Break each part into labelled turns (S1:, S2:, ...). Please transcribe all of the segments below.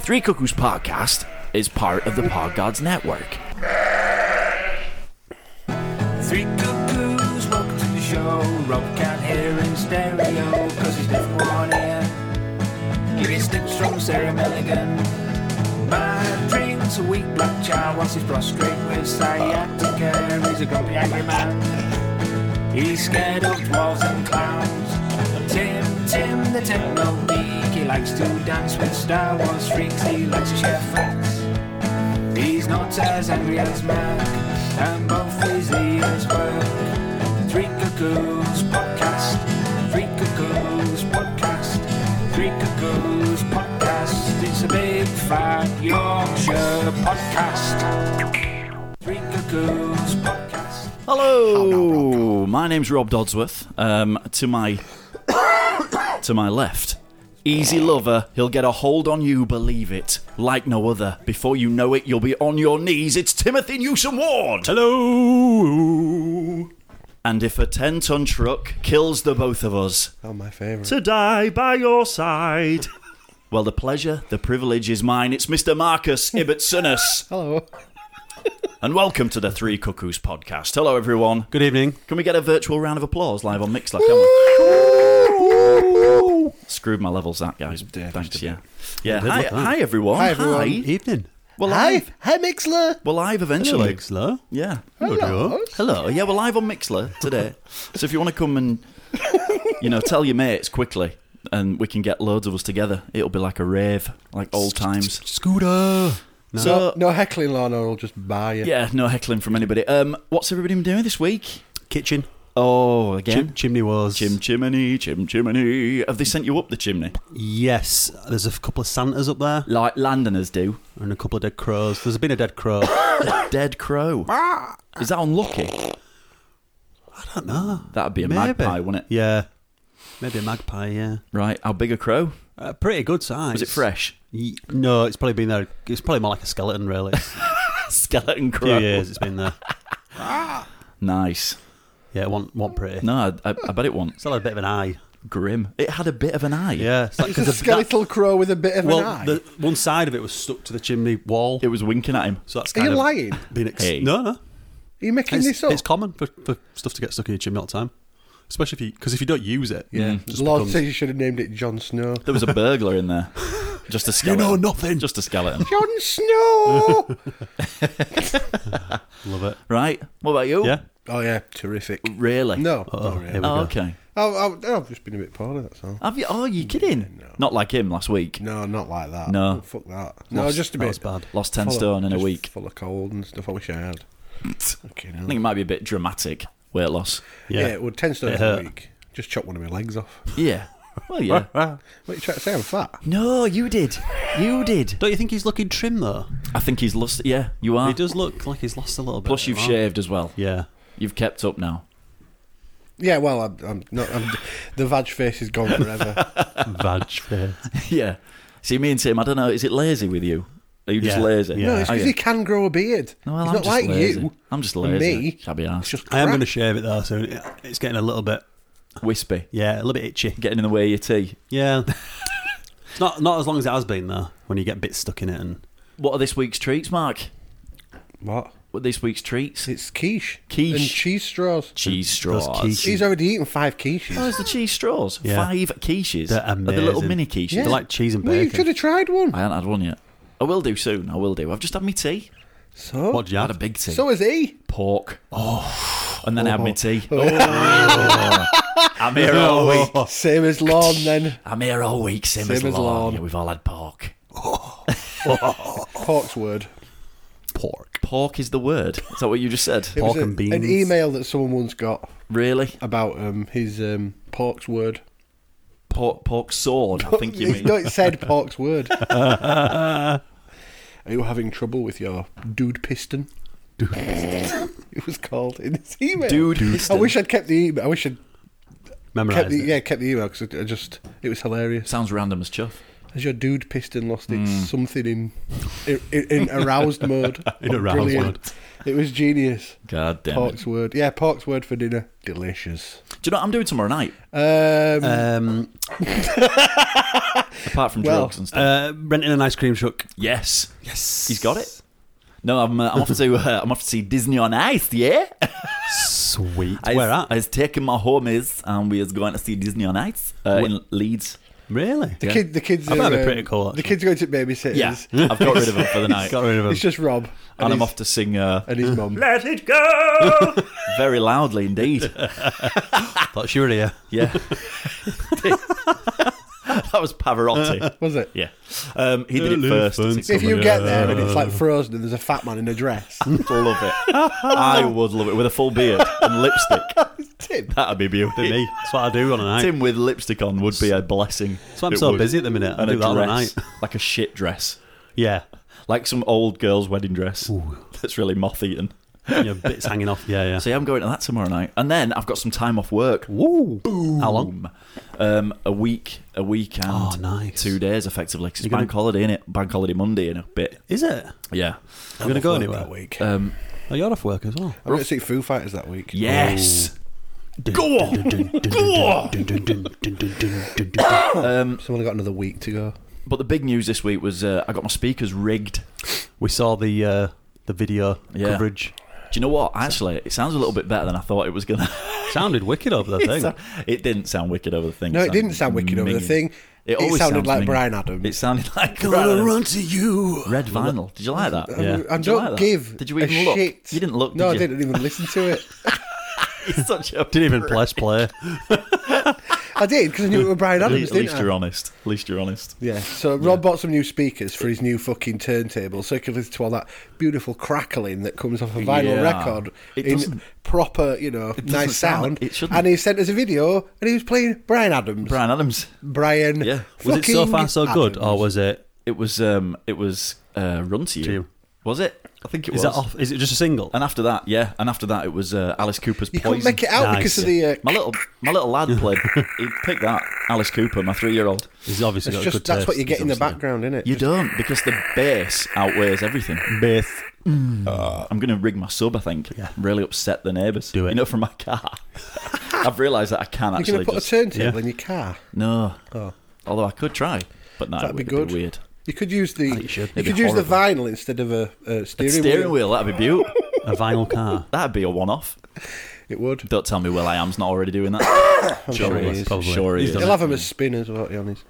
S1: Three Cuckoos podcast is part of the Pod Gods Network.
S2: Three cuckoos, welcome to the show. Rob can't hear in stereo, cause he's deaf in one ear. Give his tips from Sarah Milligan. My dreams a weak black child, whilst he's prostrate with sciatica. He's a grumpy angry man. He's scared of dwarves and clowns. Tim, Tim, the techno-geek. He likes to dance with Star Wars freaks. He likes to share facts. He's not as angry as Mac, and both his ears work. Three Cuckoos Podcast, Three Cuckoos Podcast, Three Cuckoos Podcast. It's a big fat Yorkshire podcast. Three Cuckoos Podcast.
S1: Hello, my name's Rob Dodsworth. Um, to my to my left, easy lover. He'll get a hold on you, believe it, like no other. Before you know it, you'll be on your knees. It's Timothy Newsom Ward. Hello. And if a ten-ton truck kills the both of us,
S3: Oh, my favourite.
S1: to die by your side. Well, the pleasure, the privilege is mine. It's Mr. Marcus Ibbotsonis.
S3: Hello.
S1: and welcome to the Three Cuckoos podcast. Hello, everyone.
S3: Good evening.
S1: Can we get a virtual round of applause live on Mixler? Can we? Screwed my levels, that guys.
S3: Damaged
S1: Thanks,
S3: a
S1: yeah, yeah.
S3: good
S1: Hi,
S3: luck, huh?
S1: hi, everyone.
S3: Hi, everyone.
S1: Hi.
S3: Evening.
S1: Well,
S3: hi.
S1: I've-
S3: Hi, Mixler.
S1: We're live eventually.
S3: Mixler.
S1: Yeah.
S3: Hello.
S1: Hello. Yeah, we're live on Mixler today. so if you want to come and you know tell your mates quickly, and we can get loads of us together, it'll be like a rave, like old times.
S3: Scooter. No.
S1: So
S4: No heckling, Lana will just buy you.
S1: yeah, no heckling from anybody. Um, what's everybody been doing this week?
S3: Kitchen.
S1: Oh,
S3: Chim-
S1: again.
S3: chimney wars.
S1: Chim chimney, chim chimney. Have they sent you up the chimney?
S3: Yes. There's a couple of Santas up there
S1: Like Londoners do.
S3: and a couple of dead crows. There's been a dead crow.
S1: Dead crow. Is that unlucky?
S3: Ah. I don't know.
S1: That'd be a
S3: Maybe.
S1: magpie, wouldn't it?
S3: Yeah. Maybe a magpie, yeah.
S1: Right. How big a crow?
S3: Uh, pretty good size.
S1: Was it fresh?
S3: Y- no, it's probably been there. It's probably more like a skeleton, really. a
S1: Skeleton
S3: few
S1: crow.
S3: years it's been there.
S1: Nice.
S3: Yeah, it wasn't, wasn't pretty.
S1: No, I, I, I bet it won't.
S3: It's had a bit of an eye.
S1: Grim. It had a bit of an eye.
S3: Yeah. It's like,
S4: It's a skeletal crow with a bit of
S3: well,
S4: an eye.
S3: the one side of it was stuck to the chimney wall.
S1: It was winking at him.
S3: so that's
S4: Are
S3: kind
S4: you
S3: of
S4: lying?
S3: Been ex-
S1: Hey.
S3: No, no.
S4: Are you making
S3: It's,
S4: this up?
S3: it's common for, for stuff to get stuck in your chimney all the time, especially if you because if you don't use it, yeah, just
S4: Lord
S3: becomes,
S4: says you should have named it Jon Snow.
S1: There was a burglar in there. Just a
S3: you
S1: skeleton.
S3: know nothing.
S1: Just a skeleton.
S4: Jon Snow!
S3: love it.
S1: Right. What about you?
S3: Yeah.
S4: oh, yeah, terrific.
S1: Really?
S4: No,
S3: Oh,
S4: not
S3: here we
S4: really.
S3: go.
S1: Oh, okay.
S4: Oh, oh, I've just been a bit poorly, that's all.
S1: Have you? Oh, are you kidding? Not like him last week.
S4: No, not like that.
S1: No.
S4: Oh, fuck that. No,
S3: Lost-
S4: just
S3: that
S4: a bit.
S3: was bad.
S1: Lost ten
S4: full of-
S1: stone in a
S4: just
S1: week.
S4: Full of cold and stuff. I wish I had. okay,
S1: I think it might be a bit dramatic weight loss.
S4: Yeah,
S3: Yeah.
S4: well, 10 stone
S3: It
S4: in a
S3: hurt.
S4: week. Just chop one of my legs off.
S1: Yeah. Well, yeah.
S4: What you trying to say? I'm fat.
S1: no, you did. You did.
S3: Don't you think he's looking trim though?
S1: I think he's lost. Yeah, you are.
S3: He does look like he's lost a little bit.
S1: Plus, you've
S3: right?
S1: shaved as well.
S3: Yeah.
S1: You've kept up now.
S4: Yeah, well, I'm, I'm not. I'm, the vag face is gone forever.
S3: Vag face.
S1: yeah. See, me and Tim, I don't know, is it lazy with you? Are you just
S3: Yeah.
S1: lazy?
S3: Yeah.
S4: No, it's
S1: Are
S4: because
S1: you?
S4: he can grow a beard.
S1: Oh, Well,
S4: He's
S1: I'm
S4: not
S1: just
S4: like
S1: lazy.
S4: you.
S1: I'm just
S4: and
S1: lazy.
S4: Me,
S1: Can't be arsed.
S4: It's just
S3: I am
S4: crap.
S3: going to shave it though soon. It- It's getting a little bit,
S1: Wispy.
S3: yeah, a little bit itchy.
S1: Getting in the way of your tea.
S3: Yeah. it's not not as long as it has been though. When you get bits stuck in it and
S1: What are this week's treats, Mark?
S4: What?
S1: What are this week's treats?
S4: It's quiche.
S1: Quiche.
S4: And cheese straws.
S1: cheese straws.
S3: quiche.
S4: He's already eaten five quiches.
S1: Oh, it's the cheese straws.
S3: Yeah.
S1: Five quiches.
S3: They're
S1: Are The little
S3: amazing.
S1: mini quiches.
S3: they're like cheese and
S4: well, you could
S3: bacon.
S4: have tried one.
S1: I haven't had one yet. I will do soon. I will do. I've just had my tea.
S4: So?
S3: What do you
S1: I had a
S3: have?
S1: big tea.
S4: so is he.
S1: Pork. Oh. And then I
S3: Oh.
S1: had my tea. I'm here all week.
S4: Same as Lorne then.
S1: I'm here all week, same,
S4: Same
S1: as,
S4: as
S1: Lorne.
S4: Lorne.
S1: Yeah, we've all had pork.
S4: Pork's word.
S3: Pork.
S1: Pork is the word. Is that what you just said?
S4: It was
S3: Pork and
S4: a- An
S3: beans.
S4: email that someone once got
S1: Really?
S4: about um, his um, pork's word.
S1: Pork, pork sword, I think you mean.
S4: no, it said pork's word. Are you having trouble with your dude piston? it was called in his email.
S1: Dude,
S4: I
S1: piston.
S4: wish I'd kept the email. I wish I'd kept
S3: Memorized.
S4: the,
S3: it.
S4: yeah, kept the email because I just it was hilarious.
S1: Sounds random as chuff.
S4: Has your dude piston lost
S5: Hmm.
S4: its something in in, in aroused mode?
S3: In aroused mode.
S4: It was genius.
S1: God damn it.
S4: Pork's word, yeah, pork's word for dinner, Um, delicious.
S5: Uh,
S1: Do you know what I'm doing tomorrow night?
S4: Um,
S3: Um,
S5: apart from
S4: Well,
S5: drugs and stuff.
S3: Uh, renting an ice cream truck.
S5: yes,
S3: Yes.
S5: he's got it. No, I'm, uh, I'm off to uh, I'm off to see Disney on Ice. Yeah,
S3: Sweet.
S5: I
S3: Where
S5: was,
S3: at?
S5: I was taking my homies and we was going to see Disney on Ice uh, in Leeds.
S3: really?
S4: The, kid, the kids.
S3: I bet
S4: are,
S3: they're
S4: um,
S3: pretty cool,
S4: The
S3: actually.
S4: kids going to babysitters.
S5: Yeah, I've got rid of him for the night,
S3: Got rid of him.
S4: It's just Rob. And,
S5: and I'm
S4: his-
S5: off to sing uh,
S4: And his mum.
S5: "Let It Go" very loudly indeed.
S3: Thought you were here.
S5: Yeah, that was Pavarotti.
S4: Was it?
S5: Yeah, um, he did it first.
S3: Elephants.
S4: If you
S3: Yeah.
S4: get there and it's like frozen and there's a fat man in a dress,
S5: love it. I would love it with a full beard and lipstick.
S4: Tim,
S5: That'd be beautiful.
S3: Be me. That's what I do on a night.
S5: Tim with lipstick on would be a blessing.
S3: That's why I'm
S5: It
S3: so
S5: would.
S3: busy at the minute. I
S5: And a
S3: do that all
S5: dress,
S3: night.
S5: like a shit dress,
S3: Yeah.
S5: like some old girl's wedding dress that's really moth eaten.
S3: Your bits hanging off. Yeah, yeah.
S5: So yeah, I'm going to that tomorrow night, and then I've got some time off work.
S3: Woo. How long?
S5: Boom. Um, a week, a week, and
S3: Oh, nice.
S5: two days effectively. 'cause it's
S3: You're gonna-
S5: bank holiday, in it? Bank holiday Monday in a bit.
S3: Is it?
S5: Yeah.
S3: You're going to go
S4: Work
S3: anywhere?
S4: that week.
S5: Um,
S3: Oh, you're off work as well.
S4: I'm going to see Foo Fighters that week.
S5: yes. Go on.
S4: Someone got another week to go.
S5: But the big news this week was uh, I got my speakers rigged.
S3: We saw the uh, the video
S5: Yeah.
S3: coverage.
S5: Do you know what? Actually, it sounds a little bit better than I thought it was gonna.
S3: Sounded wicked over the thing.
S5: So- it didn't sound wicked over the thing.
S4: No, it
S5: sounded
S4: didn't sound wicked over the
S5: minging.
S4: thing. It sounded
S5: sounds
S4: like
S5: minging.
S4: Bryan Adams.
S5: It sounded like
S4: Gonna
S5: Bryan Adams.
S4: run to you.
S5: Red vinyl. Did you like that?
S3: Yeah.
S4: And
S5: Did you
S4: don't
S5: like that?
S4: give.
S5: Did you
S4: a
S5: even look?
S4: Shit.
S5: You didn't look, did
S4: No, I
S5: you?
S4: didn't even listen to it.
S5: It's such a
S3: Didn't even press play.
S4: I did because I knew it was Brian
S5: At
S4: Adams.
S5: least, at
S4: didn't
S5: least
S4: I?
S5: you're honest. At least you're honest.
S4: Yeah. So Rob bought some new speakers for his new fucking turntable, so he could listen to all that beautiful crackling that comes off a vinyl
S5: Yeah.
S4: record
S5: It
S4: in
S5: doesn't-
S4: proper, you know,
S5: doesn't
S4: nice
S5: sound-
S4: sound.
S5: it shouldn't.
S4: and he sent us a video, and he was playing Brian Adams.
S5: Brian Adams.
S4: Brian.
S5: Yeah.
S3: Was it so
S4: fucking
S3: far so good, Oh,
S4: Adams.
S3: or was it?
S5: It was um it was uh, Run to You.
S3: To You.
S5: Was it? I think it was.
S3: Is
S5: Uh,
S3: that off? Is it just a single?
S5: And after that, yeah, and after that it was uh, Alice Cooper's
S4: You
S5: Poison.
S4: couldn't make it out
S3: Nice.
S4: because of the. Uh,
S5: My little my little lad played he picked that Alice Cooper, my 3-year-old.
S3: He's obviously
S4: it's
S3: got
S4: just
S3: good taste.
S4: that's what you get
S3: He's
S4: in the
S3: obviously-
S4: background, innit?
S5: You don't because the bass outweighs everything.
S3: Myth.
S5: I'm going to rig my sub, I think.
S3: Yeah.
S5: I'm really upset the neighbours.
S3: Do it.
S5: You know, from my car. I've realised that I can
S4: You're going
S5: actually
S4: to put
S5: just...
S4: a turntable
S3: yeah.
S4: in your car.
S5: No.
S4: Oh.
S5: Although I could try, but no,
S4: That'd
S5: that'd
S4: be
S5: be,
S4: good.
S5: weird.
S4: You could use the
S3: think
S4: you
S3: you should.
S4: could
S3: It'd
S5: be
S4: use the vinyl instead of a, a steering,
S5: Steering wheel,
S4: wheel.
S5: that'd be beautiful.
S3: A vinyl car.
S5: that'd be a one-off.
S4: It would.
S5: Don't tell me Will I am's not already doing that.
S4: sure he is.
S3: Probably.
S5: Sure he
S3: He's
S5: is.
S3: done
S4: He'll
S3: it.
S4: have him as spinners, won't he? On his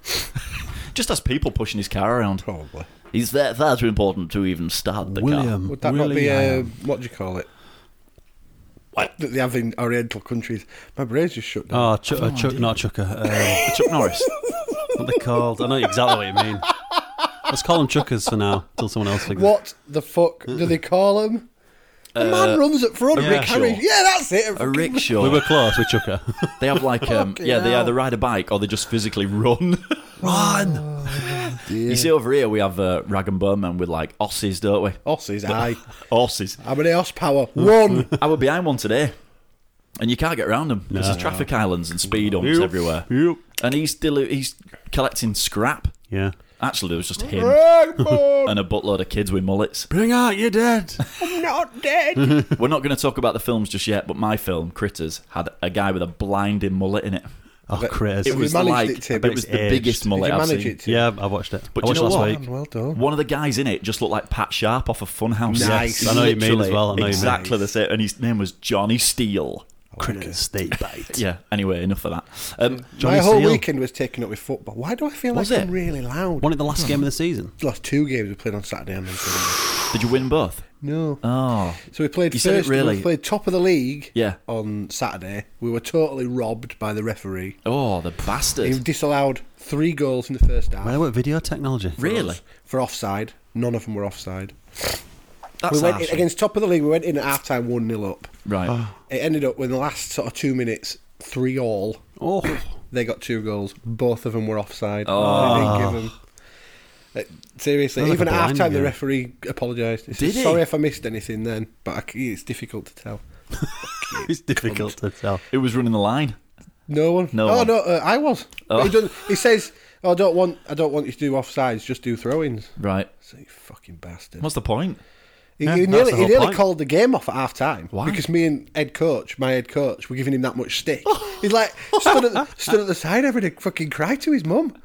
S5: Just as people pushing his car around.
S4: probably.
S5: Is that that's important to even start the
S3: William.
S5: car?
S4: Would that not
S3: Willie
S4: be uh, a
S3: Iron.
S4: what do you call it? What that they have in Oriental countries? My brain's just shut down.
S3: Oh, chu- uh, chuck, not chucker. Um,
S5: Chuck Norris.
S3: what they called? I know exactly what you mean. Let's call them chuckers for now, till someone else figures.
S4: What the fuck do they call him? A man runs at front of
S5: a
S4: the
S5: rickshaw.
S4: carriage. Yeah, that's it.
S5: Uh, A
S3: it. We
S5: rickshaw.
S3: were close with chucker.
S5: They have like, um,
S4: Fucking
S5: yeah, they
S4: hell.
S5: either ride a bike or they just physically run. run!
S4: dear.
S5: You see, over here we have uh, rag and bone men with like osses, don't we?
S4: Osses, aye.
S5: Horses.
S4: How many horsepower? One.
S5: I were behind one today, and you can't get around them because there's traffic islands and speed humps
S3: Yep.
S5: everywhere.
S3: Yep.
S5: And he's still he's collecting scrap.
S3: Yeah.
S5: Actually, there was just him
S4: Ragman,
S5: and a buttload of kids with mullets.
S3: Bring out your dead.
S4: I'm not dead.
S5: We're not going to talk about the films just yet, but my film Critters had a guy with a blinding mullet in it.
S3: Oh, critters.
S5: It
S4: you
S5: was
S4: managed
S5: like
S4: it, Tim? I
S5: it
S4: bet
S5: was
S3: it's
S5: the
S3: aged.
S5: biggest
S4: Did
S5: mullet
S4: you
S5: I've
S4: manage
S5: seen.
S4: it? Tim?
S3: yeah, I watched it.
S5: But
S3: I
S5: do you
S3: watched
S5: know
S3: last
S5: what?
S3: week.
S4: Man, well done.
S5: One of the guys in it just looked like Pat Sharp off of Funhouse.
S4: Nice.
S5: He's
S4: I know
S3: what you mean as
S5: literally
S3: well, I know what you mean.
S5: exactly the same, and his name was Johnny Steele.
S3: Critters, they bite.
S5: Yeah. Anyway, enough of that. Um,
S3: Johnny
S4: My whole
S3: Steele.
S4: weekend was taken up with football. Why do I feel
S5: Was
S4: like
S5: it?
S4: I'm really loud?
S3: Won it the last game of the season.
S4: The last two games we played on Saturday and then Sunday.
S5: did you win both?
S4: No.
S5: Oh,
S4: So we played
S5: You
S4: first.
S5: said it really-
S4: We played top of the league.
S5: Yeah.
S4: On Saturday, we were totally robbed by the referee.
S5: oh, the bastard!
S4: He disallowed three goals in the first half.
S3: Where were video technology?
S5: Really?
S4: For offside, none of them were offside.
S5: That's
S4: we went Ah.
S5: harsh. eh?
S4: in, against top of the league. We went in at half time, one 0 up.
S5: Right.
S4: It ended up with the last sort of two minutes, three all.
S3: Oh,
S4: They got two goals. Both of them were offside.
S5: Oh.
S4: They didn't give them. seriously,
S3: Sounds like
S4: even
S3: a
S4: at half
S3: blind
S4: time, the
S3: guy.
S4: referee apologised. He
S5: Did
S4: said,
S5: he?
S4: Sorry if I missed anything then, but I c it's difficult to tell.
S3: it's difficult to tell.
S5: It was running the line.
S4: No one.
S5: No
S4: Oh
S5: one.
S4: no, uh, I was. But He, doesn't, he says, oh, "I don't want. I don't want you to do offsides. Just do throw-ins."
S5: Right.
S4: So you fucking bastard.
S5: What's the point?
S4: He,
S3: Yeah,
S4: he
S3: that's
S4: nearly,
S3: the
S4: he
S3: whole
S4: nearly
S3: point.
S4: called the game off at half time
S5: Why?
S4: because me and head coach, my head coach, were
S3: Oh.
S4: giving him that much stick. He's like stood at, stood at the side every day, fucking cried to his mum.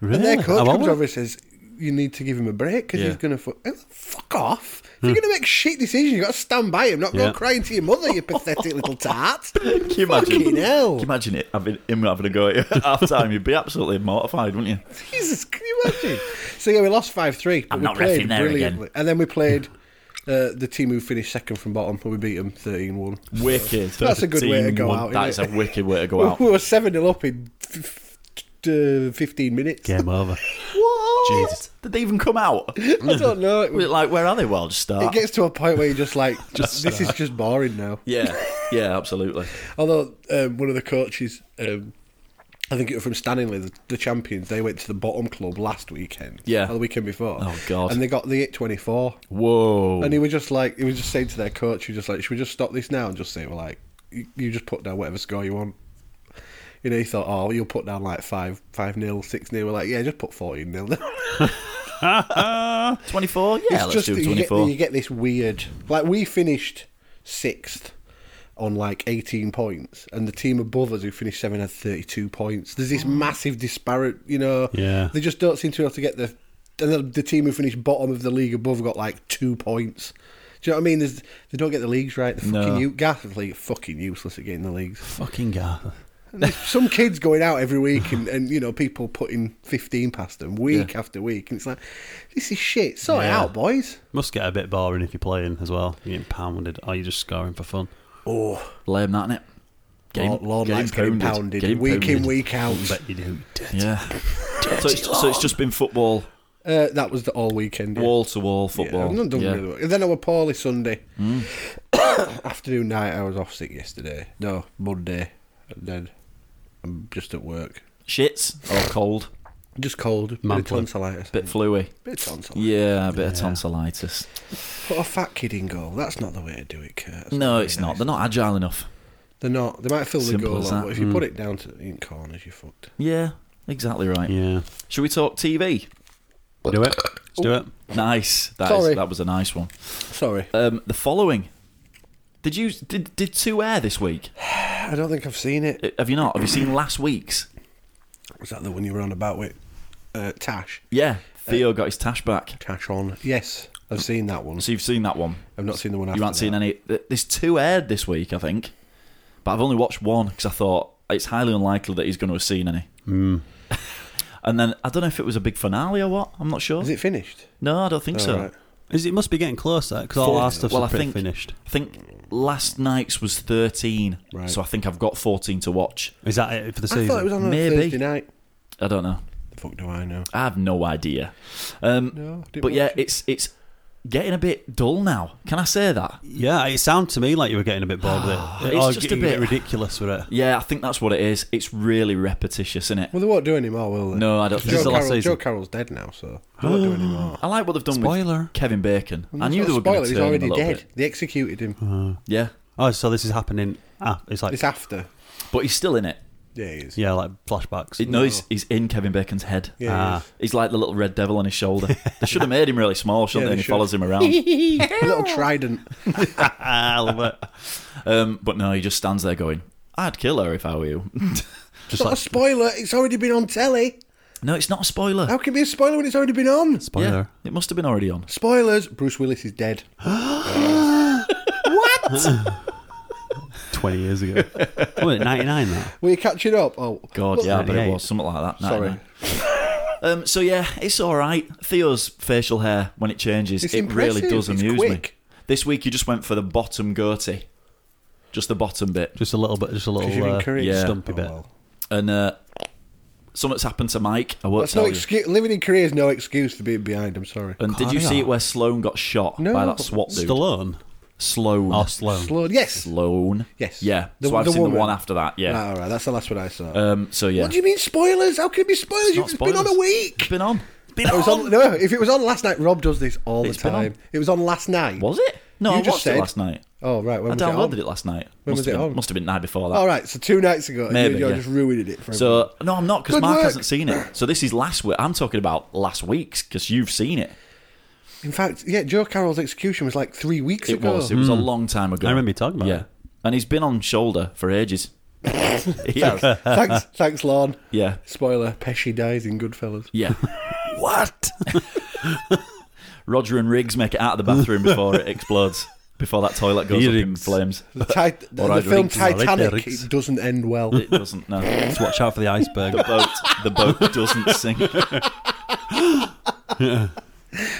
S3: Really?
S4: And their coach
S3: Have I
S4: comes
S3: won?
S4: over and says, "You need to give him a break because
S3: Yeah. Hmm.
S4: he's going to fuck fuck off. If you're going to make shit decisions, you have got to stand by him, not
S3: Yeah.
S4: go crying to your mother, you pathetic little tart."
S5: Can you imagine?
S4: Fucking hell.
S5: Can you imagine it? Having, him having a go at you at half time, you'd be absolutely mortified, wouldn't you?
S4: Jesus, can you imagine? So yeah, we lost five three.
S5: I'm
S4: we
S5: not
S4: played
S5: reffing there again.
S4: brilliantly. And then we played uh, the team who finished second from bottom, and we beat them 13-1.
S5: Wicked.
S4: That's a good way to go
S3: 13-1.
S4: out.
S5: That is a
S4: innit?
S5: wicked way to go out.
S4: we were seven 0 up in f- f- uh, fifteen minutes.
S3: Game over.
S5: What?
S3: Jesus.
S5: Did they even come out?
S4: I don't know. It, was-
S5: like, where are they? Well, just
S4: it
S5: start.
S4: gets to a point where you're just like, this is just boring now.
S5: yeah, yeah, absolutely.
S4: Although um, one of the coaches, um, I think it was from Stanley, the, the champions, they went to the bottom club last weekend.
S5: Yeah.
S4: or the weekend before.
S5: Oh, God.
S4: And they got the eight twenty four.
S5: Whoa.
S4: And he was just like, he was just saying to their coach, he was just like, should we just stop this now and just say, well, like, you, you just put down whatever score you want. You know, he thought, oh, you'll put down like five, five nil, six nil. We're like, yeah, just put fourteen nil.
S5: 24? Yeah, let's do
S4: that you get,
S5: 24.
S4: you get this weird. Like we finished sixth on like 18 points, and the team above us who finished seven had 32 points. There's this
S5: Mm.
S4: massive disparate. You know,
S3: Yeah.
S4: They just don't seem to be able to get the. And the, the team who finished bottom of the league above got like two points. Do you know what I mean? There's, they don't get the leagues right. The
S5: No.
S4: fucking u- Gareth League fucking useless at getting the leagues.
S3: Fucking Garth.
S4: And there's some kids going out every week and, and you know people putting 15 past them week after week, and it's like this is shit. Sort it
S3: Yeah.
S4: out, boys.
S3: Must get a bit boring if you're playing as well. You're getting pounded. Or you're just scoring for fun.
S4: Oh,
S5: Lame, that, innit? Game,
S4: Lord, Lord
S5: game
S4: likes getting pounded, week in,
S5: pounded.
S4: week out.
S3: But you do.
S5: Yeah. so, it's, so it's just been football,
S4: Uh, that was the all weekend. yeah.
S5: wall to wall
S4: Yeah,
S5: football.
S4: I've not done
S5: Yeah. Mm.
S4: really well. And Then I were poorly Sunday. Afternoon, night, I was off sick yesterday. No, Monday. And then I'm just at work.
S5: Shits or cold,
S4: Just cold.
S3: Man
S4: bit of
S3: flu.
S4: tonsillitis.
S5: bit fluey.
S4: bit of tonsillitis.
S5: Yeah, a bit of tonsillitis.
S4: Put a fat kid in goal. That's not the way to do it, Kurt. That's
S5: No,
S4: the way
S5: it's
S4: to do
S5: not.
S4: it.
S5: They're not agile enough.
S4: They're not. They might fill the
S5: Simple
S4: goal
S5: as
S4: on,
S5: that. Mm.
S4: but if you put it down to in corners, you're fucked.
S5: Yeah, exactly right.
S3: Yeah.
S5: Should we talk TV?
S3: Do it.
S5: oh.
S3: Let's do it.
S5: Nice. That is-
S4: Sorry.
S5: that was a nice one.
S4: Sorry.
S5: Um, the following. Did you did did two air this week?
S4: I don't think I've seen it.
S5: Uh, Have you not? Have you seen last week's?
S4: Was that the one you were on about with uh, Tash?
S5: Yeah, Theo got his tash back.
S4: Tash on. Yes, I've seen that one.
S5: So you've seen that one.
S4: I've not seen the one after
S5: you haven't seen
S4: that.
S5: any. th- There's two aired this week, I think, but I've only watched one because I thought it's highly unlikely that he's going to have seen any.
S4: Hmm.
S5: and then I don't know if it was a big finale or what. I'm not sure.
S4: Is it finished?
S5: No, I don't think so.
S4: Alright.
S3: Is it must be getting closer because all our
S5: Four-
S3: stuff's
S5: well, I
S3: pretty
S5: think-
S3: finished.
S5: I think last night's was 13,
S4: Right.
S5: so I think I've got 14 to watch.
S3: Is that it for the
S4: I
S3: season?
S4: thought it was on a
S5: Maybe.
S4: Thursday night.
S5: I don't know.
S4: The fuck do I know?
S5: I have no idea. Um,
S4: No, I didn't
S5: but yeah,
S4: watch it.
S5: it's it's getting a bit dull now. Can I say that?
S3: Yeah, it sounded to me like you were getting a bit bored with it. Oh,
S5: It's
S3: Or
S5: just a
S3: getting
S5: bit-
S3: ridiculous with it.
S5: Yeah, I think that's what it is. It's really repetitious, isn't it?
S4: Well, they won't do anymore, will they?
S5: No, I don't
S4: Joe,
S5: think
S3: This is the last
S4: Carroll-
S3: season.
S4: Joe Carroll's dead now, so they won't do anymore.
S5: I like what they've done
S3: Spoiler.
S5: with Kevin Bacon. Ah. I
S4: It's
S5: knew
S4: not
S5: they
S4: a
S5: were going
S4: spoiler,
S5: to turn
S4: He's
S5: him
S4: already
S5: a little
S4: dead.
S5: bit. Uh-huh.
S4: They executed him.
S5: Yeah,
S3: Oh, so this is happening. Ah, it's like
S4: It's after.
S5: but he's still in it.
S4: Yeah, he is.
S3: yeah, like flashbacks.
S5: It- no, he's, he's in Kevin Bacon's head.
S4: Yeah, he
S3: Ah.
S4: is.
S5: He's like the little red devil on his shoulder. They should have made him really small, shouldn't
S4: Yeah,
S5: they? And
S4: they
S5: he
S4: should.
S5: follows him around.
S4: little trident.
S3: Ah, I love it.
S5: um, but no, he just stands there going, I'd kill her if I were you.
S4: It's not a spoiler. It's already been on telly.
S5: no, it's not a spoiler.
S4: How can it be a spoiler when it's already been on?
S5: Yeah,
S3: Spoiler.
S5: it must have been already on.
S4: Spoilers. Bruce Willis is dead.
S3: Twenty years ago. oh, ninety nine. That.
S4: Were you catching up? Oh
S5: God,
S4: Look,
S5: yeah, but it
S3: 98.
S5: was something like that.
S4: Sorry.
S5: 99. Um, so yeah, it's all right. Theo's facial hair when it changes,
S4: It's
S5: it really
S4: impressive.
S5: does
S4: It's
S5: amuse me.
S4: quick.
S5: This week, you just went for the bottom goatee, just the bottom bit,
S3: Just a little bit. Just a
S4: Because you've
S3: little uh,
S4: encouraged-
S5: Yeah.
S3: stumpy
S4: Oh,
S3: bit.
S4: well.
S5: and uh, something's happened to Mike. I won't
S4: That's
S5: tell
S4: no
S5: you.
S4: excuse. Living in Korea is no excuse for being behind. I'm sorry.
S5: And did you
S3: Carry
S5: see
S3: on.
S5: it where Sloan got shot
S4: No.
S5: by that SWAT dude?
S3: Stallone.
S5: Sloan.
S3: Oh, Sloan.
S4: Sloan. Yes.
S5: Sloan.
S4: Yes.
S5: Yeah.
S4: The-
S5: so I've
S4: the
S5: seen
S4: woman.
S5: the one after that. Yeah.
S4: Ah, all right, that's the last one I saw.
S5: Um. So yeah.
S4: What do you mean spoilers? How can it be spoilers?
S5: It's
S4: You've
S5: not
S4: just been on a
S5: spoilers.
S4: week.
S5: It's been on.
S4: It was on, no, if it was on last night, Rob does this all
S5: It's
S4: the
S5: been on.
S4: time. It was on last night.
S5: Was it? No,
S4: You
S5: I
S4: just
S5: watched
S4: said-
S5: it last night.
S4: Oh right, when
S5: I
S4: was it
S5: downloaded
S4: on?
S5: it, last night.
S4: When
S5: must have
S4: was it
S5: been,
S4: on? Oh,
S5: Must have been the night before that.
S4: All right, so two nights ago,
S5: Maybe,
S4: you, you're
S5: yeah.
S4: just ruining it for everyone.
S5: So no, I'm not because
S4: Good
S5: Mark
S4: work.
S5: hasn't seen it. So this is last week. I'm talking about last week's because you've seen it.
S4: In fact, yeah, Joe Carroll's execution was like three weeks
S5: It
S4: ago.
S3: Hmm.
S5: was. It was a long time ago.
S3: I remember you talking about
S5: Yeah,
S3: it.
S5: and he's been on shoulder for ages. Yeah.
S4: thanks, thanks, Lorne.
S5: yeah.
S4: Spoiler: Pesci dies in Goodfellas.
S5: Yeah. what? Roger and Riggs make it out of the bathroom before it explodes. Before that toilet goes up in
S3: Riggs.
S5: flames.
S4: The, tit- the,
S5: Alright,
S4: film
S5: Riggs, alright,
S4: Titanic
S3: yeah, Riggs.
S4: it doesn't end well.
S5: It doesn't. No, the
S3: Just watch out for the iceberg.
S5: boat. The boat doesn't sink.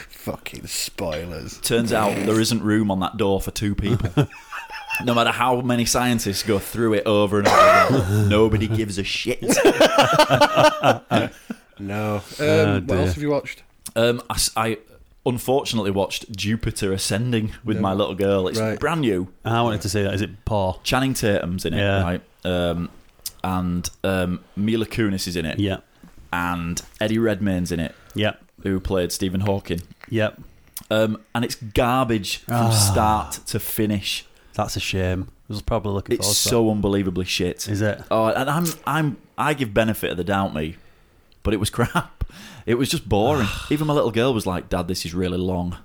S4: Fucking spoilers.
S5: Turns out there isn't room on that door for two people. No matter how many scientists go through it over and over, again, nobody gives a shit.
S4: No. Um,
S3: Oh,
S4: what
S3: dear.
S4: else have you watched?
S5: Um, I, s- I unfortunately watched Jupiter Ascending with my little girl. It's
S4: Right.
S5: brand new.
S3: I wanted to say that. Is it Paul?
S5: Channing Tatum's in it,
S3: Yeah.
S5: right? Um, and um, Mila Kunis is in it,
S3: Yeah.
S5: and Eddie Redmayne's in it,
S3: Yeah.
S5: who played Stephen Hawking.
S3: Yeah.
S5: Um, and it's garbage from start to finish.
S3: That's a shame. I was probably looking
S5: It's
S3: forward
S5: so unbelievably shit.
S3: to that. Is it?
S5: Oh, and I'm I'm I give benefit of the doubt me, but it was crap. It was just boring. Even my little girl was like, "Dad, this is really long."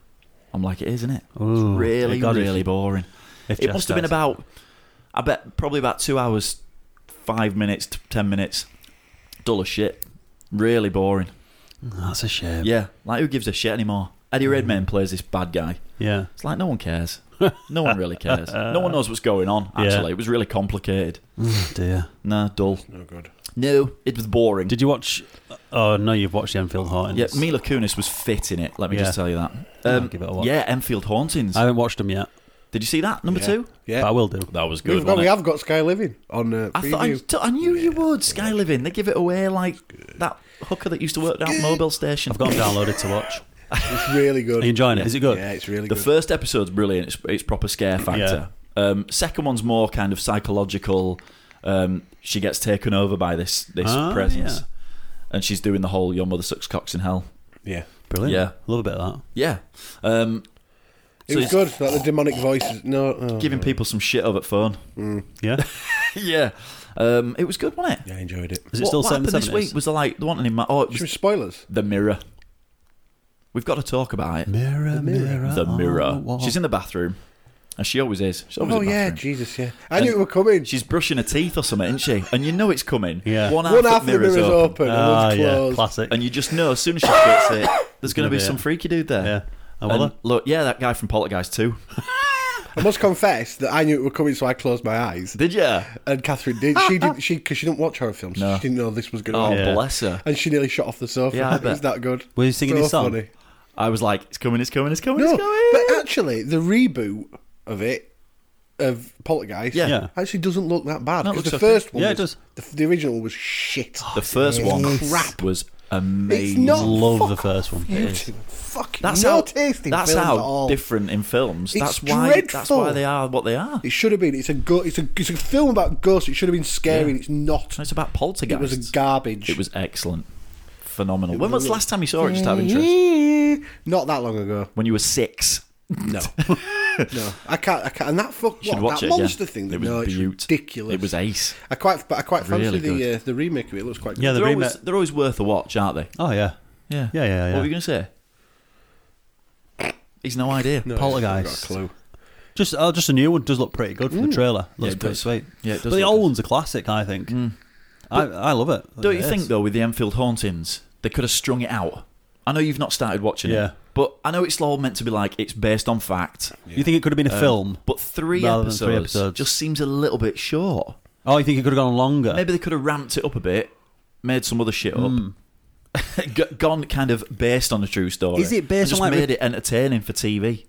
S5: I'm like, "It is, isn't it?
S3: Ooh,
S5: it's really,
S3: God, if-
S5: really boring."
S3: if
S5: it
S3: Jess
S5: must have been
S3: does.
S5: about, I bet, probably about two hours, five minutes, to ten minutes. Dull as shit. Really boring.
S3: That's a shame.
S5: Yeah, like who gives a shit anymore? Eddie
S3: Mm-hmm.
S5: Redmayne plays this bad guy.
S3: Yeah.
S5: It's like no one cares. No one really cares. No one knows what's going on.
S3: Yeah.
S5: Actually, it was really complicated.
S3: Oh, dear.
S5: Nah, dull.
S4: No good.
S5: No, it was boring.
S3: Did you watch? Oh no, you've watched the Enfield Hauntings.
S5: Yeah, Mila Kunis was fit in it. Let me
S3: Yeah.
S5: just tell you that. Um,
S3: I'll give it a watch.
S5: Yeah, Enfield Hauntings.
S3: I haven't watched them yet,
S5: Did you see that number
S4: Yeah.
S5: two?
S3: but I
S4: Yeah.
S3: will do.
S5: That was good.
S4: We've got,
S5: wasn't
S4: we
S5: it?
S4: have got Sky Living on uh,
S5: I thought I,
S4: preview.
S5: t- I knew you would. Sky Living. They give it away like that hooker that used to work down at mobile station.
S3: I've got them downloaded to watch.
S4: It's really good.
S3: Are you enjoying it? Is it good?
S4: Yeah, it's really
S5: the
S4: good.
S5: first episode's brilliant. It's, it's proper scare factor. Um, second one's more kind of psychological. Um, she gets taken over by this this
S3: Ah,
S5: presence,
S3: yeah.
S5: and she's doing the whole "Your mother sucks cocks in hell."
S4: yeah.
S3: Brilliant.
S5: Yeah.
S3: love a bit of that.
S5: Yeah. Um, so
S4: It was
S5: it's
S4: good. Like the demonic voices. No. Oh,
S5: Giving people some shit over the phone.
S3: Yeah,
S5: yeah. Um, it was good, wasn't it?
S4: Yeah, I enjoyed it.
S3: is it
S5: what,
S3: still
S5: what
S3: set in
S5: happened
S3: the
S5: this week?
S3: seventies?
S5: Was there like the one in my oh it
S4: Should we
S5: was
S4: spoilers?
S5: the mirror? We've got to talk about it.
S3: Mirror, mirror, Oh,
S5: The
S3: on
S5: mirror.
S3: wall.
S5: She's in the bathroom, and she always is. She's always
S4: Oh
S5: in the
S4: yeah,
S5: bathroom.
S4: Jesus, yeah. I
S5: And
S4: knew it were coming.
S5: She's brushing her teeth or something, isn't she? And you know it's coming.
S3: Yeah.
S5: One half,
S4: One
S5: of
S4: half of the mirror's
S5: open,
S4: open, and
S3: Ah,
S4: one's
S3: yeah,
S4: closed.
S3: classic.
S5: and you just know as soon as she hits it, there's going
S3: gonna
S5: to be
S3: be
S5: some
S3: it.
S5: freaky dude there.
S3: yeah, I
S5: And
S3: will.
S5: look, yeah, that guy from Poltergeist too.
S4: I must confess that I knew it were coming, so I closed my eyes.
S5: Did ya?
S4: And Catherine did. She did. She because she didn't watch horror films. so
S5: No.
S4: She didn't know this was going to
S5: Oh,
S4: happen.
S3: Yeah.
S5: bless her.
S4: And she nearly shot off the sofa.
S5: Yeah, I
S4: It was
S5: bet.
S4: that good.
S3: Were you singing
S4: so
S3: his song?
S4: Funny.
S5: I was like, it's coming, it's coming, it's coming,
S4: No,
S5: it's coming.
S4: but actually, the reboot of it of Poltergeist
S5: Yeah.
S3: Yeah.
S4: actually doesn't look that bad.
S5: No, it Oh,
S4: Because
S5: looks
S4: the
S5: okay.
S4: first one,
S3: Yeah,
S4: was,
S3: it does.
S4: The, the original was shit.
S5: The first one
S4: crap.
S5: was amazing.
S4: not-
S3: Love
S4: Fuck
S3: the first one.
S4: You two fucking
S5: That's
S4: no
S5: how
S4: taste in
S5: that's
S4: films
S5: how
S4: at all.
S5: different in films.
S4: It's
S5: that's why that's
S4: dreadful.
S5: why they are what they are.
S4: It should have been. It's a go- It's a. It's a film about ghosts. It should have been scary. and It's not.
S5: It's about poltergeist.
S4: It was a garbage.
S5: It was excellent, phenomenal. when was the
S4: really-
S5: last time you saw it? Just out of interest.
S4: Not that long ago.
S5: When you were six.
S4: No. no. I can't. I can't. And that fuck.
S5: You should
S4: What,
S5: watch
S4: that
S5: it again.
S4: monster thing. That,
S5: It was
S4: no, it's
S5: beaut.
S4: ridiculous.
S5: It was ace.
S4: I quite. But I quite fancy
S5: Really
S4: the
S5: good.
S4: uh, the remake of it. It looks quite. Good.
S3: Yeah, the
S5: They're always,
S3: remake.
S5: they're always worth a watch, aren't they?
S3: Oh yeah,
S5: Yeah.
S3: Yeah, yeah, yeah.
S5: What were you going to say? He's no idea.
S4: No,
S3: Poltergeist.
S4: I've got a clue.
S3: just oh, just a new one does look pretty good from the trailer.
S5: Mm.
S3: Looks
S5: Yeah, it
S3: pretty
S5: does.
S3: sweet.
S5: Yeah, it does
S3: but the
S5: look
S3: old
S5: good. Mm.
S3: one's a classic. I think. I I love it.
S5: Don't
S3: It
S5: you
S3: is.
S5: think though, with the Enfield hauntings, they could have strung it out? I know you've not started watching
S3: Yeah.
S5: it, but I know it's all meant to be like it's based on fact.
S3: You think it could have been a film?
S5: Um, But three
S3: Rather than
S5: episodes,
S3: three episodes.
S5: just seems a little bit short.
S3: Oh, you think it could have gone longer?
S5: Maybe they could have ramped it up a bit, made some other shit
S4: Hmm.
S5: up, G- gone kind of based on a true story.
S3: Is it based
S5: and just
S3: on, like,
S5: made it entertaining for TV?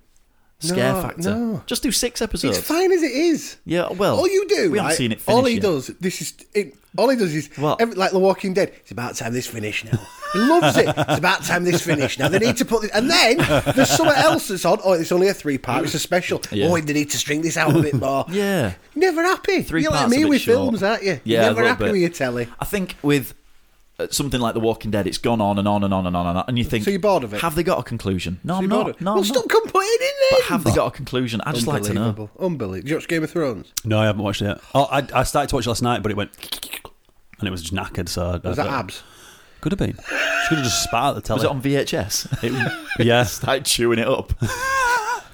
S5: Scare
S4: No,
S5: factor.
S4: no.
S5: Just do six episodes.
S4: It's fine as it is.
S5: Yeah, well,
S4: all you do.
S5: we haven't
S4: right,
S5: seen it
S4: All
S5: finish
S4: he
S5: yet.
S4: does. This is. It, all he does is
S5: What?
S4: every- like The Walking Dead. It's about time this finished now. He loves it. It's about time this finished now. They need to put this, and then there's something else that's on. Oh, it's only a three part. It's a special.
S5: Yeah.
S4: Oh, they need to string this out a bit more.
S5: Yeah.
S4: Never happy.
S5: Three
S4: You're like
S5: parts
S4: me
S5: of it
S4: with
S5: short.
S4: films, aren't you?
S5: Yeah, a
S4: Never
S5: little
S4: happy
S5: bit.
S4: with your telly.
S5: I think with uh, something like The Walking Dead, it's gone on and on and on and on and on, and you think,
S4: So you're bored of it?
S5: Have they got a conclusion? No, I'm
S4: You
S5: not.
S4: bought it.
S5: No,
S4: well,
S5: I'm
S4: stop
S5: not.
S4: complaining then.
S5: But have they got a conclusion? I just like to know.
S4: Unbelievable. Unbelievable. Did you watch Game of Thrones?
S3: No, I haven't watched it yet. Oh, I, I started to watch it last night, but it went and it was just knackered. So I-
S4: Was
S3: I,
S4: that abs?
S3: Could have been. She could have just spat at the telly.
S5: Was it on VHS?
S3: yeah,
S5: Started chewing it up.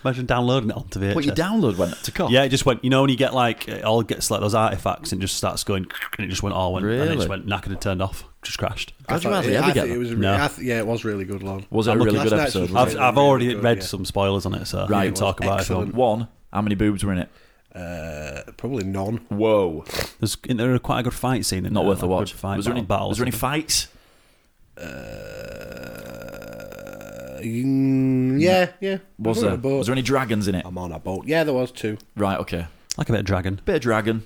S3: Imagine downloading it onto VHS.
S5: What your download went up to cost?
S3: Yeah, it just went. You know, when you get like it all gets like those artifacts and it just starts going, and it just went all went, and it
S5: Really?
S3: just went knackered and turned off, just crashed.
S5: How'd you
S4: I thought
S5: hardly
S4: it-
S5: ever
S4: I
S5: get
S4: think
S5: them?
S4: it was. re-
S3: No.
S4: I th- yeah, it was really good, Lon.
S5: Was it a really
S4: looking-
S5: good
S4: Last night's
S5: episode?
S4: was
S5: was
S3: I've,
S5: it?
S4: really,
S3: I've already
S4: really good,
S3: read
S4: yeah.
S3: some spoilers on it, so
S5: Right.
S3: we can talk about it. if
S4: Excellent.
S3: you want.
S5: One. How many boobs were in it?
S4: Uh, probably none.
S5: Whoa.
S3: There's in there a quite a good fight scene. In
S5: Not
S3: there,
S5: worth
S3: like
S5: a watch.
S3: good Fight,
S5: was, there any,
S3: battle,
S5: was there any
S3: battle.
S5: fights?
S4: Uh, mm, yeah, yeah.
S5: Was
S4: I'm
S5: there?
S4: on a boat.
S5: Was there any dragons in it?
S4: I'm on a boat. Yeah, there was two.
S5: Right. Okay.
S3: like a bit of dragon?
S5: Bit of dragon.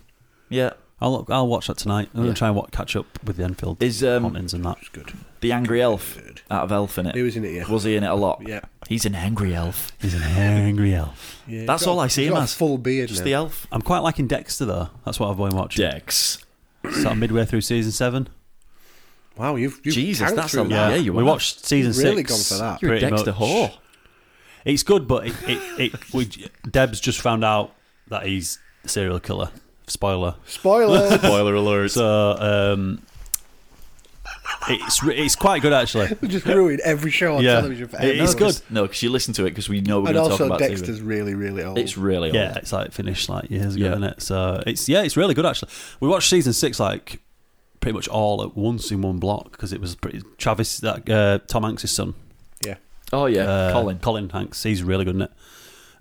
S5: Yeah.
S3: I'll I'll watch that tonight. I'm gonna try and wa catch up with the Enfield
S5: Is, um,
S3: hauntings and that.
S4: It's good.
S5: The angry elf out of Elf in it.
S4: He was in it, yeah.
S5: Was he in it a lot?
S4: Yeah.
S5: He's an angry elf.
S3: He's an angry elf.
S4: Yeah,
S5: That's
S4: he's got-
S5: all I see
S4: he's
S5: him
S4: got a
S5: as.
S4: Full beard.
S5: Just
S4: now.
S5: the elf.
S3: I'm quite liking Dexter though. That's what I've been watching.
S5: Dex.
S3: Sort of midway through season seven.
S4: wow, you've, you've
S5: Jesus,
S4: tanked
S5: that's a
S4: through
S5: Yeah,
S4: that.
S5: yeah, you
S3: we
S5: are.
S3: watched season
S4: You've really
S3: six.
S4: gone for that.
S5: You're a
S3: pretty
S5: Dexter
S3: much.
S5: whore.
S3: It's good, but it, it, it we Deb's just found out that he's a serial killer. Spoiler.
S4: Spoiler.
S5: Spoiler alert.
S3: So um, it's re- it's quite good actually.
S4: We just ruined every show on
S3: Yeah.
S4: television for
S3: It is
S4: everyone.
S3: good.
S5: No, because you listen to it because we know we're
S4: And
S5: going to talk
S4: also,
S5: about
S4: Dexter's
S5: Dexter's.
S4: really, really old.
S5: It's really old.
S3: Yeah, it's like finished like years ago,
S5: Yeah.
S3: isn't it? So it's yeah, it's really good actually. We watched season six like pretty much all at once in one block because it was pretty Travis that uh, Tom Hanks' son
S4: yeah.
S5: Oh yeah,
S3: uh,
S5: Colin.
S3: Colin Hanks. He's really good in it.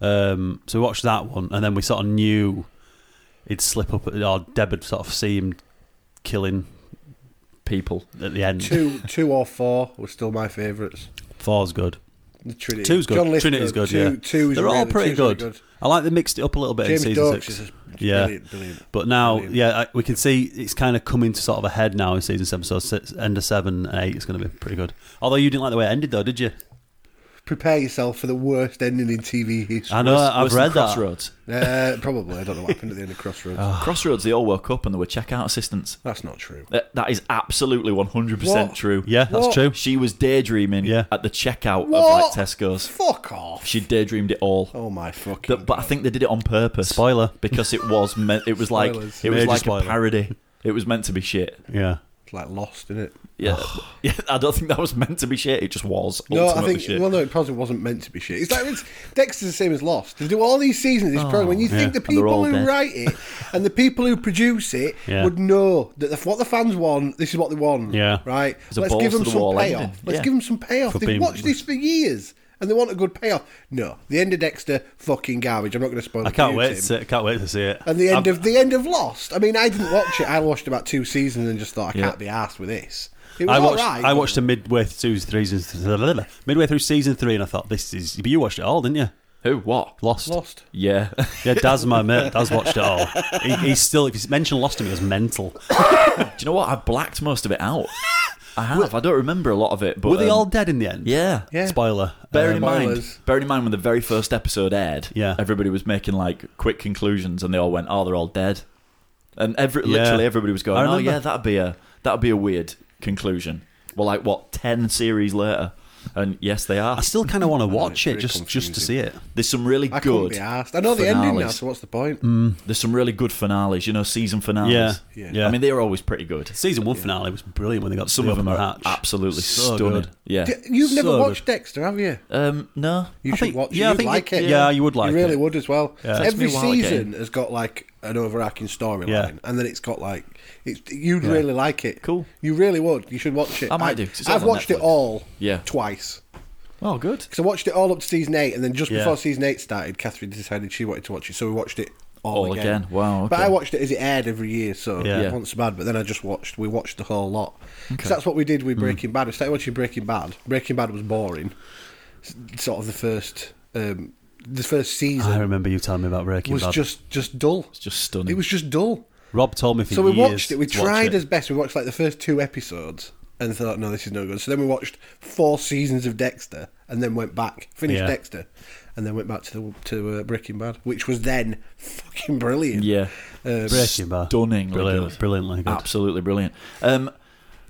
S3: Um, so we watched that one, and then we sort of knew he'd slip up, or Deb had sort of see him killing
S5: People.
S3: at the end.
S4: Two, two or four were still my favourites.
S3: Four's good.
S4: The Trinity.
S3: Two's good.
S4: John Lithgow,
S3: Trinity's good.
S4: Two,
S3: yeah,
S4: two is
S3: they're
S4: really,
S3: all pretty
S4: two's really
S3: good. I like they mixed it up a little bit
S4: James
S3: in season
S4: Dorks
S3: six.
S4: is a,
S3: Yeah.
S4: brilliant, brilliant.
S3: But now,
S4: Brilliant.
S3: yeah, I- we can see it's kind of coming to sort of a head now in season seven. So six, end of seven and eight is going to be pretty good. Although you didn't like the way it ended, though, did you?
S4: Prepare yourself for the worst ending in TV history.
S3: I know Uh, I've
S5: Worse than
S3: read that.
S5: Crossroads.
S4: Uh, probably. I don't know what happened at the end of Crossroads.
S5: Ah. Crossroads. They all woke up and they were checkout assistants.
S4: That's not true.
S5: That, that is absolutely one hundred percent
S4: What?
S5: true.
S3: Yeah, that's
S4: What?
S3: true.
S5: She was daydreaming
S3: Yeah.
S5: at the checkout
S4: What?
S5: of like Tesco's.
S4: Fuck off.
S5: She daydreamed it all.
S4: Oh my fucking.
S5: But, but I think they did it on purpose.
S3: Spoiler.
S5: Because it was meant. It was like
S4: Spoilers.
S5: it was
S3: Major
S5: like
S3: spoiler.
S5: a parody. It was meant to be shit.
S3: Yeah,
S4: It's like lost, isn't it?
S5: Yeah. yeah. I don't think that was meant to be shit. It just was.
S4: No, I
S5: ultimately
S4: think.
S5: Shit.
S4: Well, no, it probably wasn't meant to be shit. It's like it's, Dexter's the same as Lost. They do all these seasons of this program, and you think
S3: yeah.
S5: Oh, And
S4: the
S5: they're all
S4: people who
S5: dead.
S4: write it and the people who produce it
S3: Yeah.
S4: would know that the, what the fans want, this is what they want.
S3: Yeah.
S4: Right.
S5: a
S4: Let's
S5: balls
S4: give
S5: to
S4: them
S5: the
S4: some
S5: wall
S4: payoff.
S5: ending.
S4: Let's
S5: Yeah.
S4: give them some payoff.
S3: For
S4: They've
S3: being-
S4: watched this for years. And they want a good payoff. No, the end of Dexter, fucking garbage. I'm not going to
S3: I
S4: spoil. it for
S3: can't
S4: you,
S3: wait.
S4: Tim.
S3: To see, I can't wait to see it.
S4: And the end
S3: I'm-
S4: of the end of Lost. I mean, I didn't watch it. I watched about two seasons and just thought I can't be arsed with this. It was
S3: I watched.
S4: alright,
S3: I
S4: but-
S3: watched the midway through season midway through season three, and I thought this is. But you watched it all, didn't you?
S5: Who? What?
S3: Lost.
S4: Lost.
S5: Yeah.
S3: Yeah, Daz, my mate, Daz watched it all. He, he's still. If you mention Lost to me, it was mental.
S5: Do you know what? I blacked most of it out. I have. I don't remember a lot of it. But
S3: Were they
S5: um,
S3: all dead in the end?
S5: Yeah.
S4: Yeah.
S3: Spoiler.
S5: Bearing in
S3: Um,
S5: mind,
S4: spoilers.
S5: bearing in mind when the very first episode aired,
S3: Yeah.
S5: everybody was making like quick conclusions, and they all went, "Oh, they're all dead," and every
S3: Yeah.
S5: literally everybody was
S3: I
S5: going, "Oh,
S3: remember.
S5: yeah, that'd be a that'd be a weird conclusion." Well, like what ten series later, and yes, they are.
S3: I still kind of want to watch it
S4: pretty
S3: just just to see
S4: confusing.
S3: it.
S5: There's some really
S4: I couldn't
S5: good.
S4: be asked. I know the ending now,
S5: finales.
S4: so what's the point?
S3: Mm.
S5: There's some really good finales. You know, season finales.
S3: Yeah.
S4: Yeah.
S3: yeah.
S5: I mean, they are always pretty good.
S3: Season one finale was brilliant when they got
S5: Some
S3: the
S5: of them
S3: open
S5: are
S3: hatch.
S5: absolutely
S3: So
S5: stunning.
S3: good.
S5: Yeah.
S4: D- You've never
S3: So
S4: watched Dexter, have you?
S5: Um. No.
S4: You
S3: I
S4: should
S3: think-
S4: watch
S3: yeah, I
S4: it. You'd
S3: think
S4: like
S3: you-
S4: it.
S3: yeah, you would like
S4: You really
S3: it.
S4: would as well.
S5: Takes
S4: Every
S5: me a while to get
S4: season has got like an overarching storyline,
S3: Yeah.
S4: and then it's got like it's, you'd really like it.
S5: Cool.
S4: You really would. You should watch it.
S5: I might do, 'cause it's all
S4: I've
S5: on
S4: watched
S5: Netflix.
S4: it all.
S5: Yeah.
S4: Twice.
S5: Oh, good.
S4: Because I watched it all up to season eight, and then just
S3: Yeah.
S4: before season eight started, Catherine decided she wanted to watch it, so we watched it all,
S5: All again. Wow,
S4: But
S5: okay.
S4: I watched it as it aired every year, so
S3: Yeah.
S4: it wasn't so bad. But then I just watched, we watched the whole lot. 'Cause that's what we did with Breaking Bad. We started watching Breaking Bad. Breaking Bad was boring. S- Sort of the first, um, the first
S3: I
S4: season
S3: remember you telling me about Breaking
S4: was
S3: Bad.
S4: just just dull. It's
S5: just stunning.
S4: It was just dull.
S3: Rob told me for
S4: So we
S3: years
S4: watched it. We
S3: to watch it.
S4: tried as best. We watched like the first two episodes and thought, no, this is no good. So then we watched four seasons of Dexter and then went back, finished
S3: Yeah.
S4: Dexter, and then went back to the, to uh, Breaking Bad, which was then fucking brilliant.
S5: Yeah.
S3: Uh,
S4: Um,
S3: Breaking Bad.
S5: Stunningly
S3: Brilliant,
S5: good.
S3: brilliantly good.
S5: Absolutely brilliant. Um,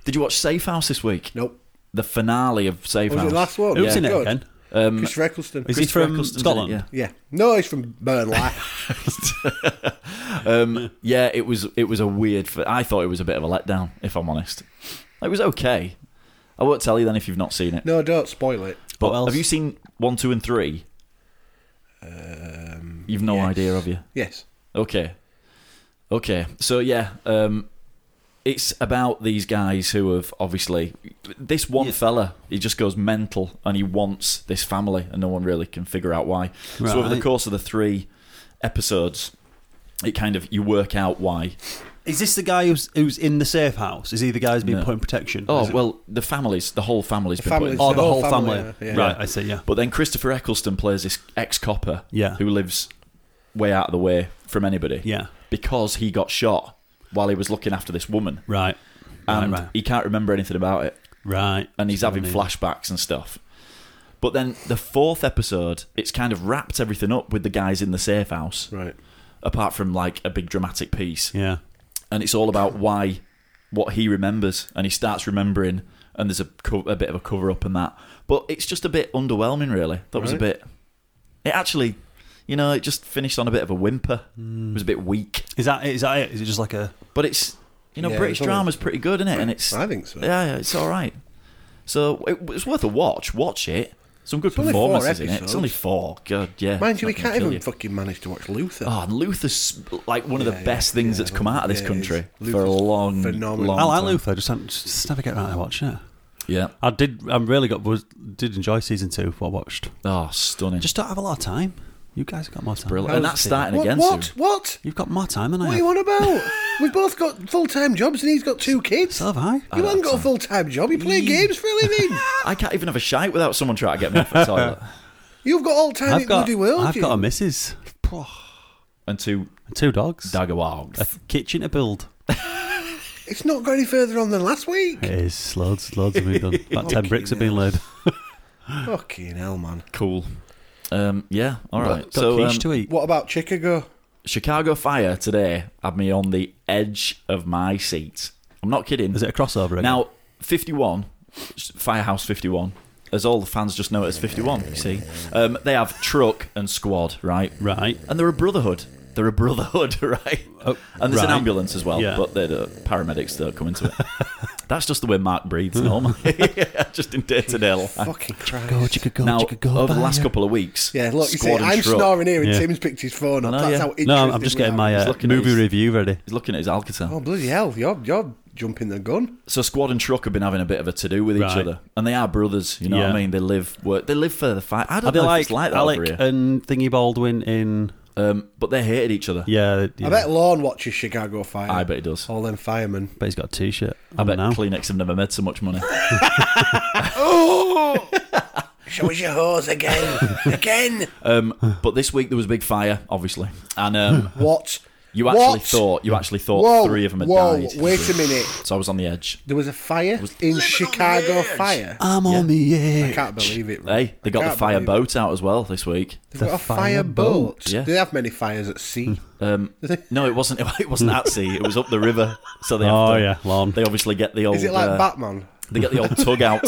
S5: did you watch Safe House this week?
S4: Nope.
S5: The finale of Safe
S4: Was it
S5: House.
S4: the last one?
S3: Who's
S5: Yeah.
S3: in it
S4: Good.
S3: again?
S4: Christopher Eccleston.
S3: Is he
S4: Christopher
S3: from
S5: Eccleston's in it,
S3: Scotland?
S5: yeah.
S4: Yeah. No, he's from Burnley.
S5: Yeah, it was. It was a weird. fi- I thought it was a bit of a letdown, if I'm honest. It was okay. I won't tell you then if you've not seen it.
S4: no, don't spoil it.
S5: but
S3: What else?
S5: have you seen one, two, and three? You've no
S4: Um, Yes.
S5: idea, have you?
S4: Yes.
S5: Okay. Okay. So yeah, um it's about these guys who have obviously this one
S3: Yeah.
S5: fella, he just goes mental and he wants this family and no one really can figure out why. So over the
S3: Right.
S5: course of the three episodes, it kind of you work out why.
S3: Is this the guy who's who's in the safe house? Is he the guy who's been
S5: No.
S3: put in protection?
S5: Oh
S3: Is it-
S5: well, the families, the whole family's
S4: The
S5: been
S4: family's-
S5: put in.
S3: oh,
S4: the
S3: the
S4: whole
S3: whole
S4: family,
S3: family.
S4: yeah, yeah.
S3: Right, I see. Yeah,
S5: But then Christopher Eccleston plays this ex copper
S3: yeah,
S5: who lives way out of the way from anybody
S3: yeah.
S5: because he got shot while he was looking after this woman.
S3: Right, right,
S5: And
S3: right,
S5: he can't remember anything about it.
S3: right.
S5: and he's
S3: So
S5: having
S3: they-
S5: flashbacks and stuff. But then the fourth episode, it's kind of wrapped everything up with the guys in the safe house,
S4: Right.
S5: apart from like a big dramatic piece.
S3: Yeah,
S5: And it's all about why, what he remembers, and he starts remembering, and there's a, co- a bit of a cover up and that. But it's just a bit underwhelming, really. That was a
S4: Right.
S5: bit. It actually, you know, it just finished on a bit of a whimper. It was a bit weak.
S3: is that is that it? Is it just like a
S5: But it's, you know,
S4: Yeah,
S5: British
S4: it's all-
S5: drama's pretty good, isn't it? And it's.
S4: I think so.
S5: Yeah, yeah, it's all right. So it, it's worth a watch. Watch it. Some good
S4: only four
S5: performances in it. It's
S4: episodes.
S5: only four. God, yeah.
S4: Mind you, we
S5: It's not
S4: can't
S5: gonna kill
S4: even
S5: you.
S4: fucking manage to watch Luther.
S5: Oh, and Luther's like one of the
S4: Yeah,
S5: best
S4: yeah,
S5: things
S4: yeah,
S5: that's come out of this
S4: yeah,
S5: country
S4: it's-
S5: for a
S4: Luther's
S5: long,
S4: phenomenal.
S5: long
S3: I like
S5: time.
S3: Luther. Just, just, just never get around to watch it.
S5: Yeah.
S3: I did. I really got was did enjoy season two. What I watched.
S5: Oh, stunning.
S3: Just don't have a lot of time. You guys have got more time.
S5: brilliant. And
S3: How's
S5: that's
S3: it?
S5: starting
S4: what?
S5: again
S4: What?
S5: soon.
S4: What?
S3: You've got more time than I
S4: What are
S3: have.
S4: you on about? We've both got full time jobs and he's got two kids.
S3: So have I.
S4: You haven't got a full time job. You play games for a living.
S5: I can't even have a shite without someone trying to get me off the toilet.
S4: You've got all time in
S3: I've
S4: the
S3: got.
S4: bloody world.
S3: I've
S4: you.
S3: got a missus,
S5: And two
S3: two dogs,
S5: dagger wild.
S3: a kitchen to build.
S4: It's not going any further on than last week.
S3: It is loads, loads of done. About ten bricks have been laid.
S4: Fucking hell, man.
S5: Cool. Um, yeah, all right.
S3: Got
S5: so
S3: quiche
S5: um,
S3: to eat.
S4: What about Chicago?
S5: Chicago Fire today had me on the edge of my seat. I'm not kidding.
S3: Is it a crossover? Again?
S5: Now, 51, Firehouse 51, as all the fans just know it as 51, you see, um, they have Truck and Squad, right?
S3: right?
S5: And they're a brotherhood. They're a brotherhood, right?
S3: Oh,
S5: and there's
S3: right.
S5: an ambulance as well,
S3: Yeah.
S5: but they're the paramedics that come into it. That's just the way Mark breathes normally, Yeah, just in day to day life.
S4: Fucking Christ.
S3: Go, chicka, go,
S5: Now,
S3: chicka, go.
S5: over the last
S3: fire.
S5: couple of weeks,
S4: Yeah, look, you
S5: Squad and
S4: see, I'm
S5: Truck,
S4: snoring here and
S3: Yeah.
S4: Tim's picked his phone up.
S5: I know,
S4: That's
S5: yeah.
S4: how interesting
S3: No, I'm, I'm just
S4: we
S3: getting
S4: are.
S3: my
S5: He's
S3: uh,
S5: looking at
S3: movie
S5: his-
S3: review ready.
S5: he's looking at his Alcatel.
S4: Oh, bloody hell. You're, you're jumping the gun.
S5: so squad and truck have been having a bit of a to do with each
S3: Right.
S5: other, and they are brothers. You know what
S3: Yeah.
S5: I mean? They live work. They live for the fight. I don't
S3: Are they
S5: know if
S3: like,
S5: it's like that over
S3: Alec
S5: here.
S3: and Thingy Baldwin in?
S5: um, but they hated each other.
S3: Yeah, Oh, yeah.
S4: I bet Lorne watches Chicago Fire.
S5: I bet he does.
S4: All them firemen.
S3: But he's got a T-shirt.
S5: I bet
S3: now.
S5: Kleenex have never made so much money.
S4: Oh! Show us your hose again. again.
S5: Um, but this week there was a big fire, obviously, and um,
S4: What?
S5: you actually
S4: What?
S5: thought you actually thought
S4: Whoa,
S5: three of them had
S4: whoa,
S5: died.
S4: wait a minute.
S5: So I was on the edge.
S4: There was a fire in Chicago Fire.
S3: I'm on the edge.
S4: I can't believe it. man.
S5: Hey, they got
S4: I
S5: the
S4: can't
S5: fire
S4: believe
S5: boat out as well this week.
S4: They've got a
S3: fire
S4: fire boat.
S5: Yeah.
S4: Do they have many fires at sea?
S5: Um, no, it wasn't. It wasn't at sea. It was up the river. So they.
S3: Oh
S5: have to-
S3: yeah, Lon.
S5: They obviously get the old.
S4: Is it like
S5: uh,
S4: Batman?
S5: They get the old tug out.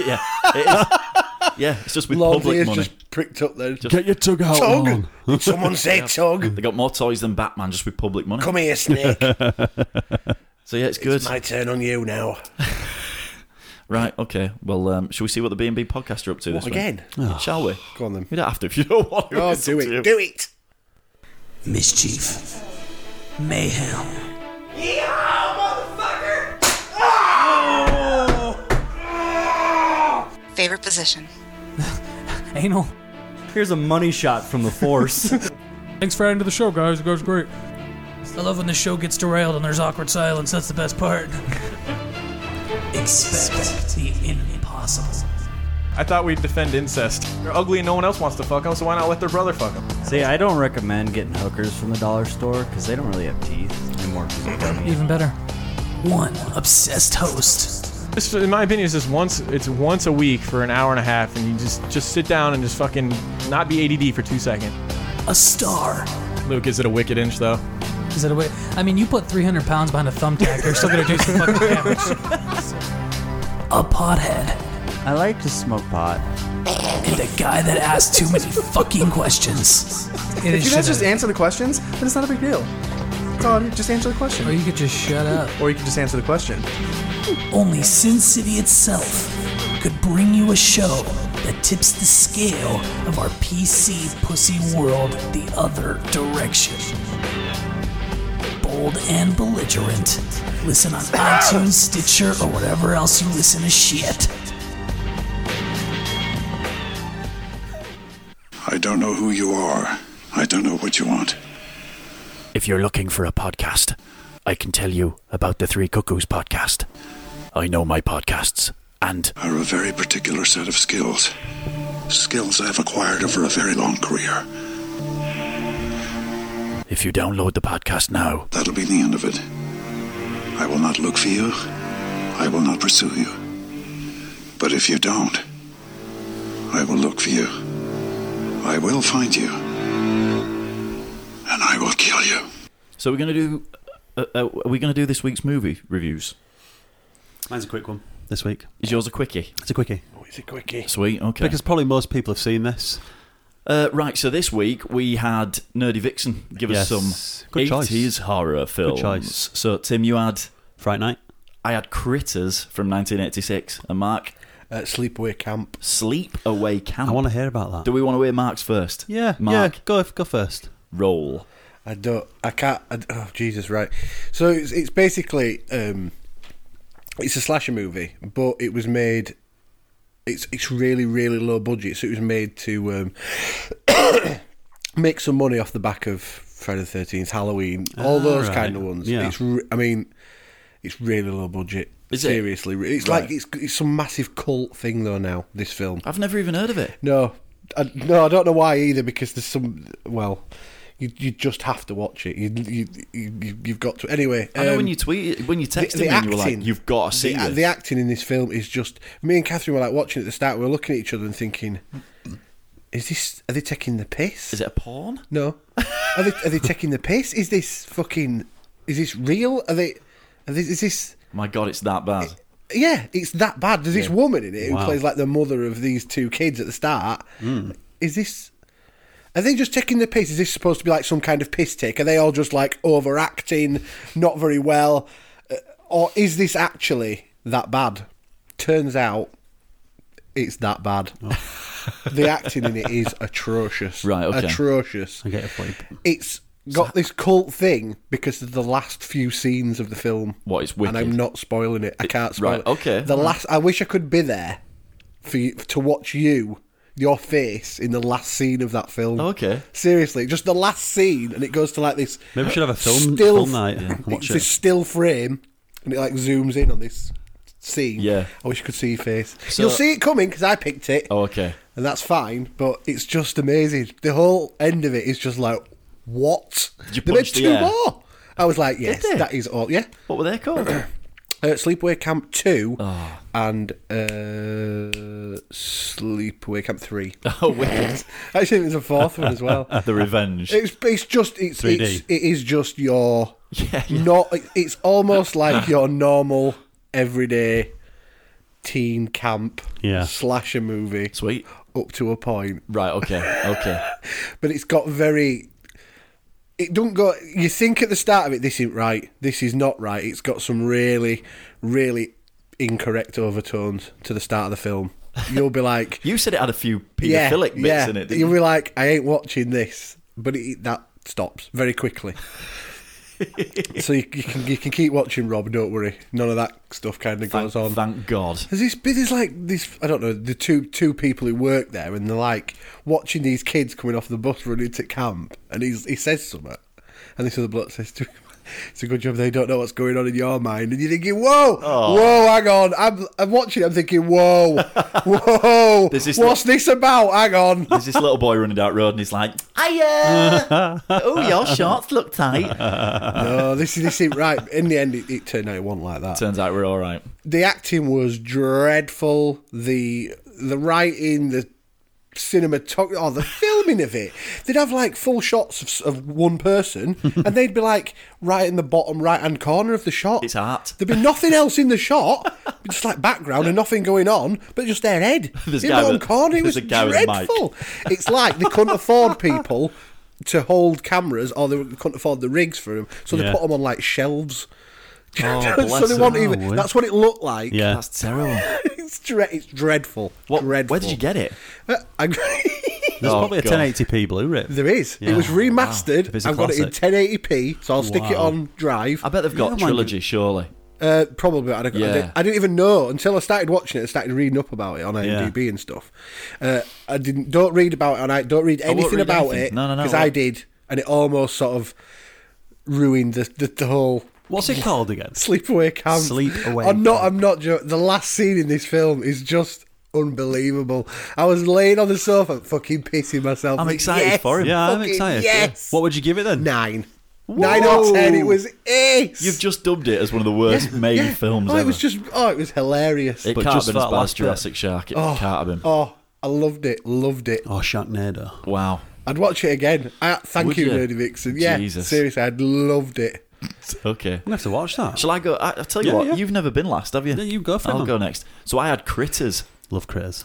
S5: yeah, it is. Yeah, it's just with
S4: Lord's
S5: public
S4: ears
S5: money.
S4: just pricked up there.
S3: Get your tug out,
S4: Tug! Did someone say Tug?
S5: They got more toys than Batman just with public money.
S4: Come here, Snake.
S5: So yeah, it's good.
S4: My turn on you now.
S5: Right, okay. Well, um, shall we see what the B&B podcast are up to this week?
S4: again?
S5: Shall we?
S4: Go on then.
S5: We don't have to if you don't want to.
S4: Oh,
S5: It's
S4: do
S5: up to you.
S4: it. Do it.
S2: mischief, mayhem.
S6: Favorite position?
S7: Anal. Here's a money shot from the force.
S8: Thanks for adding to the show, guys. It goes great.
S2: I love when the show gets derailed and there's awkward silence. That's the best part. Expect the impossible.
S9: I thought we'd defend incest. They're ugly and no one else wants to fuck them, so why not let their brother fuck them?
S7: See, I don't recommend getting hookers from the dollar store because they don't really have teeth. And more
S8: Even better.
S2: One obsessed host.
S9: This, in my opinion, is just once. It's once a week for an hour and a half, and you just just sit down and just fucking not be ADD for two seconds.
S2: A star.
S9: Luke, is it a wicked inch though?
S8: Is it a way? I mean, you put 300 pounds behind a thumbtack, you're still gonna do some fucking damage.
S2: A pothead.
S7: I like to smoke pot.
S2: And a guy that asks too many fucking questions.
S8: If
S10: You guys just answer the questions, then it's not a big deal. It's all, just answer the
S8: or
S10: question.
S8: you could just shut up.
S10: Or you can just answer the question.
S2: Only Sin City itself could bring you a show that tips the scale of our PC pussy world the other direction. Bold and belligerent. Listen on iTunes, Stitcher, or whatever else you listen to shit.
S6: I don't know who you are. I don't know what you want.
S5: If you're looking for a podcast, I can tell you about the Three Cuckoos podcast. I know my podcasts, and
S6: are a very particular set of skills. Skills I've acquired over a very long career.
S5: if you download the podcast now,
S6: That'll be the end of it. I will not look for you. I will not pursue you. But if you don't, I will look for you. I will find you. And I will kill you.
S5: so we're gonna do. Uh, uh, are we gonna do this week's movie reviews?
S3: Mine's a quick one this week.
S5: Is yours a quickie?
S3: It's a quickie
S4: Oh, it's a quickie.
S5: Sweet. Okay.
S3: because probably most people have seen this.
S5: Uh, right, so this week we had Nerdy Vixen give
S3: Yes.
S5: us some
S3: Good choice.
S5: 80s horror films.
S3: choice.
S5: So, Tim, you had.
S3: Fright Night.
S5: I had Critters from 1986, and Mark,
S4: Uh, sleepaway camp.
S5: Sleep Away Camp.
S3: I want to hear about that.
S5: Do we want to hear Mark's first?
S3: yeah,
S5: Mark,
S3: yeah. Go go first.
S5: roll.
S4: I don't. I can't. I, oh Jesus! Right. So it's it's basically um, it's a slasher movie, but it was made. It's it's really really low budget, so it was made to um, make some money off the back of Friday the Thirteenth, Halloween, all
S3: Ah,
S4: those
S3: right.
S4: kind of ones.
S3: Yeah.
S4: It's re- I mean, it's really low budget.
S5: Is it?
S4: Seriously, re- it's like it's it's some massive cult thing though. Now this film,
S5: I've never even heard of it.
S4: no, I, no, I don't know why either. Because there's some. Well, you you just have to watch it. You you, you- you you've got to. Anyway,
S5: I know
S4: um,
S5: when you tweet, when you texted me, and you were like, "You've got to see
S4: the,
S5: this."
S4: the acting in this film is just. Me and Catherine were like watching it at the start. We were looking at each other and thinking, "Is this? Are they taking the piss?
S5: Is it a porn?
S4: No. Are they are they taking the piss? Is this fucking? Is this real? Are they? Are this, is this?
S5: My God, it's that bad.
S4: Yeah, it's that bad. There's this woman in it who
S3: Wow.
S4: plays like the mother of these two kids at the start.
S5: Hmm.
S4: Is this? Are they just taking the piss? Is this supposed to be like some kind of piss take? Are they all just like overacting, not very well, Uh, or is this actually that bad? Turns out, it's that bad. the acting in it is atrocious.
S5: Oh. Right, okay.
S4: Atrocious
S3: I get it for you.
S4: it's got this cult thing because of the last few scenes of the film.
S5: What, it's wicked?
S4: And I'm not spoiling it. I can't spoil
S5: right,
S4: it.
S5: okay.
S4: The last. I wish I could be there for you, to watch you, your face in the last scene of that film.
S3: Oh,
S5: Okay.
S4: Seriously, just the last scene, and it goes to like this.
S3: Maybe we should have a film-
S4: still
S3: film night and watch
S4: it's
S3: it.
S4: This still frame, and it like zooms in on this scene.
S5: Yeah.
S4: I wish I could see your face.
S5: So-
S4: You'll see it coming because I picked it
S5: Oh, okay.
S4: and that's fine. But it's just amazing. The whole end of it is just like, what?
S5: Did you
S4: they made
S5: punch the
S4: two
S5: air?
S4: more. I was like, yes,
S5: they?
S4: that is all. Yeah,
S5: What were they called?
S4: uh, Sleepaway Camp two
S5: Oh.
S4: and uh, Sleepaway Camp three.
S5: oh, wicked.
S4: Actually, there's a fourth one as well.
S5: the Revenge.
S4: It's it's just it's,
S3: 3D.
S4: it's it is just your
S5: Yeah, yeah.
S4: not. It's almost like your normal everyday teen camp
S3: Yeah.
S4: slasher movie
S5: Sweet.
S4: up to a point
S5: Right. Okay. Okay.
S4: but it's got very. It don't go. You think at the start of it, this isn't right. This is not right. It's got some really, really incorrect overtones to the start of the film. You'll be like,
S5: You said it had a few
S4: yeah,
S5: paedophilic bits
S4: yeah.
S5: in it. didn't
S4: You'll
S5: you?
S4: be like, I ain't watching this. But it, that stops very quickly. so you, you can you can keep watching Rob. Don't worry. None of that stuff kind of
S5: thank,
S4: goes on.
S5: thank God.
S4: There's this bit is like this I don't know, the two two people who work there and they're like watching these kids coming off the bus running to camp and he's he says something and this other bloke says to him it's a good job they don't know what's going on in your mind, and you're thinking, "Whoa,
S5: Oh.
S4: whoa, hang on!" I'm, I'm watching. it, I'm thinking, "Whoa, whoa,
S5: This is
S4: what's this about?" Hang on.
S5: There's this little boy running down the road and he's like, Hiya! oh, your shorts look tight.
S4: no, this is this ain't right. In the end, it, it turned out it wasn't like that.
S5: Turns out we're all right.
S4: the acting was dreadful. The the writing, the cinematography, oh, the filming of it. They'd have like full shots of, of one person, and they'd be like right in the bottom right hand corner of the shot.
S5: It's art.
S4: There'd be nothing else in the shot, just like background and nothing going on, but just their head
S5: There's
S4: in
S5: a guy
S4: the bottom
S5: with-
S4: corner. It
S5: there's
S4: was
S5: a guy with a mic.
S4: dreadful. It's like they couldn't afford people. To hold cameras, or they couldn't afford the rigs for them, so they
S3: Yeah.
S4: put them on like shelves
S5: Oh,
S4: so they won't even. That's what it looked like.
S5: Yeah. That's terrible.
S4: it's, dre- it's dreadful. dreadful.
S5: Where did you get it?
S4: Uh, I,
S3: There's
S5: Oh,
S3: probably a
S5: God.
S3: 1080p Blu-ray.
S4: there is. It
S3: Yeah.
S5: Oh,
S4: was
S3: If
S4: remastered.
S3: it's a
S4: I've got it in
S3: classic.
S4: 1080p, so I'll stick it
S3: Wow.
S4: on drive.
S5: I bet they've got
S4: Yeah, man.
S5: trilogy, surely.
S4: Uh, probably. I'd, I,
S5: Yeah.
S4: didn't, I didn't even know until I started watching it. I started reading up about it on IMDb and stuff. Uh, I didn't. Don't read about it. On, I don't read
S5: won't
S4: anything
S5: read
S4: about
S5: anything.
S4: it.
S5: No, no, no,
S4: Because
S5: well-
S4: I did, and it almost sort of ruined the the, the whole.
S3: What's it called again?
S4: Sleepaway camp.
S3: Sleepaway
S4: I'm not. I'm not. Jo- the last scene in this film is just unbelievable. I was laying on the sofa, fucking pissing myself.
S5: I'm
S4: Like,
S5: excited
S4: yes,
S5: for him.
S3: Yeah, I'm
S4: fucking
S3: excited. yeah.
S4: Yes.
S3: What would you give it then?
S4: Nine. Nine out of ten. It was ace.
S5: You've just dubbed it as one of the worst made
S4: Yeah.
S5: films
S4: Oh,
S5: ever.
S4: it was just. Oh, it was hilarious.
S5: It
S3: But
S5: can't
S3: just
S5: have been as
S3: that
S5: bad as
S3: last bit.
S5: Jurassic Shark. It can't have been.
S4: Oh, I loved it. Loved it.
S3: Oh, Sharknado.
S5: Wow.
S4: I'd watch it again. I, thank
S5: Would
S4: you,
S5: ya?
S4: Nerdy Vixen. Yeah,
S5: Jesus.
S4: seriously, I'd loved it.
S5: Okay.
S3: I'm gonna have to watch that.
S5: Shall I go? I, I'll tell you
S3: Yeah,
S5: what,
S3: yeah.
S5: you've never been last, have you?
S3: Yeah, you go for it,
S5: I'll
S3: man.
S5: go next. So I had Critters,
S3: Love Critters.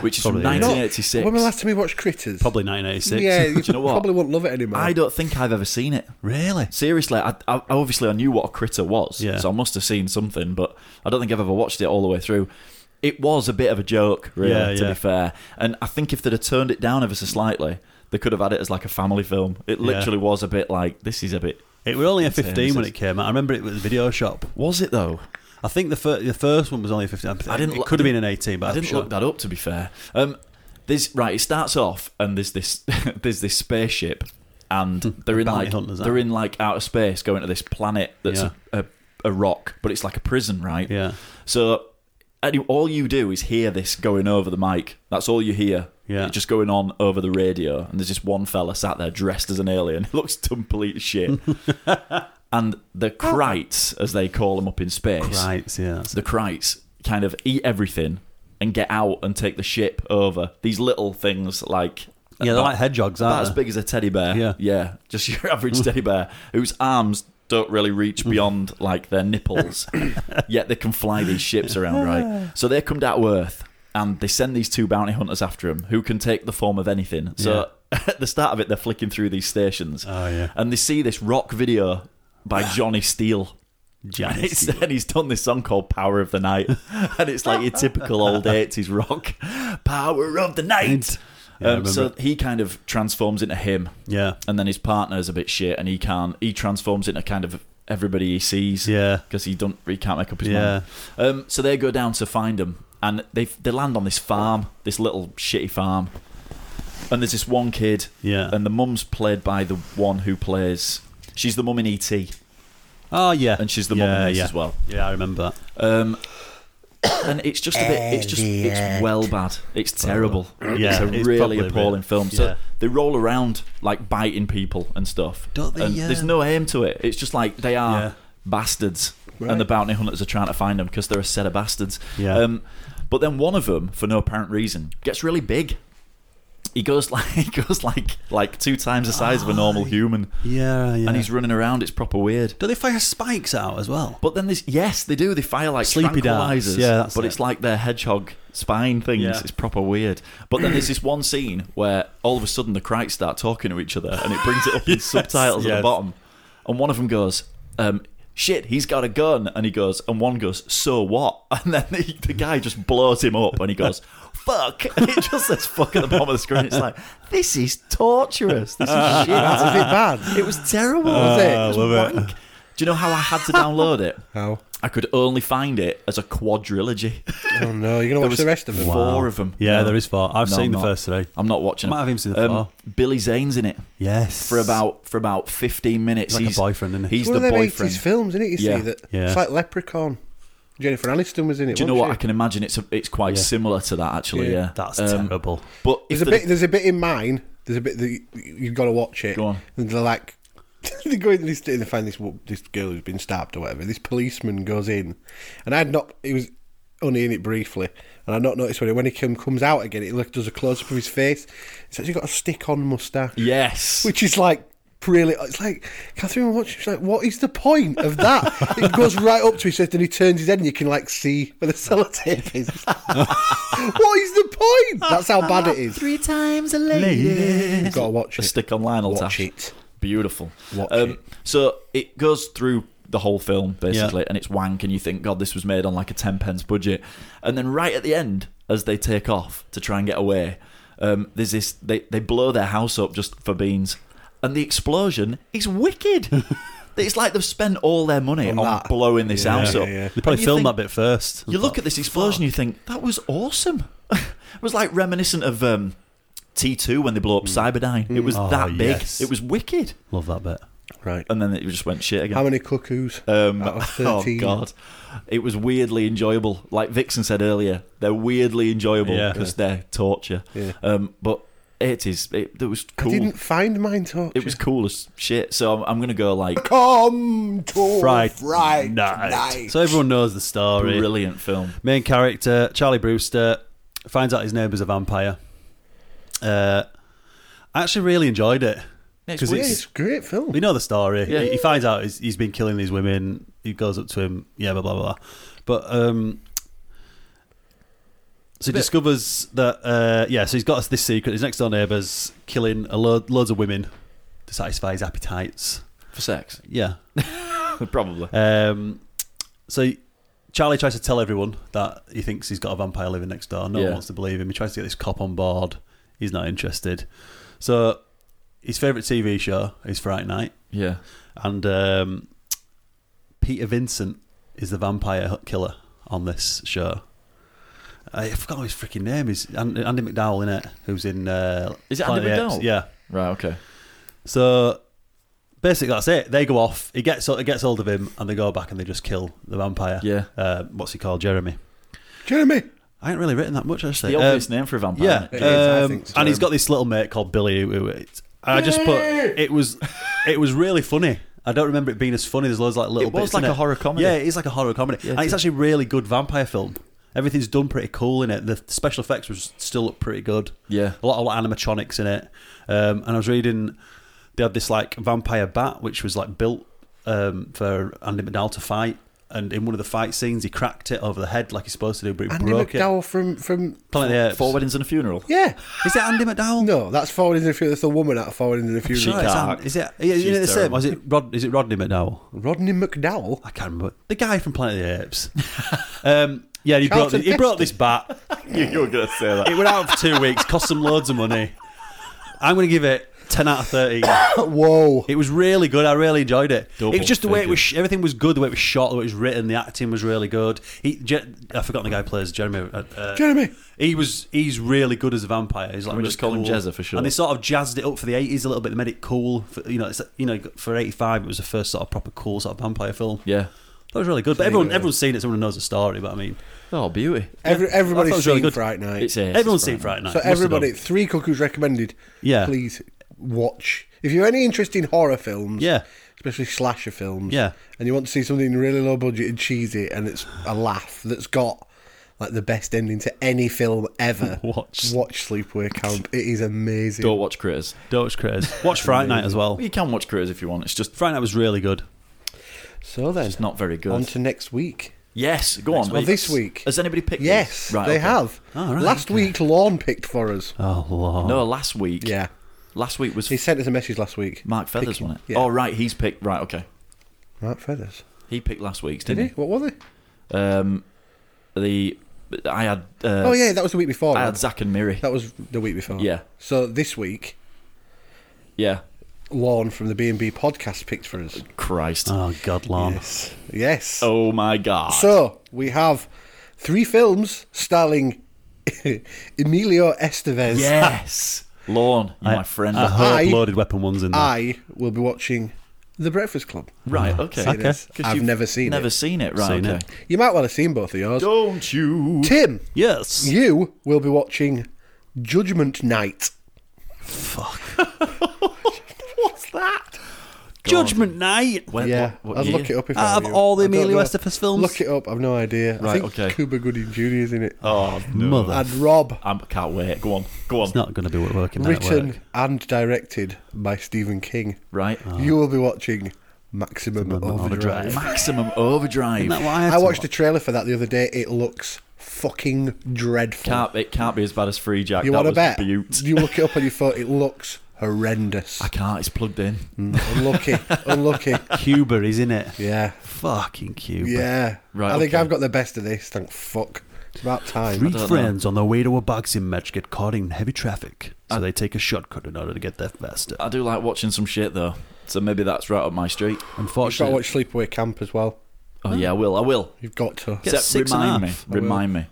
S5: which is from
S3: Probably, yeah.
S4: Not-
S5: 1986.
S4: When was the last time we watched Critters?
S3: Probably 1986.
S4: Yeah, you,
S5: you know what?
S4: probably won't love it anymore.
S5: I don't think I've ever seen it.
S3: Really?
S5: Seriously, I, I I- obviously I knew what a critter was,
S3: Yeah.
S5: so I must have seen something, but I don't think I've ever watched it all the way through. It was a bit of a joke, really,
S3: Yeah,
S5: to
S3: yeah.
S5: be fair. And I think if they'd have turned it down ever so slightly, they could have had it as like a family film. It
S3: Yeah.
S5: literally was a bit like this is a bit.
S3: It was only a
S5: It's
S3: 15 when
S5: aces.
S3: it came out. I remember it was a video shop.
S5: Was it though?
S3: I think the fir- the first one was only a 15.
S5: I didn't
S3: It
S5: look-
S3: could have been an 18, but
S5: I
S3: I'm
S5: didn't
S3: sure.
S5: look that up to be fair. Um, there's right. It starts off and there's this there's this spaceship, and they're in
S3: Hmm, Bounty
S5: like
S3: hunters,
S5: they're
S3: eh?
S5: in like outer space going to this planet that's
S3: Yeah.
S5: a, a a rock, but it's like a prison, right?
S3: Yeah.
S5: So any- all you do is hear this going over the mic. That's all you hear.
S3: Yeah.
S5: It just going on over the radio, and there's just one fella sat there dressed as an alien. It looks complete shit. and the Krites, as they call them up in space,
S3: Right, yeah. that's-
S5: the Krites kind of eat everything and get out and take the ship over. These little things like
S3: Yeah, they're
S5: about-
S3: like hedgehogs,
S5: about
S3: aren't
S5: as
S3: they?
S5: big as a teddy bear.
S3: Yeah.
S5: yeah, just your average teddy bear whose arms don't really reach beyond like their nipples, yet they can fly these ships around. Right, so they come down to Earth and they send these two bounty hunters after them, who can take the form of anything. So at the start of it, they're flicking through these stations.
S3: Oh, yeah.
S5: and they see this rock video by Johnny Steele. And,
S3: Giant.
S5: it's, and he's done this song called Power of the Night. And it's like your typical old 80s rock. Power of the Night.
S3: Yeah, I
S5: um, so
S3: remember.
S5: he kind of transforms into him.
S3: Yeah.
S5: And then his partner's a bit shit and he can't. He transforms into kind of everybody he sees.
S3: Yeah.
S5: Because he, don't- he can't make up his
S3: Yeah.
S5: mind. Um, so they go down to find him. And they, they land on this farm, this little shitty farm. And there's this one kid.
S3: Yeah.
S5: And the mum's played by the one who plays. She's the mum in E.T.
S3: Oh, yeah.
S5: And she's the
S3: yeah,
S5: mum in this
S3: yeah.
S5: as well.
S3: Yeah, I remember that.
S5: Um, and it's just a bit. It's just. It's well bad. It's terrible.
S3: Yeah,
S5: it's a
S3: it's
S5: really
S3: probably a bit-
S5: appalling film. So
S3: yeah.
S5: they roll around like biting people and stuff.
S3: Don't they,
S5: and
S3: yeah.
S5: there's no aim to it. It's just like they are
S3: Yeah.
S5: bastards, and the bounty hunters are trying to find them because they're a set of bastards.
S3: Yeah.
S5: Um, but then one of them, for no apparent reason, gets really big. He goes like he goes like like two times the size of a normal human,
S3: Yeah, yeah.
S5: and he's running around. It's proper weird.
S3: Do they fire spikes out as well?
S5: But then there's yes, they do. They fire like
S3: Sleepy darts.
S5: tranquilizers.
S3: Yeah, that's
S5: but
S3: it.
S5: it's like their hedgehog spine things.
S3: Yeah.
S5: It's proper weird. But then there's this one scene where all of a sudden the Krites start talking to each other, and it brings it up in
S3: Yes,
S5: subtitles at the
S3: yes.
S5: bottom. And one of them goes, um, "Shit, he's got a gun," and he goes, and one goes, "So what?" And then the, the guy just blows him up, and he goes. Fuck! And it just says "fuck" at the bottom of the screen. It's like this is torturous. This is shit.
S4: Is it bad? Uh,
S5: It was terrible. was it? It was wank. Do you know how I had to download it?
S4: How?
S5: I could only find it as a quadrilogy.
S4: Oh no, you're gonna watch the rest of them.
S5: Four of them.
S3: Yeah, there is four. I've
S5: No,
S3: seen
S5: I'm
S3: the
S5: not.
S3: first three.
S5: I'm not watching.
S3: Might
S5: it. Um,
S3: have even seen the four.
S5: Billy Zane's in it
S3: Yes.
S5: for about for about 15 minutes.
S3: He's like a boyfriend, isn't he?
S5: He's
S4: One
S5: the
S4: of them
S5: boyfriend.
S4: 80s films, isn't it? You
S5: Yeah.
S4: see that?
S3: Yeah.
S4: It's like Leprechaun. Jennifer Aniston was in it.
S5: Do you know
S4: wasn't
S5: what? I
S4: she?
S5: can imagine it's a, it's quite
S3: Yeah.
S5: similar to that actually. Yeah,
S4: Yeah.
S3: That's
S5: Um,
S3: terrible.
S5: But if
S4: There's a
S5: the-
S4: bit. There's a bit in mine. There's a bit that you- you've got to watch it.
S5: Go on.
S4: And they're like, they go in this and they find this wo- this girl who's been stabbed or whatever. This policeman goes in, and I'd not. It was only in it briefly, and I not noticed when he, when he come, comes out again. It like does a close up of his face. He's actually got a stick on mustache,
S5: yes,
S4: which is like. Really, it's like Catherine watching. She's like, "What is the point of that?" it goes right up to his chest, and he turns his head, and you can like see where the sellotape is. what is the point? That's how bad it is.
S5: three times a lady.
S4: You've got to watch
S5: A
S4: it.
S5: stick on Lionel
S4: Watch
S5: Tash.
S4: it.
S5: Beautiful.
S4: Watch it.
S5: So it goes through the whole film basically, and it's wank, and you think, God, this was made on like a ten pence budget, and then right at the end, as they take off to try and get away, um, there's this they they blow their house up just for beans, and the explosion is wicked. It's like they've spent all their money on, blowing this
S3: Yeah.
S5: house
S3: Yeah,
S5: up.
S3: yeah. They probably
S5: And you
S3: filmed
S5: think-
S3: that bit first.
S5: You look at this explosion, you think that was awesome. it was like reminiscent of um, T2 when they blew up
S4: Mm.
S5: Cyberdyne. It was
S3: Oh,
S5: that big.
S3: yes.
S5: It was wicked.
S3: Love that bit.
S4: Right.
S5: And then it just went shit again.
S4: How many cuckoos?
S5: Um,
S4: out of
S5: oh
S4: 13?
S5: god, it was weirdly enjoyable. Like Vixen said earlier, they're weirdly enjoyable
S3: Yeah.
S5: because they're torture.
S4: Yeah.
S5: Um, but it is. It, it was cool.
S4: I didn't find mine torture.
S5: It was cool as shit. So I'm, I'm gonna go like
S4: Come to
S5: Fright
S4: Fright,
S5: Night.
S4: night.
S3: So everyone knows the story.
S5: brilliant film.
S3: Main character Charlie Brewster finds out his neighbour's a vampire. Uh, I actually really enjoyed it
S4: It's weird, it's a great film.
S3: We know the story.
S4: Yeah.
S3: He, he finds out he's, he's been killing these women. He goes up to him. Yeah, blah blah blah. But um, so he
S5: Bit-
S3: discovers that uh, yeah. So he's got this secret. His next door neighbour's killing a load loads of women to satisfy his appetites.
S5: for sex.
S3: Yeah.
S5: Probably.
S3: Um, so Charlie tries to tell everyone that he thinks he's got a vampire living next door. No
S5: Yeah.
S3: one wants to believe him. He tries to get this cop on board. He's not interested. So his favourite TV show is Fright Night.
S5: Yeah.
S3: And um, Peter Vincent is the vampire killer on this show. I forgot his freaking name. Is Andy McDowell in it? Who's in? Uh,
S5: Is it
S3: Planet
S5: Andy
S3: of the
S5: McDowell?
S3: Apes? Yeah.
S5: Right. Okay.
S3: So basically, that's it. They go off. He gets it gets hold of him, and they go back and they just kill the vampire.
S5: Yeah.
S3: Uh, what's he called? Jeremy.
S4: Jeremy.
S3: I ain't really written that much actually.
S5: The obvious
S3: Um,
S5: name for a vampire.
S3: Yeah.
S5: isn't it?
S3: um, and he's got this little mate called Billy. Who, who, it- I just put it was it was really funny. I don't remember it being as funny. There's loads of like little.
S5: It was
S3: bits
S5: like
S3: in
S5: a horror comedy.
S3: Yeah, it is like a horror comedy,
S5: Yeah, it
S3: and it's
S5: is.
S3: actually a really good vampire film. Everything's done pretty cool in it. The special effects was still look pretty good.
S5: Yeah.
S3: a lot of like, animatronics in it. Um, and I was reading they had this like vampire bat which was like built um, for Andy McDowell to fight. And in one of the fight scenes, he cracked it over the head like he's supposed to do, but he
S4: Andy
S3: broke
S4: McDowell from from
S3: it. Planet of the Apes.
S5: Four weddings and a funeral.
S4: yeah.
S3: Is it Andy McDowell?
S4: No, that's Forward into the Future. That's the woman out of Forward into the Future.
S3: Sure, it's Andy- is it? Yeah,
S5: She's
S3: isn't it the same?
S5: terrible.
S3: Or Is it Rod? Is it Rodney McDowell?
S4: Rodney McDowell.
S3: I can't remember. The guy from Planet of the Apes. um, yeah, he brought
S4: Charlton
S3: he brought this bat.
S5: you were gonna say that.
S3: It went out for two weeks. Cost him loads of money. I'm going to give it ten out of thirteen.
S4: Whoa.
S3: It was really good. I really enjoyed it.
S5: Double
S3: it was just the way it was.
S5: figure.
S3: Everything was good. The way it was shot. The way it was written. The acting was really good. He, Je- I forgot the guy who plays Jeremy. uh, Uh,
S4: Jeremy.
S3: He was. He's really good as a vampire. He's like
S5: we
S3: really
S5: just call him
S3: cool.
S5: Jezza for short?
S3: And they sort of jazzed it up for the eighties a little bit. They made it cool. For, you know, it's you know for eighty five. It was the first sort of proper cool sort of vampire film.
S5: Yeah.
S3: That was really good. But everyone, everyone's seen it. Someone knows the story. But I mean,
S5: Oh, beauty.
S4: Every,
S3: I thought it
S4: everybody's
S3: was really
S4: seen
S3: good.
S4: Fright Night.
S5: It's ace.
S3: everyone's
S5: It's
S3: seen
S5: Fright
S3: Fright Night.
S4: so
S3: Must have
S4: everybody,
S3: done.
S4: three cuckoos recommended.
S3: Yeah.
S4: Please watch. If you have any interest in horror films,
S3: Yeah.
S4: especially slasher films,
S3: Yeah.
S4: and you want to see something really low budget and cheesy, and it's a laugh that's got like the best ending to any film ever.
S3: Watch.
S4: watch Sleepaway Camp. It is amazing.
S5: Don't watch Critters.
S3: Don't watch Critters. Watch Fright Night as well.
S5: Well, you can watch Critters if you want. It's just
S3: Fright Night was really good.
S4: So then,
S5: it's not very good.
S4: on to next week.
S5: yes, go on.
S4: Well, this week-
S5: Has anybody picked? these?
S4: Yes,
S5: Right.
S4: they
S5: okay.
S4: have.
S3: Oh, right,
S4: Last
S3: okay.
S4: week, Lorne picked for us.
S3: Oh lord.
S5: No, last week.
S4: Yeah,
S5: Last week was
S4: he sent us a message last week.
S5: Mark Feathers,
S4: Picking-
S5: wasn't it?
S4: Yeah.
S5: Oh, right. He's picked. Right. Okay.
S4: Mark Feathers.
S5: He picked last week's,
S4: Did
S5: didn't
S4: he? What was it?
S5: he? Um, the I had. Uh,
S4: oh yeah, Oh. that was the week before.
S5: I
S4: wasn't
S5: had
S4: it?
S5: Zach and Miri.
S4: That was the week before.
S5: Yeah.
S4: So this week,
S5: Yeah.
S4: Lorne from the B and B podcast picked for us.
S5: Christ.
S4: Uh.
S3: Oh god, Lorne.
S4: Yes. Yes.
S5: oh my God.
S4: So we have three films starring Emilio Estevez.
S5: yes. Lorne, you're
S3: I-
S5: my friend.
S3: I hope
S4: I-
S3: loaded weapon ones in there.
S4: I will be watching The Breakfast Club.
S5: right. Okay.
S3: Okay.
S5: Because
S4: I've
S5: you've
S4: never seen
S5: Never
S4: it.
S5: seen it. Right.
S3: Seen
S5: okay.
S3: it.
S4: You might well have seen both of yours.
S5: Don't you?
S4: Tim,
S3: yes.
S4: you will be watching Judgment Night.
S5: What's that?
S3: Judgment Night.
S5: When,
S4: Yeah,
S5: what, what
S4: I'd
S5: year?
S4: look it up if I
S3: Out
S4: were
S3: of
S4: you.
S3: all the
S4: I don't
S3: Emilio
S4: know.
S3: Estevez films,
S4: Look it up. I've no idea. I
S5: Right,
S4: think
S5: okay.
S4: Cuba Gooding Jr. is in it.
S5: Oh no.
S3: mother.
S4: and Rob,
S5: I can't wait. Go on. Go on.
S3: It's not going to be working. Ah, that at work.
S4: written and directed by Stephen King.
S5: Right.
S4: You will be watching Maximum,
S3: Maximum
S4: Overdrive.
S3: Overdrive.
S5: Maximum overdrive.
S3: Isn't that what I, had
S4: I
S3: to
S4: watched a
S3: watch?
S4: trailer for that the other day. It looks fucking dreadful.
S5: Can't it can't be as bad as Free Jack?
S4: you
S5: that
S4: want to
S5: was
S4: bet?
S5: Butte.
S4: You look it up on your phone. It looks horrendous. I
S5: can't. It's plugged in.
S3: Mm.
S4: Unlucky. Unlucky.
S3: Cuba is in it.
S4: Yeah.
S3: Fucking Cuba.
S4: Yeah. Right. I think I've got the best of this. Thank fuck. It's about time.
S3: Three friends on their way to a boxing match get caught in heavy traffic, so they take a shortcut in order to get there faster.
S5: I do like watching some shit though, so maybe that's right up my street.
S4: You've got to watch Sleepaway Camp as well.
S5: Oh yeah, I will. I will.
S4: You've got to.
S5: Except remind me. Remind me.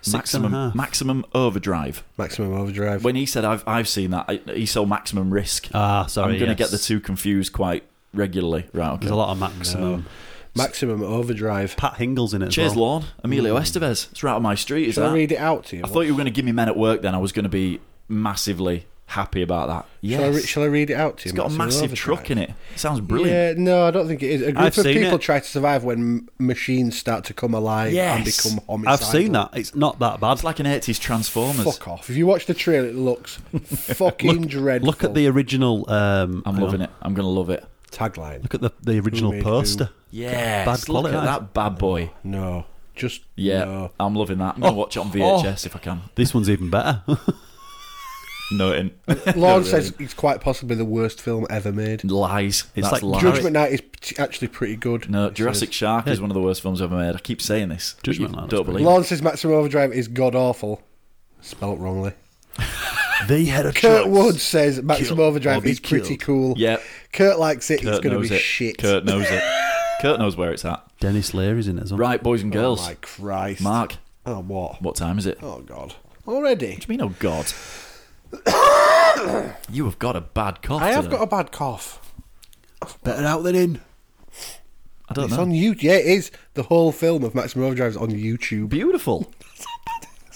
S3: Six and a
S5: maximum
S3: half.
S5: maximum overdrive.
S4: Maximum overdrive.
S5: When he said I've I've seen that, I, he saw maximum risk.
S3: Ah, sorry.
S5: I'm going to get
S3: yes.
S5: the two confused quite regularly. Right. Okay.
S3: There's a lot of maximum.
S4: Maximum overdrive.
S3: Pat Hingle's in it. as
S5: Cheers,
S3: well.
S5: Lorne.
S3: Mm.
S5: Emilio Estevez. It's right up my street. Is
S4: Shall
S5: that?
S4: I read it out to you?
S5: I thought you were going to give me Men at Work. Then I was going to be massively happy about that. Yes.
S4: Shall, I re- shall I read it out to you?
S5: it's got a
S4: Maximum
S5: massive
S4: overdrive.
S5: truck in it. It sounds brilliant.
S4: Yeah, no, I don't think it is. A group
S3: I've
S4: of
S3: seen
S4: people
S3: it.
S4: try to survive when m- machines start to come alive and
S5: Yes.
S4: become homicidal.
S3: I've seen that. It's not that bad.
S5: It's like an 80s Transformers.
S4: Fuck off. If you watch the trailer, it looks fucking dreadful.
S3: Look at the original. Um,
S5: I'm
S3: hang
S5: loving
S3: on.
S5: it. I'm going to love it.
S4: tagline.
S3: Look at the, the original
S4: made
S3: poster.
S5: Yeah.
S3: Bad
S5: Look
S3: quality.
S5: at that bad boy.
S4: No, just
S5: Yeah.
S4: no. Oh.
S5: I'm loving that. I'm going to watch it on VHS if I can.
S3: This one's even better.
S5: No, it ain't.
S4: Lorne says it's quite possibly the worst film ever made.
S5: lies.
S3: It's
S5: That's
S3: like
S5: lies.
S4: Judgment Night is p- actually pretty good.
S5: No,
S4: he
S5: Jurassic
S4: says.
S5: Shark is one of the worst films I've ever made. I keep saying this. but
S3: Judgment
S5: you
S3: Night,
S5: Don't
S3: that's
S5: believe.
S4: Lorne says Maximum Overdrive is god awful. Spelt wrongly.
S3: they had a
S4: Kurt
S3: choice.
S4: Wood says Maximum
S3: Killed or
S4: Overdrive
S3: be
S4: is pretty
S3: killed.
S4: cool.
S5: it. Yeah.
S4: Kurt likes it. it's
S5: Kurt
S4: going to
S5: knows
S4: be
S5: it.
S4: shit.
S5: Kurt knows it. Kurt knows where it's at.
S3: Dennis Leary's in it as well.
S5: Right, boys and
S4: Oh
S5: girls.
S4: my Christ.
S5: Mark,
S4: Oh what?
S5: what time is it? What
S4: Oh god. Already.
S5: do you mean, oh God? you have got a bad cough.
S4: I have
S5: today.
S4: got a bad cough.
S3: Better out than in.
S5: I don't
S4: It's
S5: know.
S4: on YouTube. Yeah, it is. The whole film of Maximum Overdrive is on YouTube.
S5: Beautiful.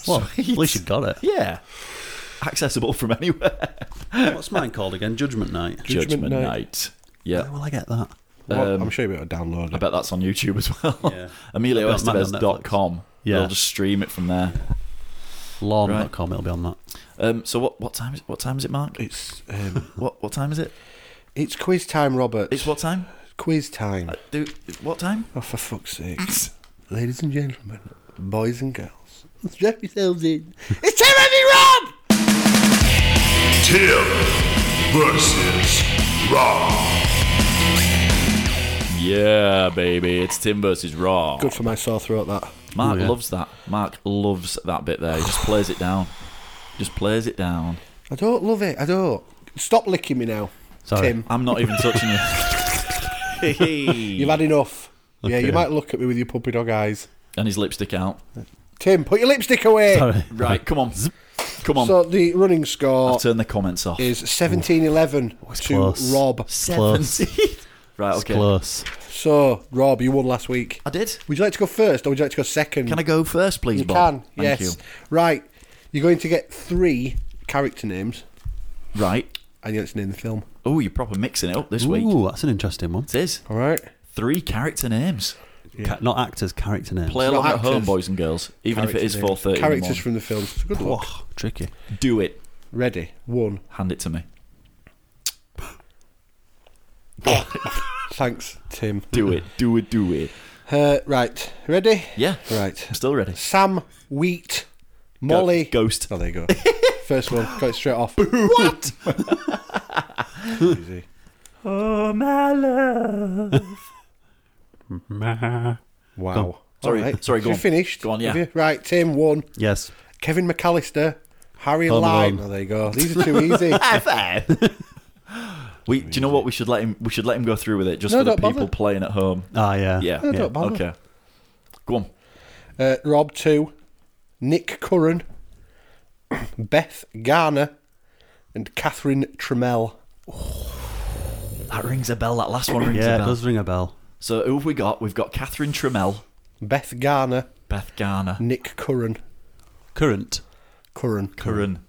S3: Well, at least you've got it.
S5: Yeah. Accessible from anywhere.
S3: What's mine called again? Judgment Night.
S5: Judgment,
S4: Night.
S5: Night.
S3: Where
S5: Yeah.
S3: will I get that?
S4: Well,
S5: Um,
S4: I'm sure you'll be able to download
S5: I
S4: it.
S5: bet that's on YouTube as well.
S3: Yeah. I've got mine on
S5: EmilioEstevez.com.
S3: Yeah.
S5: They'll just stream it from there.
S3: Lawn.com. It'll be on that.
S5: Um, so what, what time is what time is it, Mark?
S4: It's um,
S5: What what time is it?
S4: it's quiz time, Robert.
S5: It's what time? Uh,
S4: quiz time.
S5: Do what time?
S4: Oh, for fuck's sake. Ladies and gentlemen, boys and girls, strap yourselves in. It's Tim Heavy Rob!
S1: Tim versus Rob.
S5: Yeah, baby, it's Tim versus Raw.
S4: Good for my sore throat, that.
S5: Mark
S3: Oh, yeah.
S5: loves that. Mark loves that bit there. He just plays it down. Just plays it down.
S4: I don't love it. I don't. Stop licking me now,
S3: Sorry.
S4: Tim.
S5: I'm not even touching you.
S4: You've had enough. Yeah,
S3: Okay.
S4: you might look at me with your puppy dog eyes.
S5: and his lipstick out.
S4: Tim, put your lipstick away.
S3: Sorry.
S5: Right, come on. Come on.
S4: So the running score
S5: I'll turn the comments off.
S4: is 17-11 to
S3: close.
S4: Rob.
S3: Close.
S5: Right,
S3: It's
S5: okay.
S3: close.
S4: So, Rob, you won last week.
S5: I did.
S4: Would you like to go first or would you like to go second?
S5: Can I go first, please,
S4: You
S5: Bob?
S4: can,
S5: Thank
S4: yes. Right, you're going to get three character names
S5: you. Right.
S4: and you're going to name the film.
S5: Oh, you're proper mixing it up this week.
S3: Ooh, that's an interesting one.
S5: It is.
S4: All right?
S5: Three character names.
S3: Ca- not actors, character names.
S5: Play along
S4: Not
S5: at home,
S4: actors.
S5: boys and girls. Even if it is
S4: Character names.
S5: 4.30
S4: Characters
S5: in
S4: from the film. It's a good look.
S3: Oh, tricky.
S5: the morning. Do it.
S4: Ready. One.
S5: Hand it to me.
S4: Thanks, Tim.
S5: Do it. Do it. Do it.
S4: Uh, right. Ready?
S5: Yeah.
S4: Right.
S5: I'm still ready.
S4: Sam Wheat. Molly.
S5: Go- ghost.
S4: Oh, there you go. First one. Got it straight off.
S5: What?
S4: Easy.
S5: Oh my love.
S4: Wow.
S3: Go.
S5: Sorry,
S4: All right.
S5: sorry, go
S4: You
S5: on.
S4: finished?
S5: Go on,
S4: Have
S5: yeah.
S4: you? Right, Tim one.
S3: Yes.
S4: Kevin McAllister. Harry
S3: Home
S4: Lime.
S3: Alone.
S4: Oh, there you go. These are too easy.
S5: we, do you know what we should let him? We should let him go through with it just
S4: No,
S5: for the
S4: don't bother.
S5: people playing at home.
S3: Ah, yeah.
S5: Yeah.
S4: No, don't bother.
S5: Okay. Go on.
S4: Uh, Rob two, Nick Curran, Beth Garner, and Catherine Tremell.
S5: That rings a bell. That last one rings
S3: Yeah,
S5: a
S3: it
S5: bell.
S3: does ring a bell.
S5: So who have we got? We've got Catherine Trammell,
S4: Beth Garner,
S5: Beth Garner,
S4: Nick Curran.
S3: Current.
S4: Curran.
S5: Curran.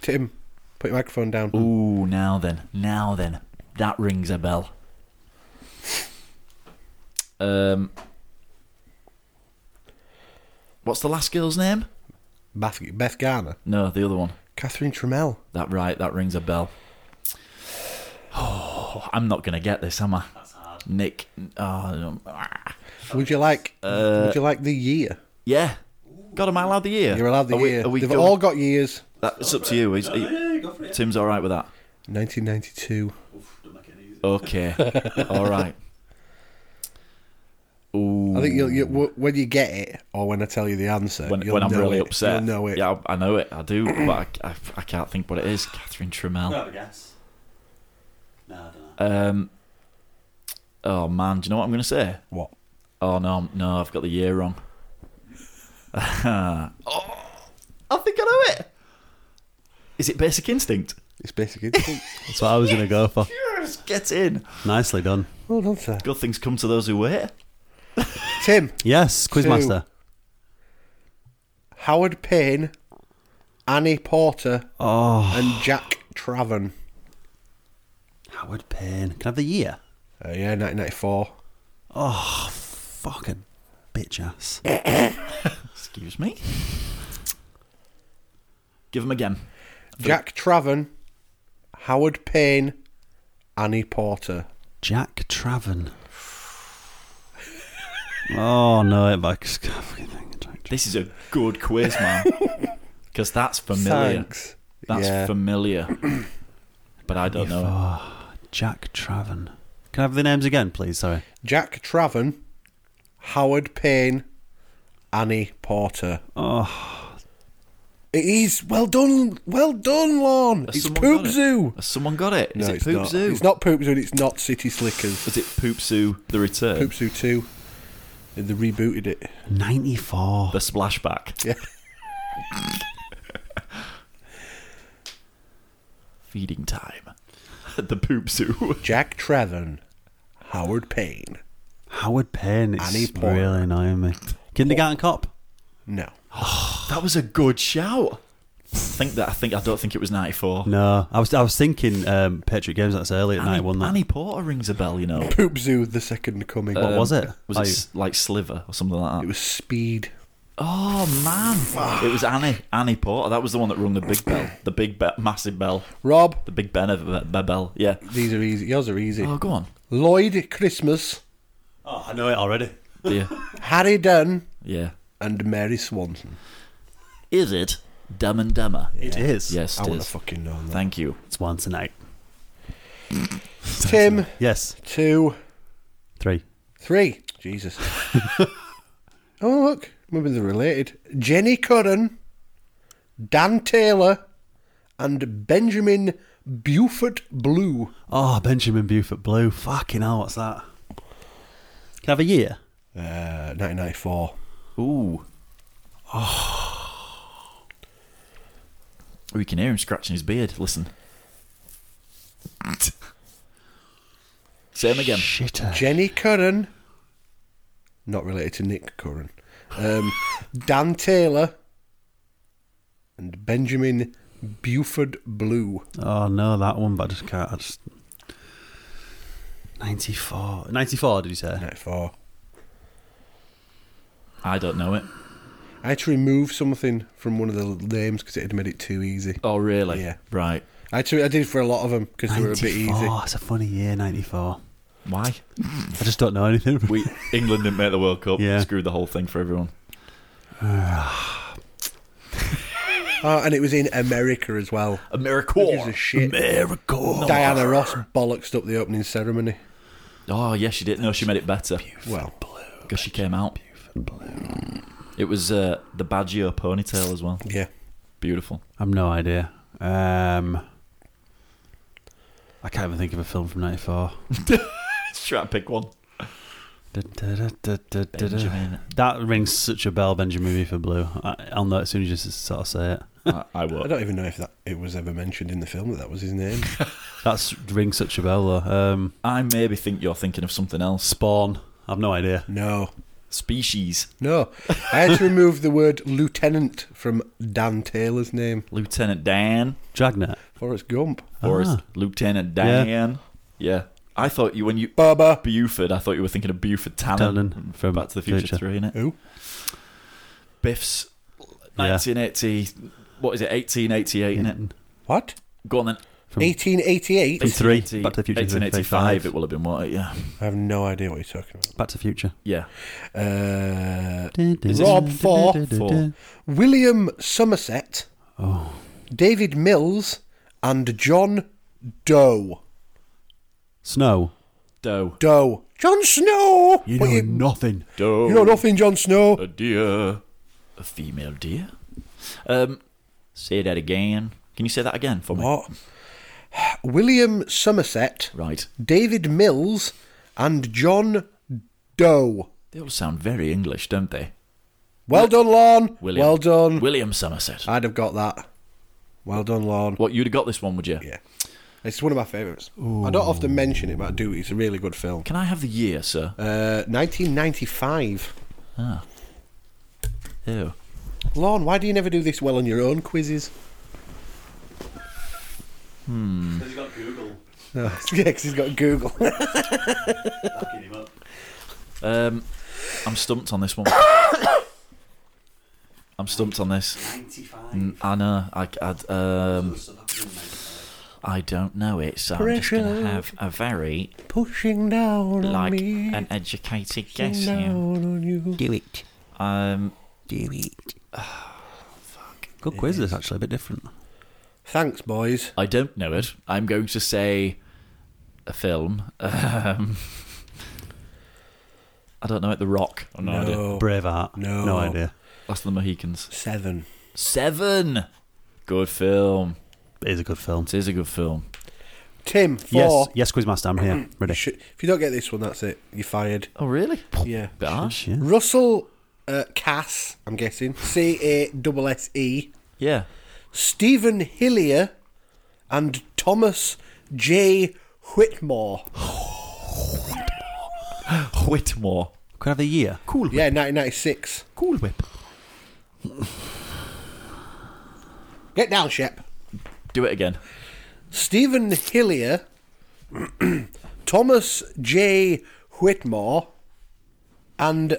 S4: Tim, put your microphone down.
S5: Ooh, now then, now then, that rings a bell. Um, what's the last girl's name?
S4: Beth, Beth Garner,
S5: No, the other one.
S4: Catherine Tremell.
S5: That right, that rings a bell. Oh, I'm not gonna get this, am I? Nick, oh, um, ah.
S4: Would you like?
S5: Uh,
S4: would you like the year?
S5: yeah. God, am I allowed the year?
S4: You're allowed the
S5: Are we-
S4: year.
S5: are we
S4: They've
S5: going-
S4: all got years.
S5: That- it's up to you. Is- Tim's all right with that.
S4: 1992.
S5: Okay. All right. Ooh.
S4: I think you'll, you w- when you get it, or when I tell you the answer,
S5: when,
S4: you'll
S5: when I'm
S4: know
S5: really
S4: it.
S5: upset.
S4: You'll know it.
S5: Yeah, I I know it. I do, but I, I, I can't think what it is. Catherine Trammell.
S3: I have a guess. No, I don't know.
S5: Um. Oh man, do you know what I'm going to say?
S4: What?
S5: Oh no, I'm- no, I've got the year wrong. oh, I think I know it. Is it Basic Instinct?
S4: It's Basic Instinct.
S3: That's what I was going to go for.
S5: Just get in.
S3: Nicely done.
S4: Well done, sir.
S5: Good things come to those who wait.
S4: Tim.
S3: Yes, Quizmaster.
S4: Howard Payne, Annie Porter,
S3: Oh,
S4: and Jack Traven.
S3: Howard Payne. Can I have the year?
S4: Uh, yeah, 1994.
S3: Oh, fucking bitch ass.
S5: Excuse me. Give them again.
S4: Jack Traven, Howard Payne, Annie Porter.
S3: Jack Traven. Oh no, it bugs.
S5: This is a good quiz, man. Because that's familiar.
S4: Thanks.
S5: That's
S4: Yeah.
S5: familiar. But I don't know.
S3: Oh, Jack Traven. Can I have the names again, please? Sorry.
S4: Jack Traven, Howard Payne, Annie Porter.
S3: Oh,
S4: It is. Well done. Well done, Lorne.
S5: Has
S4: It's
S5: someone
S4: Poop
S5: got it?
S4: Zoo.
S5: Has someone got it? Is
S4: no,
S5: it
S4: it's
S5: Poop
S4: not.
S5: Zoo?
S4: It's not Poop Zoo and it's not City Slickers.
S5: Was it Poop Zoo The Return?
S4: Poop Zoo 2. They rebooted it.
S3: 94.
S5: The Splashback.
S4: Yeah.
S5: Feeding time. At the Poop Zoo.
S4: Jack Trevon, Howard Payne.
S3: Howard Payne.
S4: Annie
S3: It's
S4: Porter.
S3: really annoying me. Kindergarten Cop.
S4: No.
S5: That was a good shout. I think that I think I don't think it was ninety four.
S3: No, I was I was thinking um, Patriot Games. That's early at night,
S5: Annie,
S3: wasn't that?
S5: Annie Porter rings a bell, you know.
S4: Poop Zoo, the second coming.
S3: What was it?
S5: Was
S3: Oh,
S5: it s- like Sliver or something like that?
S4: It was Speed.
S5: oh man, it was Annie Annie Porter. That was the one that rung the big bell, the big be- massive bell,
S4: Rob,
S5: the big Ben of be- bell. Yeah.
S4: these are easy. Yours are easy.
S5: Oh, go on.
S4: Lloyd Christmas,
S3: oh, I know it already.
S5: Yeah,
S4: Harry Dunn,
S5: yeah.
S4: and Mary Swanson.
S5: Is it Dumb and Dumber?
S3: It is.
S5: Yes,
S4: I
S5: it
S4: want to
S5: is.
S4: fucking know that.
S5: Thank you.
S3: It's once a night.
S4: Tim,
S3: Yes.
S4: two,
S3: Three.
S4: three. Jesus. oh, look. Maybe they're related. Jenny Curran, Dan Taylor, and Benjamin Buford Blue.
S3: Oh, Benjamin Buford Blue. Fucking hell, what's that? Can I have a year?
S4: Uh, 1994.
S5: Ooh. Oh. We can hear him scratching his beard. Listen. Say him again.
S3: Shitter.
S4: Jenny Curran, not related to Nick Curran, um, Dan Taylor, and Benjamin Buford Blue.
S3: Oh, no, that one, but I just can't. I just... 94. 94, did you say?
S4: 94.
S5: I don't know it.
S4: I had to remove something from one of the l- names because it had made it too easy.
S5: Oh, really?
S4: Yeah.
S5: Right.
S4: I, had to, I did it for a lot of them because they were a bit easy.
S3: It's a funny year, 94.
S5: Why?
S3: I just don't know anything.
S5: We England didn't make the World Cup.
S3: Yeah.
S5: Screwed the whole thing for everyone.
S4: Oh, and it was in America as well.
S5: America.
S4: Who gives a shit?
S5: America.
S4: Diana Ross bollocksed up the opening ceremony.
S5: Oh, yeah, she did. No, she made it better.
S4: Well,
S5: Because she came out. It was uh, the Baggio ponytail as well.
S4: yeah.
S5: Beautiful.
S3: I've no idea. Um, I can't even think of a film from 94.
S5: Try to pick one.
S3: Da, da, da, da, da, da, da.
S5: Benjamin.
S3: That rings such a bell, Benjamin Buford Blue. I, I'll know it as soon as you just sort of say it.
S5: I, I
S4: I
S5: will.
S4: don't even know if that it was ever mentioned in the film that that was his name.
S3: That's rings such a bell though. Um,
S5: I maybe think you're thinking of something else.
S3: Spawn. I've no idea.
S4: No.
S5: Species.
S4: No, I had to remove the word lieutenant from Dan Taylor's name.
S5: Lieutenant Dan.
S3: Dragnet.
S4: Forrest Gump.
S5: Forrest. Lieutenant
S3: Ah. Yeah.
S5: Dan. Yeah. I thought you when you
S4: Bubba.
S5: Buford, I thought you were thinking of Buford Tannen
S3: Tannen from
S5: Back to the Future,
S3: Future.
S5: Three, innit?
S4: Who?
S5: Biff's
S3: Yeah.
S5: 1980. What is it? 1888, innit?
S4: What?
S5: Go on then.
S3: From,
S4: 1888?
S3: Mm. From three.
S5: 1880
S3: Back to the Future,
S5: 1885.
S3: 35.
S5: It will have been what? Yeah.
S4: I have no idea what you're talking about.
S3: Back to the Future.
S5: Yeah.
S4: Uh,
S3: Is
S4: it- Rob Four.
S5: Four.
S4: William Somerset,
S3: Oh,
S4: David Mills, and John Doe.
S3: Snow.
S5: Doe.
S4: Doe. John Snow.
S3: You
S4: But
S3: know
S4: you-
S3: nothing.
S5: Doe.
S4: You know nothing, John Snow.
S5: A deer. A female deer. Um, say that again. Can you say that again for me?
S4: What? William Somerset.
S5: Right.
S4: David Mills and John Doe.
S5: They all sound very English, don't they?
S4: Well done, Lorne.
S5: William.
S4: Well done. Uh,
S5: William Somerset.
S4: I'd have got that. Well done, Lorne.
S5: What, you'd have got this one, would you?
S4: Yeah. It's one of my favourites. I don't often mention it, but I do. It's a really good film.
S5: Can I have the year, sir?
S4: Uh, 1995.
S5: Ah. Ew.
S4: Lorne, why do you never do this well on your own quizzes?
S5: Hmm.
S3: He's got Google.
S4: No, yeah, because he's got Google.
S5: Um, I'm stumped on this one. I'm stumped on this.
S3: 95.
S5: N- I know. I, I'd, um, I don't know it, so I'm just going
S4: Pressure.
S5: to have a very,
S4: Pushing down on
S5: like,
S4: me.
S5: an educated
S4: pushing
S5: guess
S4: down
S5: here.
S4: on you.
S5: Do it. Um,
S7: Do it.
S3: Good quiz, this actually, a bit different.
S4: Thanks, boys.
S5: I don't know it. I'm going to say a film. Um, I don't know it. The Rock. I've no, idea.
S4: No.
S3: Braveheart.
S4: No.
S3: No idea.
S5: Last of the Mohicans.
S4: Seven.
S5: Seven. Good film.
S3: It is a good film.
S5: It is a good film.
S4: Tim, four.
S3: Yes, yes, Quizmaster, I'm here.
S4: You
S3: Ready?
S4: should- if you don't get this one, that's it. You're fired.
S5: Oh, really?
S4: Yeah.
S5: Bit harsh.
S3: Yeah.
S4: Russell uh, Cass, I'm guessing. C A S S E.
S5: Yeah.
S4: Stephen Hillier and Thomas J. Whitmore.
S5: Whitmore.
S3: Could I have the year?
S5: Cool.
S4: Yeah, 1996.
S5: Cool whip.
S4: Get down, Shep.
S5: Do it again.
S4: Stephen Hillier, Thomas J. Whitmore, and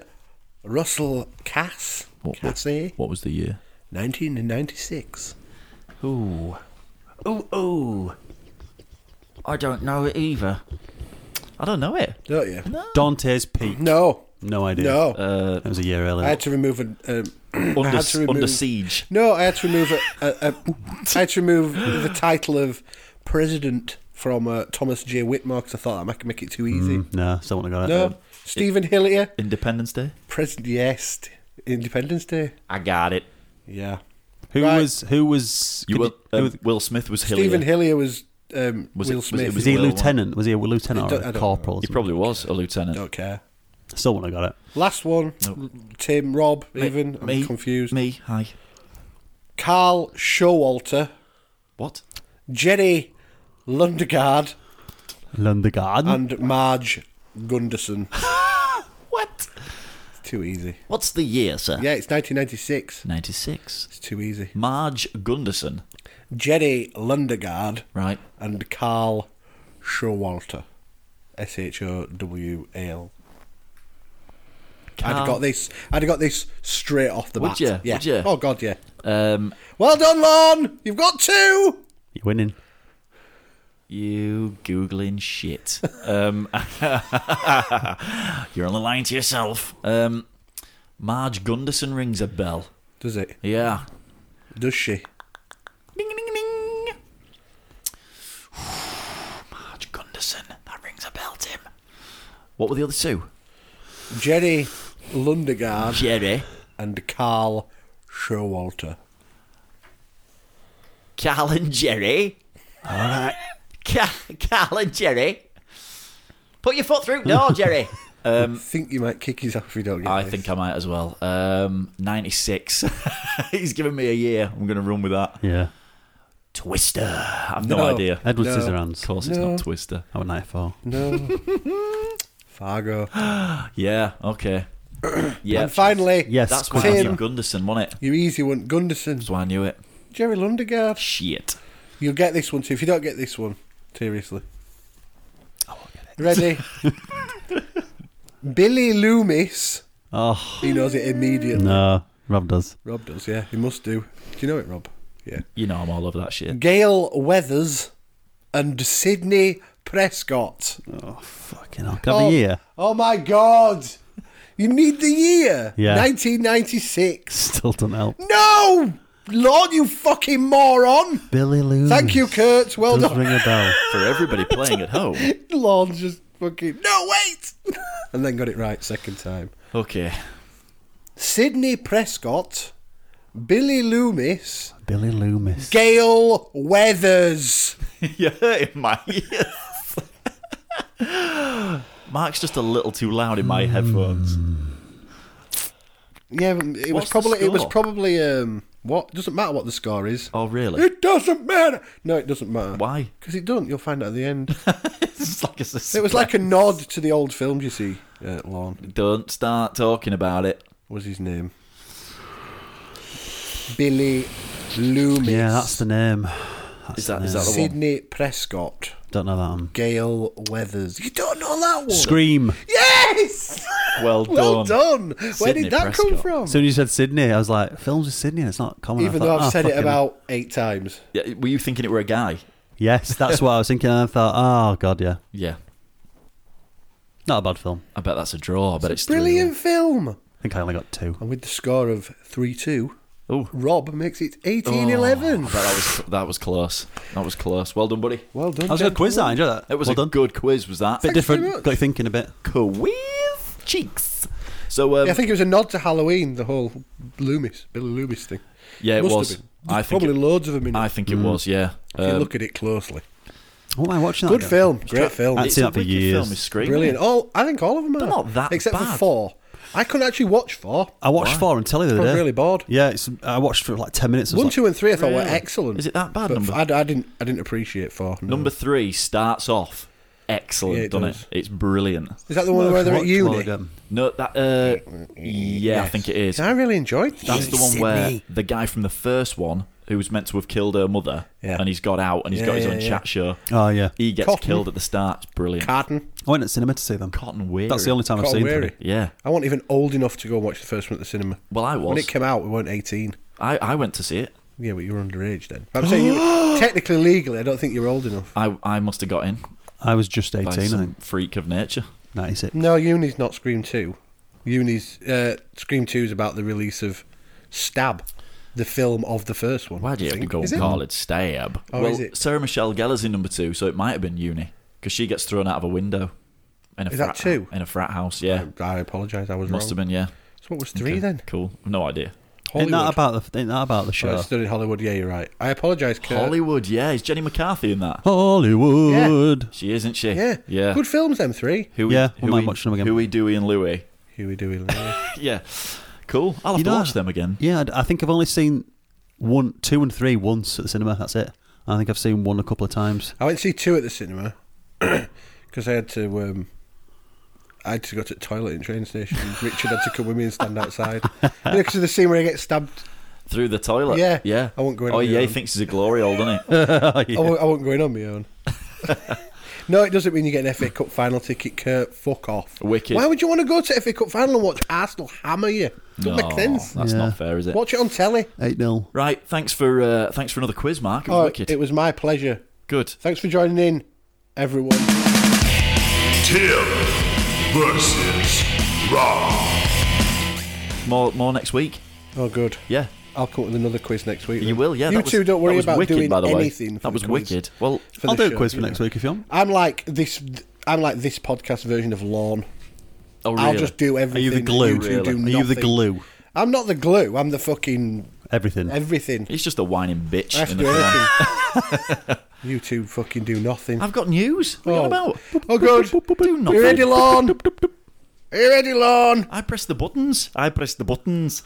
S4: Russell Cass. eh?
S5: What-
S4: Cassie,
S5: What was the year?
S4: 1996.
S5: Ooh. Ooh, ooh. I don't know it either. I don't know it.
S4: Don't you?
S3: Dante's Peak.
S4: No.
S3: No idea.
S4: No.
S5: Uh,
S3: That was a year earlier.
S4: I had to remove an. Um, I
S5: under,
S4: had to remove,
S5: under siege.
S4: No, I had to remove. A, a, a, I had to remove the title of president from uh, Thomas J. Whitmore because I thought that might make it too easy.
S5: Hmm.
S3: Mm, no, still want to go
S4: No,
S5: Uh,
S3: Um,
S4: Stephen Hillier,
S5: Independence Day.
S4: president. Yes, t- Independence Day.
S5: I got it.
S4: Yeah,
S3: who
S4: Right.
S3: was who was
S5: You
S3: could
S5: will,
S3: who
S5: um,
S3: was-
S5: Will Smith was Hillier.
S4: Stephen Hillier was, um,
S5: Was it-
S4: Will
S5: was it-
S4: Smith.
S3: was he a
S5: Will,
S3: lieutenant? Was he a
S4: I
S3: lieutenant
S4: don't-
S3: or
S4: I
S3: a
S4: don't
S3: corporal? or
S5: He
S3: something?
S5: probably was a lieutenant.
S4: Don't care.
S3: Still want to got it.
S4: Last one. Tim, Rob, even. I'm
S5: me,
S4: confused.
S5: Me, hi.
S4: Carl Showalter,
S5: What?
S4: Jenny Lundegaard,
S3: Lundegaard.
S4: and Marge Gunderson.
S5: What?
S4: It's too easy.
S5: What's the year, sir?
S4: Yeah, it's 1996.
S5: 96.
S4: It's too easy.
S5: Marge Gunderson.
S4: Jenny Lundegaard
S5: Right.
S4: and Carl Showalter. S H O W A L. I'd
S5: Carl-
S4: have got this. I'd have got this straight off the
S5: Would
S4: bat.
S5: ya?
S4: Yeah.
S5: Would ya?
S4: Oh God, yeah.
S5: Um,
S4: Well done, Lon. You've got two.
S3: You're winning.
S5: You googling shit. um, you're on the line to yourself. Um, Marge Gunderson rings a bell.
S4: Does it?
S5: Yeah.
S4: Does she?
S5: Ding ding ding. Marge Gunderson. That rings a bell, Tim. What were the other two?
S4: Jenny Lundegaard
S5: Jerry.
S4: and Carl Showalter.
S5: Carl and Jerry. All right. Carl and Jerry. Put your foot through. No, Jerry.
S4: I think you might kick his off if you don't get
S5: I
S4: this.
S5: think I might as well. Um, 96. He's given me a year. I'm going to run with that.
S3: Yeah.
S5: Twister. I've no,
S4: No.
S5: idea. Of
S3: Edward
S4: No.
S3: Scissorhands.
S5: course, it's
S4: No.
S5: not Twister.
S3: That was 94.
S4: No. Fargo.
S5: Yeah, okay. Yeah,
S4: And finally,
S3: Yes.
S5: that's why
S3: Quiz
S5: I
S4: Tim.
S5: knew Gunderson, wasn't it?
S4: your easy one, Gunderson,
S5: That's why I knew it.
S4: Jerry Lundegaard.
S5: Shit.
S4: You'll get this one too. If you don't get this one, seriously. I won't get it. Ready? Billy Loomis.
S3: Oh,
S4: He knows it immediately.
S3: no. Rob does.
S4: Rob does, yeah. He must do. Do you know it, Rob? Yeah.
S5: You know I'm all over that shit.
S4: Gail Weathers and Sydney Prescott.
S3: Oh, fucking hell. Can I have the year?
S4: Oh my god! You need the year.
S3: Yeah.
S4: 1996.
S3: Still don't help.
S4: No. Lord, you fucking moron!
S7: Billy Lou.
S4: Thank you, Kurt. Well
S7: Does
S4: done.
S7: ring a bell.
S5: For everybody playing at home.
S4: Lord just fucking no wait, and then got it right second time.
S5: Okay.
S4: Sydney Prescott, Billy Loomis,
S7: Billy Loomis.
S4: Gail Weathers.
S5: you hurt my ears. Mark's just a little too loud in my
S4: Hmm.
S5: headphones.
S4: Yeah, but it
S5: What's
S4: was
S5: the
S4: probably it was
S5: score?
S4: probably um what doesn't matter what the score is.
S5: Oh really?
S4: It doesn't matter. No, it doesn't matter.
S5: Why?
S4: Because it doesn't. You'll find out at the end.
S5: like
S4: it was like a nod to the old films you see. Uh, Lorne.
S5: Don't start talking about it.
S4: What's his name? Billy Loomis.
S3: Yeah, that's the name. That's
S5: Is that-
S3: the
S5: is that
S3: name.
S5: the one?
S4: Sydney Prescott,
S3: Don't know that one.
S4: Gail Weathers. You don't know that one.
S3: Scream.
S4: Yes.
S5: Well
S4: Well done. Where
S3: Sydney
S4: did that come
S3: Prescott.
S4: from?
S3: As soon as you said Sydney, I was like, films with Sydney, it's not common. I
S4: Even
S3: thought,
S4: though I've
S3: "Ah,
S4: said it
S3: fucking-"
S4: about eight times.
S5: Yeah, were you thinking it were a guy?
S3: Yes, that's what I was thinking. I thought, oh, God, yeah.
S5: Yeah.
S3: Not a bad film.
S5: I bet that's a draw. I bet it's,
S4: Brilliant film.
S3: I think I only got two.
S4: And with the score of 3 2,
S5: Oh,
S4: Rob makes it 18
S5: I
S4: 11.
S5: bet that was that was close. That was close. Well done, buddy.
S4: Well done.
S3: That was a good quiz, that. I enjoyed that.
S5: It was
S3: well
S5: a
S3: done.
S5: good quiz. Was that
S3: bit
S4: very much.
S3: different. Got you thinking a bit.
S5: quiz cheeks? So um,
S4: Yeah,
S5: yeah,
S4: I think it was a nod to Halloween, the whole Loomis, Billy Loomis thing.
S5: it
S4: Must have
S5: was.
S4: been.
S5: I
S4: There's
S5: think
S4: probably
S5: it,
S4: loads of them in it.
S5: I think it was. Yeah.
S4: if you
S5: Um,
S4: look at it closely.
S3: What am I watching that
S4: Good
S3: again?
S4: film. Great film.
S3: I'd
S5: it's
S3: seen
S5: a
S3: that for
S5: wicked
S3: years. Oh.
S5: Film is Scream,
S4: Brilliant.
S5: isn't it?
S4: All I think all of them are.
S5: They're not that
S4: Except for
S5: bad.
S4: 4. I couldn't actually watch 4.
S3: I watched four on telly the other
S4: I'm
S3: day.
S4: really bored.
S3: Yeah, it's, I watched for like 10 minutes. I was
S4: 1,
S3: like,
S4: 2 and 3 I thought were
S5: Really?
S4: excellent.
S5: Is it that bad,
S4: But
S5: number-
S4: I, I didn't I didn't appreciate 4. no.
S5: Number three starts off excellent,
S4: Yeah, it
S5: doesn't
S4: does.
S5: it? It's brilliant.
S4: Is that the one where they're at
S3: watched them all
S4: uni?
S3: again.
S5: No, that uh, yeah, I think it is.
S4: I really enjoyed that.
S5: That's the one where the guy from the first one, who was meant to have killed her mother,
S4: Yeah.
S5: and he's got out and he's
S4: Yeah,
S5: got his
S4: yeah,
S5: own
S4: yeah.
S5: chat show.
S3: Oh, yeah.
S5: He gets
S4: Cotton.
S5: killed at the start. It's Brilliant.
S4: Carton.
S3: I went to the cinema to see them.
S5: Cotton Weary.
S3: That's the only time I've
S4: Cotton
S3: seen
S4: Weary.
S3: them.
S5: Yeah.
S4: I wasn't even old enough to go and watch the first one at the cinema.
S5: Well, I
S4: When
S5: was.
S4: it came out, we weren't 18.
S5: I, I went to see it.
S4: Yeah, but you were underage then. I'm saying, you, technically, legally, I don't think you're old enough.
S5: I, I must have got in
S3: I was just 18,
S5: by
S3: I
S5: some
S3: think.
S5: freak of nature.
S3: 96.
S4: No, Uni's not Scream 2. Uni's uh, Scream 2 is about the release of Stab, the film of the first one.
S5: Why do
S4: I
S5: you
S4: think.
S5: go
S4: Is
S5: and
S4: it?
S5: call it stab?
S4: Oh,
S5: well,
S4: is it?
S5: Sarah Michelle Gellar's in number two, so it might have been uni because she gets thrown out of a window. In a
S4: Is
S5: frat
S4: that two?
S5: In a frat house, yeah.
S4: I apologise, I was
S5: Must have
S4: wrong.
S5: been, yeah.
S4: So what was three then?
S5: Cool. No idea.
S3: Ain't
S4: Hollywood.
S3: that, about the, ain't that about the
S4: Oh,
S3: show?
S4: it's done in Hollywood, yeah, you're right. I apologise, Kurt.
S5: Hollywood, yeah. Is Jenny McCarthy in that?
S3: Hollywood.
S5: She is, isn't she?
S4: Yeah.
S5: Yeah.
S4: Good films, them three.
S5: Huey,
S3: Yeah, we might
S5: Huey-
S3: watch them again.
S5: Huey, Dewey, and Louie.
S4: Huey, Dewey, Louie.
S5: yeah. Cool. I'll have
S3: You
S5: to
S3: know-
S5: watch them again.
S3: Yeah, I I think I've only seen one, two, and three once at the cinema. That's it. I think I've seen one a couple of times.
S4: I went to see two at the cinema because I had to. Um, I had to go to the toilet in train station. Richard had to come with me and stand outside. Because you know, 'cause of the scene where he gets stabbed.
S5: Through the toilet.
S4: Yeah.
S5: Yeah.
S4: I won't go in
S5: Oh,
S4: on my
S5: yeah. He
S4: own.
S5: thinks he's a glory hole, doesn't he?
S4: I, won't, I won't go in on my own. no, it doesn't mean you get an FA Cup final ticket, Kurt. Fuck off.
S5: Wicked.
S4: Why would you want to go to FA Cup final and watch Arsenal hammer you? Doesn't
S5: No,
S4: make sense.
S5: Oh, That's
S3: Yeah.
S5: not fair, is it?
S4: Watch it on telly.
S3: 8 0.
S5: Right. Thanks for uh, thanks for another quiz, Mark. It was
S4: Oh,
S5: wicked.
S4: it was my pleasure.
S5: Good.
S4: Thanks for joining in, everyone.
S1: Tim versus Rob.
S5: More more next week.
S4: Oh, good.
S5: Yeah.
S4: I'll come up with another quiz next week.
S5: You
S4: then.
S5: will. Yeah.
S4: You
S5: that was-
S4: two don't
S5: that
S4: worry
S5: was
S4: about
S5: wicked,
S4: doing
S5: by the way.
S4: anything.
S5: That
S4: for the
S5: was
S4: quiz.
S5: wicked. Well,
S4: For the
S3: I'll do a
S4: show,
S3: quiz for
S4: you
S3: next
S4: know.
S3: week if you want.
S4: I'm like this. I'm like this podcast version of Lorne.
S5: oh,
S4: I'll
S5: really?
S4: just do everything.
S3: the
S4: that
S3: glue?
S4: You two
S5: Really?
S4: do
S5: Are
S3: Are you the
S4: nothing.
S3: glue?
S4: I'm not the glue. I'm the fucking
S3: Everything.
S4: everything.
S5: He's just a whining bitch.
S4: I have to
S5: in
S4: do
S5: the corner.
S4: everything. you two fucking do nothing.
S5: I've got news. What are you on about?
S4: Oh, good.
S5: Do
S4: Are you ready,
S5: nothing.
S4: Lorne? Are you ready, Lorne?
S5: I press the buttons. I press the buttons.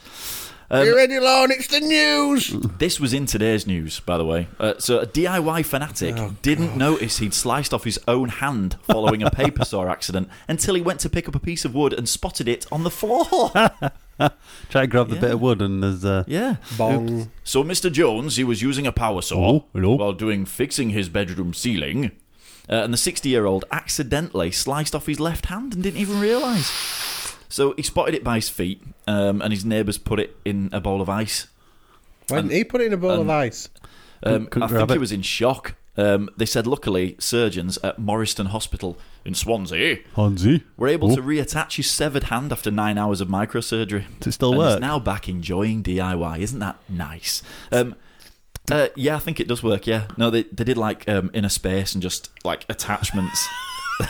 S4: Are
S5: Um,
S4: you ready, Lorne? It's the news.
S5: This was in today's news, by the way. Uh, so, a DIY fanatic
S3: Oh,
S5: didn't notice he'd sliced off his own hand following a paper saw accident until he went to pick up a piece of wood and spotted it on the floor.
S3: Try to grab the
S5: Yeah.
S3: bit of wood and there's. Uh,
S5: yeah.
S4: Bong.
S5: So, Mr. Jones, he was using a power saw
S3: Oh, hello.
S5: while doing fixing his bedroom ceiling, uh, and the 60 year old accidentally sliced off his left hand and didn't even realise. So, he spotted it by his feet, um, and his neighbours put it in a bowl of ice.
S4: Why didn't he put it in a bowl of ice?
S5: Um,
S3: Couldn't
S5: I
S3: grab
S5: think he
S3: it.
S5: was in shock. Um, they said, luckily, surgeons at Morriston Hospital in Swansea,
S3: Hansi.
S5: were able
S3: Oh.
S5: to reattach his severed hand after nine hours of microsurgery.
S3: Does it still
S5: and
S3: work?
S5: He's now back enjoying DIY. Isn't that nice? Um, uh, yeah, I think it does work. Yeah, no, they they did like um, inner space and just like attachments.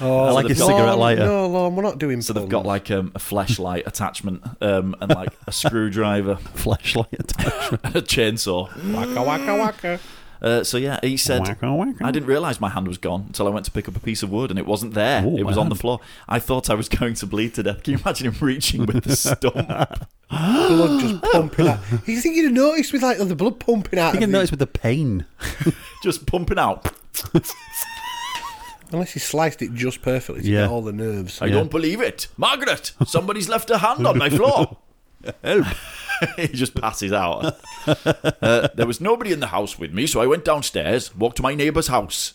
S3: I like
S5: they've
S3: his
S5: got-
S3: cigarette lighter.
S4: No, Lorne, we're not doing
S5: so they've got like um, a flashlight attachment um, and like a screwdriver,
S3: flashlight attachment,
S5: and a chainsaw.
S4: Waka waka waka.
S5: Uh, so yeah, he said, I didn't realise my hand was gone until I went to pick up a piece of wood and it wasn't there.
S3: Oh,
S5: it was
S3: my
S5: on the
S3: hand.
S5: floor. I thought I was going to bleed to death. Can you imagine him reaching with the stump?
S4: blood just pumping out. You think you'd have noticed with like the blood pumping out?
S3: I think I
S4: of
S3: noticed with the pain.
S5: just pumping out.
S4: the- Unless he sliced it just perfectly to
S3: Yeah.
S4: get all the nerves.
S5: I don't believe it. Margaret, somebody's left a hand on my floor. Help. he just passes out. Uh, there was nobody in the house with me, so I went downstairs, walked to my neighbour's house.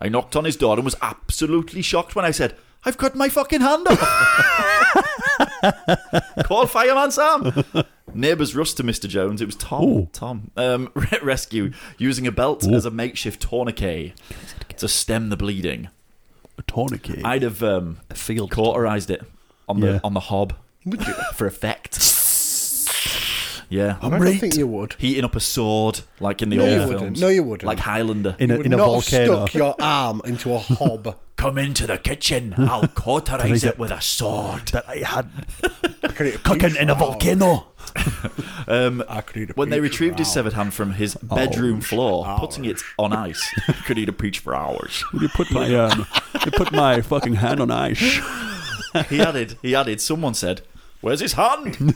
S5: I knocked on his door and was absolutely shocked when I said, I've cut my fucking hand off. Call fireman Sam. Neighbours rushed to Mr. Jones. It was Tom. Tom. Um, re- rescue using a belt as a makeshift tourniquet to stem the bleeding.
S3: A tourniquet.
S5: I'd have um,
S3: field
S5: cauterized it on the
S3: Yeah.
S5: on the hob for effect. Yeah,
S4: I don't think you would.
S5: Heating up a sword like in the
S4: No,
S5: old
S4: you
S5: films.
S4: wouldn't. No, you wouldn't.
S5: Like Highlander.
S3: In a-
S4: You would
S3: in a
S4: not
S3: volcano.
S4: Have stuck your arm into a hob
S5: Come into the kitchen. I'll cauterize it with a sword.
S3: that I had
S4: cooking
S3: in a volcano.
S5: Um,
S4: I could eat a
S5: when they
S4: peach
S5: retrieved his
S4: now.
S5: severed hand from his
S3: Oh,
S5: bedroom floor, putting it on ice, could eat a peach for hours.
S3: You put my um, you put my fucking hand on ice.
S5: He added. He added. Someone said, "Where's his hand?"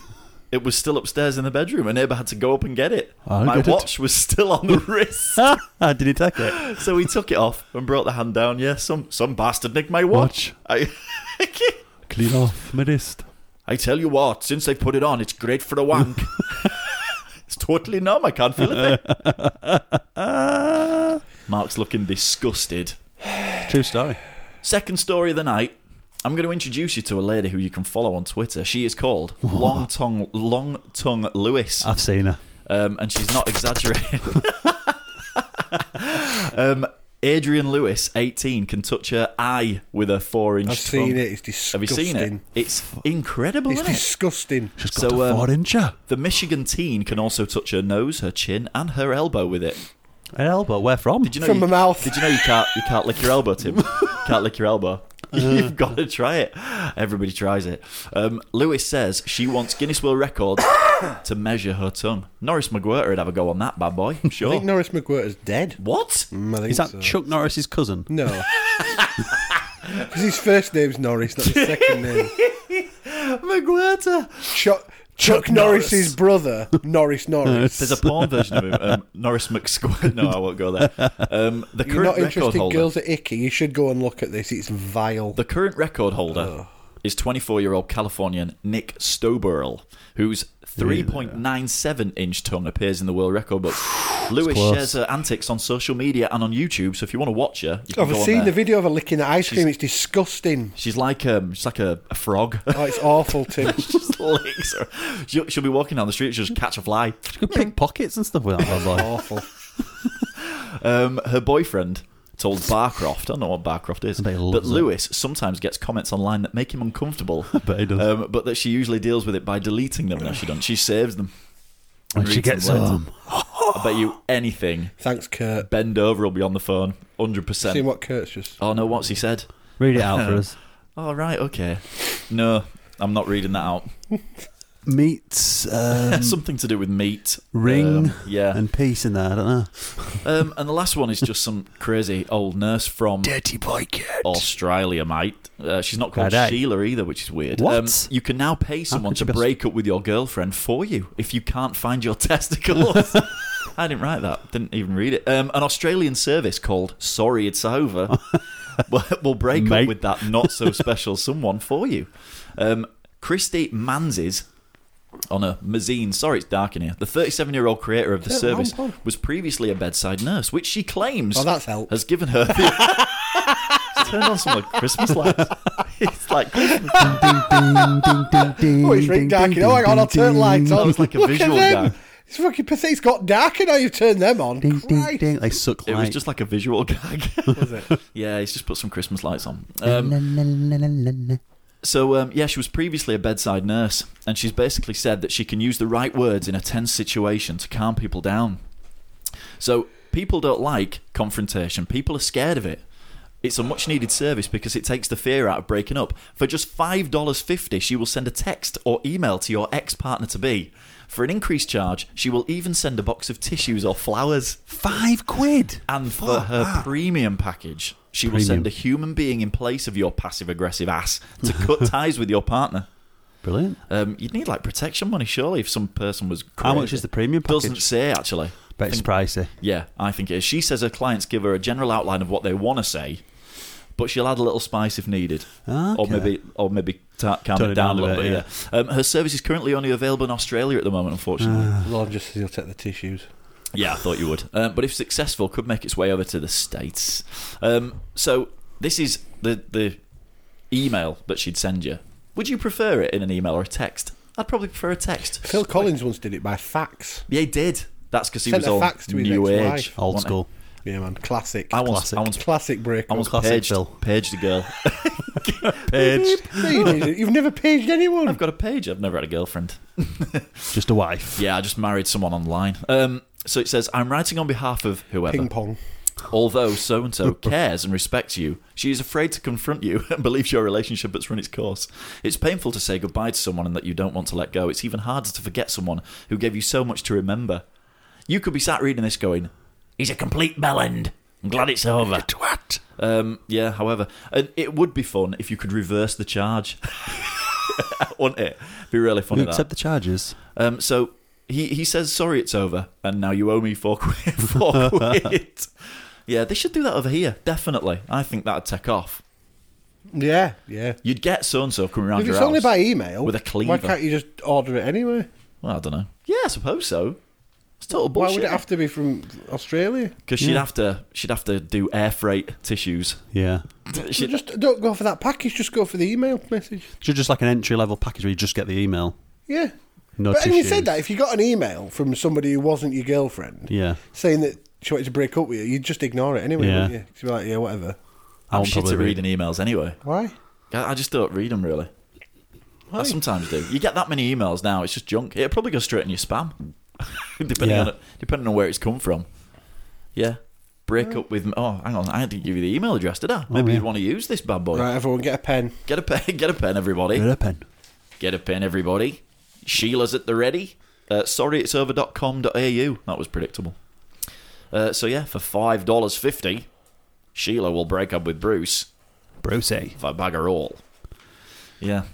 S5: It was still upstairs in the bedroom. A neighbour had to go up and get it.
S3: I'll
S5: My
S3: get it.
S5: watch was still on the wrist.
S3: Ah, Did he take it?
S5: So he took it off and brought the hand down. Yeah, some some bastard nicked my watch. I,
S3: Clean off my wrist.
S5: I tell you what, since they've put it on, it's great for a wank. it's totally numb. I can't feel a thing. Mark's looking disgusted.
S3: True story.
S5: Second story of the night. I'm going to introduce you to a lady who you can follow on Twitter. She is called Long Tongue Long Tongue Lewis.
S3: I've seen her.
S5: um, and she's not exaggerating. um, Adrian Lewis, 18, can touch her eye with her four-inch.
S4: I've seen it. It's
S5: Have you
S4: disgusting.
S5: seen it? It's incredible,
S4: It's
S5: isn't it?
S4: disgusting.
S3: She's got
S5: So,
S3: a
S5: um,
S3: four incher.
S5: The Michigan teen can also touch her nose, her chin, and her elbow with it.
S3: An elbow. Where from?
S5: Did you know
S4: From
S5: you,
S4: my mouth.
S5: Did you know you can't you can't lick your elbow, Tim? You can't lick your elbow.
S4: Uh-huh.
S5: You've got to try it. Everybody tries it. Um, Lewis says she wants Guinness World Records to measure her tongue. Norris McWhirter would have a go on that bad boy. I'm
S4: I
S5: sure.
S4: think Norris McWhirter's dead.
S5: what?
S4: Mm, I think
S3: Is that
S4: so.
S3: Chuck Norris's cousin?
S4: No. Because his first name's Norris, not his second name.
S5: McWhirter.
S4: Chuck, Chuck, Norris's brother, Norris Norris.
S5: There's a porn version of him. Um, Norris McSquare. No, I won't go there. Um, the
S4: You're
S5: current
S4: not
S5: record
S4: interested.
S5: holder.
S4: Girls are icky. You should go and look at this. It's vile.
S5: The current record holder is 24 year old Californian Nick Stoberl, whose 3.97 inch tongue appears in the world record book. Lewis
S3: close.
S5: shares her antics on social media and on YouTube, so if you want to watch her, you can
S4: I've
S5: go on
S4: seen the
S5: there.
S4: video of her licking the ice cream. It's disgusting.
S5: She's like um, she's like a, a frog.
S4: Oh, it's awful, Tim.
S5: Just licks her. She'll, she'll be walking down the street, she'll just catch a fly.
S3: She could pick pockets and stuff with that. I was like,
S4: awful.
S5: Um, her boyfriend told Barcroft, I don't know what Barcroft is,
S3: bet he
S5: that
S3: loves it.
S5: Lewis sometimes gets comments online that make him uncomfortable.
S3: bet he does.
S5: Um, but that she usually deals with it by deleting them. No, she doesn't. She saves them. and
S3: when she
S5: reads them
S3: gets
S5: later.
S3: home,
S5: I bet
S3: Oh.
S5: you anything.
S4: Thanks, Kurt.
S5: Bend over will be on the phone.
S4: Seen
S5: 100%.
S4: what Kurt's just.
S5: Oh, no, what's he said?
S3: read it out for us.
S5: Oh, right, okay. No, I'm not reading that out.
S3: Meats, um,
S5: Something to do with meat.
S3: ring,
S5: Um, yeah.
S3: and peace in there. I don't know.
S5: Um, and the last one is just some crazy old nurse from
S3: Dirty boy kid.
S5: Australia, mate. Uh, she's not called
S3: Righty.
S5: Sheila either, which is weird. Um,
S3: What?
S5: you can now pay someone
S3: could
S5: to
S3: you be-
S5: break up with your girlfriend for you if you can't find your testicles. I didn't write that. Didn't even read it. Um, an Australian service called Sorry It's Over will, will break up
S3: Mate.
S5: with that not so special someone for you. Um, Christy Manzis on a Mazine. Sorry, it's dark in here. The 37 year old creator of the
S4: Yeah,
S5: service
S4: hold on.
S5: was previously a bedside nurse, which she claims
S4: Oh, that's help.
S5: has given her the. Turn on some like Christmas lights. It's like it's
S4: Oh, it's Rick Darkin. Oh my god, I'll turn lights on.
S5: like a
S4: Look
S5: visual
S4: at them.
S5: guy.
S4: It's fucking pathetic. It's got darker now you've turned them on. Christ.
S3: They suck
S5: It was
S3: light.
S5: just like a visual gag.
S4: Was it?
S5: yeah, he's just put some Christmas lights on. Um, So, um, yeah, she was previously a bedside nurse, and she's basically said that she can use the right words in a tense situation to calm people down. So, people don't like confrontation, people are scared of it. It's a much needed service because it takes the fear out of breaking up. For just $5.50, she will send a text or email to your ex partner to be. For an increased charge, she will even send a box of tissues or flowers.
S3: Five quid!
S5: And for her premium package, she will
S3: Premium.
S5: send a human being in place of your passive aggressive ass to cut ties with your partner.
S3: Brilliant.
S5: Um, you'd need like protection money, surely, if some person was. Crazy.
S3: How much is the premium package?
S5: Doesn't say actually.
S3: Bet it's
S5: Think-
S3: pricey.
S5: Yeah, I think it is. She says her clients give her a general outline of what they want to say, but she'll add a little spice if needed, or
S3: Okay.
S5: maybe, or maybe ta- calm
S3: Tone
S5: it
S3: it
S5: down,
S3: down a
S5: a little bit.
S3: bit,
S5: yeah. Um, her service is currently only available in Australia at the moment, unfortunately.
S4: Lord just says he'll take the tissues.
S5: Yeah, I thought you would. Um, but if successful, could make its way over to the states. Um, so this is the the email that she'd send you. Would you prefer it in an email or a text? I'd probably prefer a text.
S4: Phil Collins once did it by fax.
S5: Yeah, he did. That's because he
S4: Sent
S5: was
S4: a
S5: all
S4: fax to his
S5: new
S4: ex-wife.
S5: age, wasn't he?
S4: Yeah, man. Classic.
S5: I once, I once,
S4: classic break.
S5: I once
S4: Classic
S5: paged,
S4: Phil.
S5: paged a girl.
S4: No, you didn't. You've never paged anyone.
S5: I've got a page. I've never had a girlfriend.
S3: just a wife.
S5: Yeah, I just married someone online. Um, so it says, I'm writing on behalf of whoever.
S4: Ping pong.
S5: Although so and so cares and respects you, she is afraid to confront you and believes your relationship has run its course. It's painful to say goodbye to someone and that you don't want to let go. It's even harder to forget someone who gave you so much to remember. You could be sat reading this going, He's a complete bellend. I'm glad it's over. Twat. Um, yeah, however, and it would be fun if you could reverse the charge. Wouldn't it? Be really funny.
S3: You
S5: that.
S3: accept the charges.
S5: Um, so he, he says, sorry, it's over, and now you owe me four quid. four quid. Yeah, they should do that over here, definitely. I think that'd take off.
S4: Yeah, yeah.
S5: You'd get so and so coming around
S4: If
S5: your
S4: it's only
S5: house
S4: by e- email,
S5: with a
S4: Why
S5: cleaver.
S4: can't you just order it anyway?
S5: Well, I don't know. Yeah, I suppose so. It's total
S4: Why
S5: bullshit.
S4: would it have to be from Australia?
S5: Because she'd have to she'd have to do air freight tissues.
S3: Yeah.
S5: She'd-
S4: Just don't go for that package. Just go for the email message.
S3: Just just like an entry level package where you just get the email.
S4: Yeah.
S3: No
S4: but having
S3: tissues.
S4: said that, if you got an email from somebody who wasn't your girlfriend
S3: Yeah.
S4: saying that she wanted to break up with you, you'd just ignore it anyway,
S3: Yeah.
S4: wouldn't you? 'Cause you'd be like, yeah, whatever.
S5: I'm
S3: won't
S5: shit at
S3: probably read.
S5: reading emails anyway.
S4: Why?
S5: I, I just don't read them really. I sometimes do. You get that many emails now; it's just junk. It'll probably go straight in your spam, depending
S3: Yeah.
S5: on it, depending on where it's come from. Yeah, break up with. Oh, hang on, I didn't give you the email address, did I? Maybe
S3: yeah.
S5: you'd want to use this bad boy.
S4: Oh, Right, everyone get a pen.
S5: Get a pen. Get a pen, everybody.
S3: Get a pen.
S5: Get a pen, everybody. Sheila's at the ready. Uh, sorry, it's over.com.au. That was predictable. Uh, so yeah, for five dollars fifty, Sheila will break up with Bruce
S3: Bruce. eh?
S5: if I bag her all. Yeah.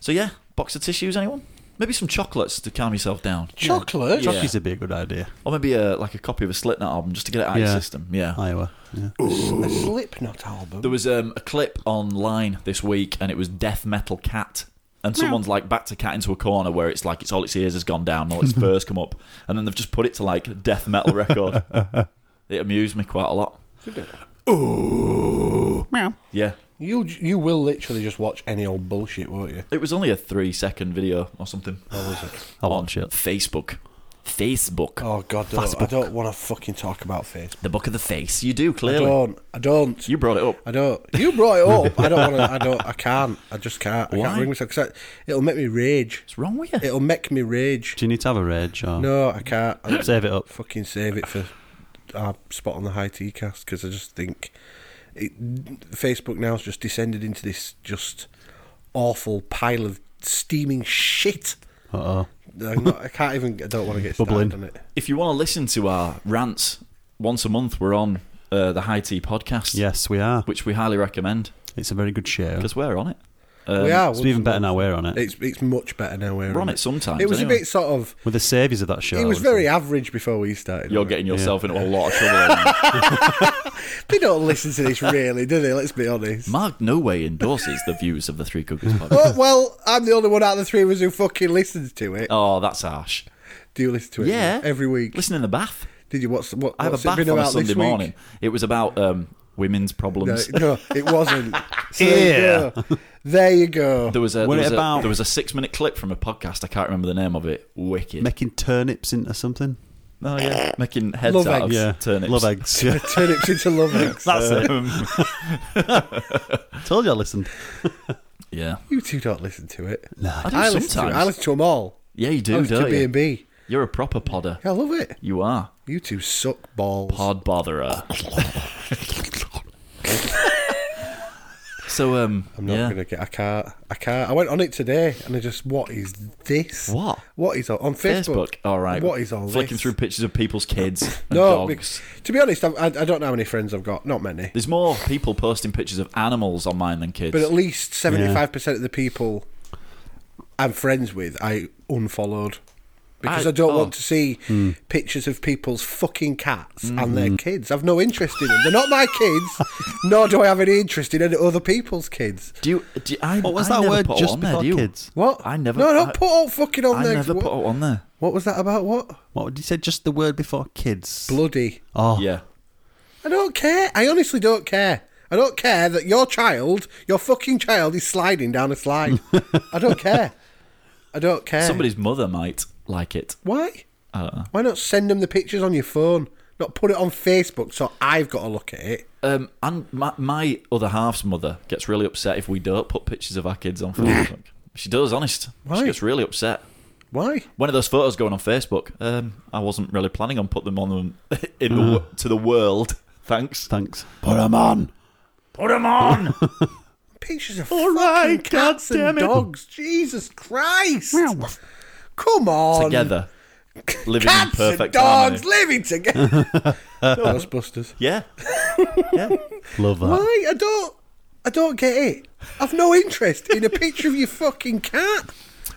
S5: So yeah, box of tissues. Anyone? Maybe some chocolates to calm yourself down,
S4: Chocolate?
S5: Yeah.
S3: Chockies would be a good idea.
S5: or maybe a, like a copy of a Slipknot album just to get it out of your
S3: Yeah.
S5: system. Yeah.
S3: Iowa. Yeah.
S4: A Slipknot album.
S5: There was um, a clip online this week, and it was death metal cat, and someone's like backed a cat into a corner where it's like it's all its ears has gone down, all its furs come up, and then they've just put it to like death metal record. it amused me quite a lot. Yeah.
S4: You you will literally just watch any old bullshit, won't you?
S5: It was only a three second video or something.
S3: I'll watch it.
S5: Facebook. Facebook.
S4: Oh god, no, I don't want to fucking talk about face.
S5: The Book of the Face. You do,
S4: I
S5: clearly.
S4: don't. I don't.
S5: You brought it up.
S4: I don't. You brought it up. I don't want to. I don't. I can't. I just can't. I
S5: Why?
S4: can't bring myself. Cause I, it'll make me rage.
S5: What's wrong with you?
S4: It'll make me rage.
S3: Do you need to have a rage or
S4: No, I can't. I
S3: save it up?
S4: fucking save it for our spot on the high tea cast because I just think it, Facebook now's just descended into this just awful pile of steaming shit.
S3: Uh oh.
S4: I'm not, I can't even. I don't want to get
S3: Bubbling.
S4: started on it.
S5: If you want to listen to our rants once a month, we're on uh, the High Tea podcast,
S3: Yes, we are.
S5: which we highly recommend
S3: It's a very good show.
S5: because we're on it. Um,
S4: we are.
S3: It's even better now we're on it.
S4: It's it's much better now. We're,
S5: We're on it sometimes.
S4: It was
S5: anyway.
S4: a bit sort of.
S3: With the saviors of that show.
S4: It was
S3: I would
S4: very
S3: say.
S4: average before we started.
S5: You're
S4: wasn't it?
S5: getting yourself into a lot of trouble.
S4: They don't listen to this really, do they? Let's be honest.
S5: Mark no way endorses the views of the Three Cookies podcast.
S4: Oh, well, I'm the only one out of the three of us who fucking listens to it.
S5: oh, that's harsh.
S4: Do you listen to it?
S5: Yeah.
S4: every week.
S5: Listen in the bath.
S4: Did you what's what?
S5: I have
S4: what's
S5: a bath
S4: it been
S5: on a
S4: about this
S5: Sunday
S4: week?
S5: morning. It was about um, women's problems.
S4: No, no, it wasn't. So
S5: Yeah.
S4: there you go. There you go.
S5: There was a there
S3: What
S5: was,
S3: about-
S5: a there was a six minute clip from a podcast. I can't remember the name of it. Wicked.
S3: Making turnips into something.
S5: Oh yeah, making heads
S4: Love
S5: out
S4: eggs.
S5: of
S3: Yeah.
S5: turnips.
S3: Love eggs. Yeah.
S4: turnips into love eggs.
S3: That's it.
S5: Um,
S3: Told you I listened.
S5: yeah,
S4: You two don't listen to it.
S5: No, I do
S4: listen to it.
S5: sometimes.
S4: I listen to them all.
S5: yeah, you do,
S4: I listen
S5: don't
S4: to
S5: you?
S4: B&B.
S5: You're a proper podder.
S4: I love it.
S5: You are.
S4: You two suck balls.
S5: Pod botherer. so um,
S4: I'm not
S5: yeah.
S4: gonna get. I can't. I can't. I went on it today, and I just, what is this?
S5: What?
S4: What is on, on Facebook?
S5: All right.
S4: What is all
S5: Flicking
S4: this?
S5: through pictures of people's kids and
S4: No,
S5: dogs.
S4: bec- to be honest, I've, I, I don't know how many friends I've got. Not many,
S5: There's more people posting pictures of animals on mine than kids.
S4: but at least seventy-five percent of the people I'm friends with, I unfollowed because I,
S5: I-
S4: don't
S5: oh.
S4: want to see pictures of people's fucking cats and
S5: Mm-hmm.
S4: their kids. I've no interest in them. They're not my kids, nor do I have any interest in any other people's kids.
S5: Do you? Do you- I,
S3: What was
S5: I
S3: that
S5: never
S3: word
S5: put
S3: just
S5: on there,
S3: before
S5: do you?
S3: kids?
S4: What?
S5: I never.
S4: No,
S5: I,
S4: don't put all fucking on
S5: I
S4: there.
S5: never
S4: What-
S5: put it on there.
S4: what was that about? What?
S3: What would you say? Just the word before kids.
S4: Bloody.
S3: Oh,
S5: Yeah.
S4: I don't care. I honestly don't care. I don't care that your child, your fucking child, is sliding down a slide. I don't care. I don't care.
S5: Somebody's mother might like it.
S4: Why?
S5: I don't know.
S4: Why not send them the pictures on your phone? Not put it on Facebook so I've got to look at it.
S5: Um, and my, my other half's mother gets really upset if we don't put pictures of our kids on Facebook. she does, honest.
S4: Why?
S5: She gets really upset.
S4: Why?
S5: One of those photos going on Facebook. Um, I wasn't really planning on putting them on them in
S4: Ah.
S5: the, wo- to the world. Thanks.
S3: Thanks. Put 'em on.
S5: Put them on.
S4: Pictures of fucking cats and dogs. Jesus Christ. Come on.
S5: together, living in
S4: Cats and
S5: perfect
S4: dogs
S5: harmony.
S4: living together. Ghostbusters.
S5: Yeah,
S3: Love that.
S4: Why? I don't. I don't get it. I've no interest in a picture of your fucking cat.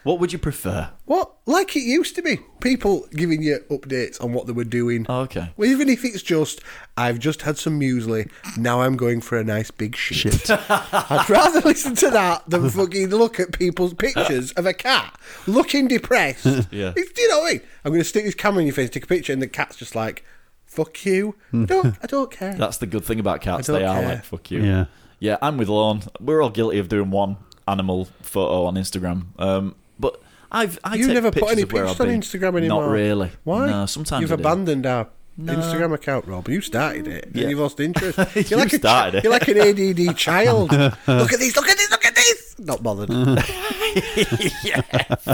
S5: What would you prefer?
S4: What? Like it used to be. People giving you updates on what they were doing.
S5: Oh, okay.
S4: Well, even if it's just, I've just had some muesli, now I'm going for a nice big shit. I'd rather listen to that than fucking look at people's pictures of a cat looking depressed.
S5: Yeah.
S4: It's- do you know what I mean? I'm going to stick this camera in your face, take a picture, and the cat's just like, fuck you.
S5: Hmm.
S4: I don't, I don't care.
S5: That's the good thing about cats.
S4: I
S5: They
S4: don't
S5: are
S4: care.
S5: like fuck you.
S3: Yeah.
S5: Yeah, I'm with Lorne. We're all guilty of doing one animal photo on Instagram. Um, but I've I
S4: you
S5: take
S4: never put
S5: pictures
S4: any
S5: of where
S4: pictures
S5: I've
S4: on
S5: been.
S4: Instagram anymore.
S5: Not really.
S4: Why?
S5: No, sometimes
S4: you've
S5: I do.
S4: abandoned our Instagram account, Rob. You started it,
S5: Yeah.
S4: and you've lost interest. You're
S5: You
S4: like a,
S5: started it.
S4: You're like an ADD child. look at these. Look at these. Look at these. Not bothered.
S5: yeah,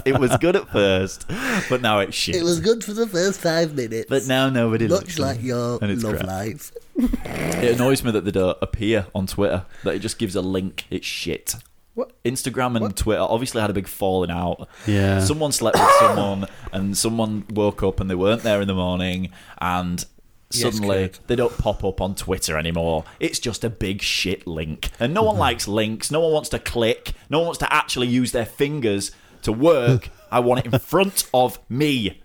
S5: it was good at first, but now it's shit.
S11: It was good for the first five minutes.
S5: but now nobody
S11: much
S5: looks
S11: like your
S5: and it's
S11: love
S5: crap.
S11: life.
S5: It annoys me that they don't appear on Twitter. That it just gives a link. It's shit.
S4: What?
S5: Instagram and Twitter obviously had a big falling out.
S3: Yeah.
S5: Someone slept with someone, and someone woke up and they weren't there in the morning, and suddenly
S4: Kurt.
S5: they don't pop up on Twitter anymore. It's just a big shit link, and no
S4: Mm-hmm.
S5: one likes links. No one wants to click. No one wants to actually use their fingers to work. I want it in front of me.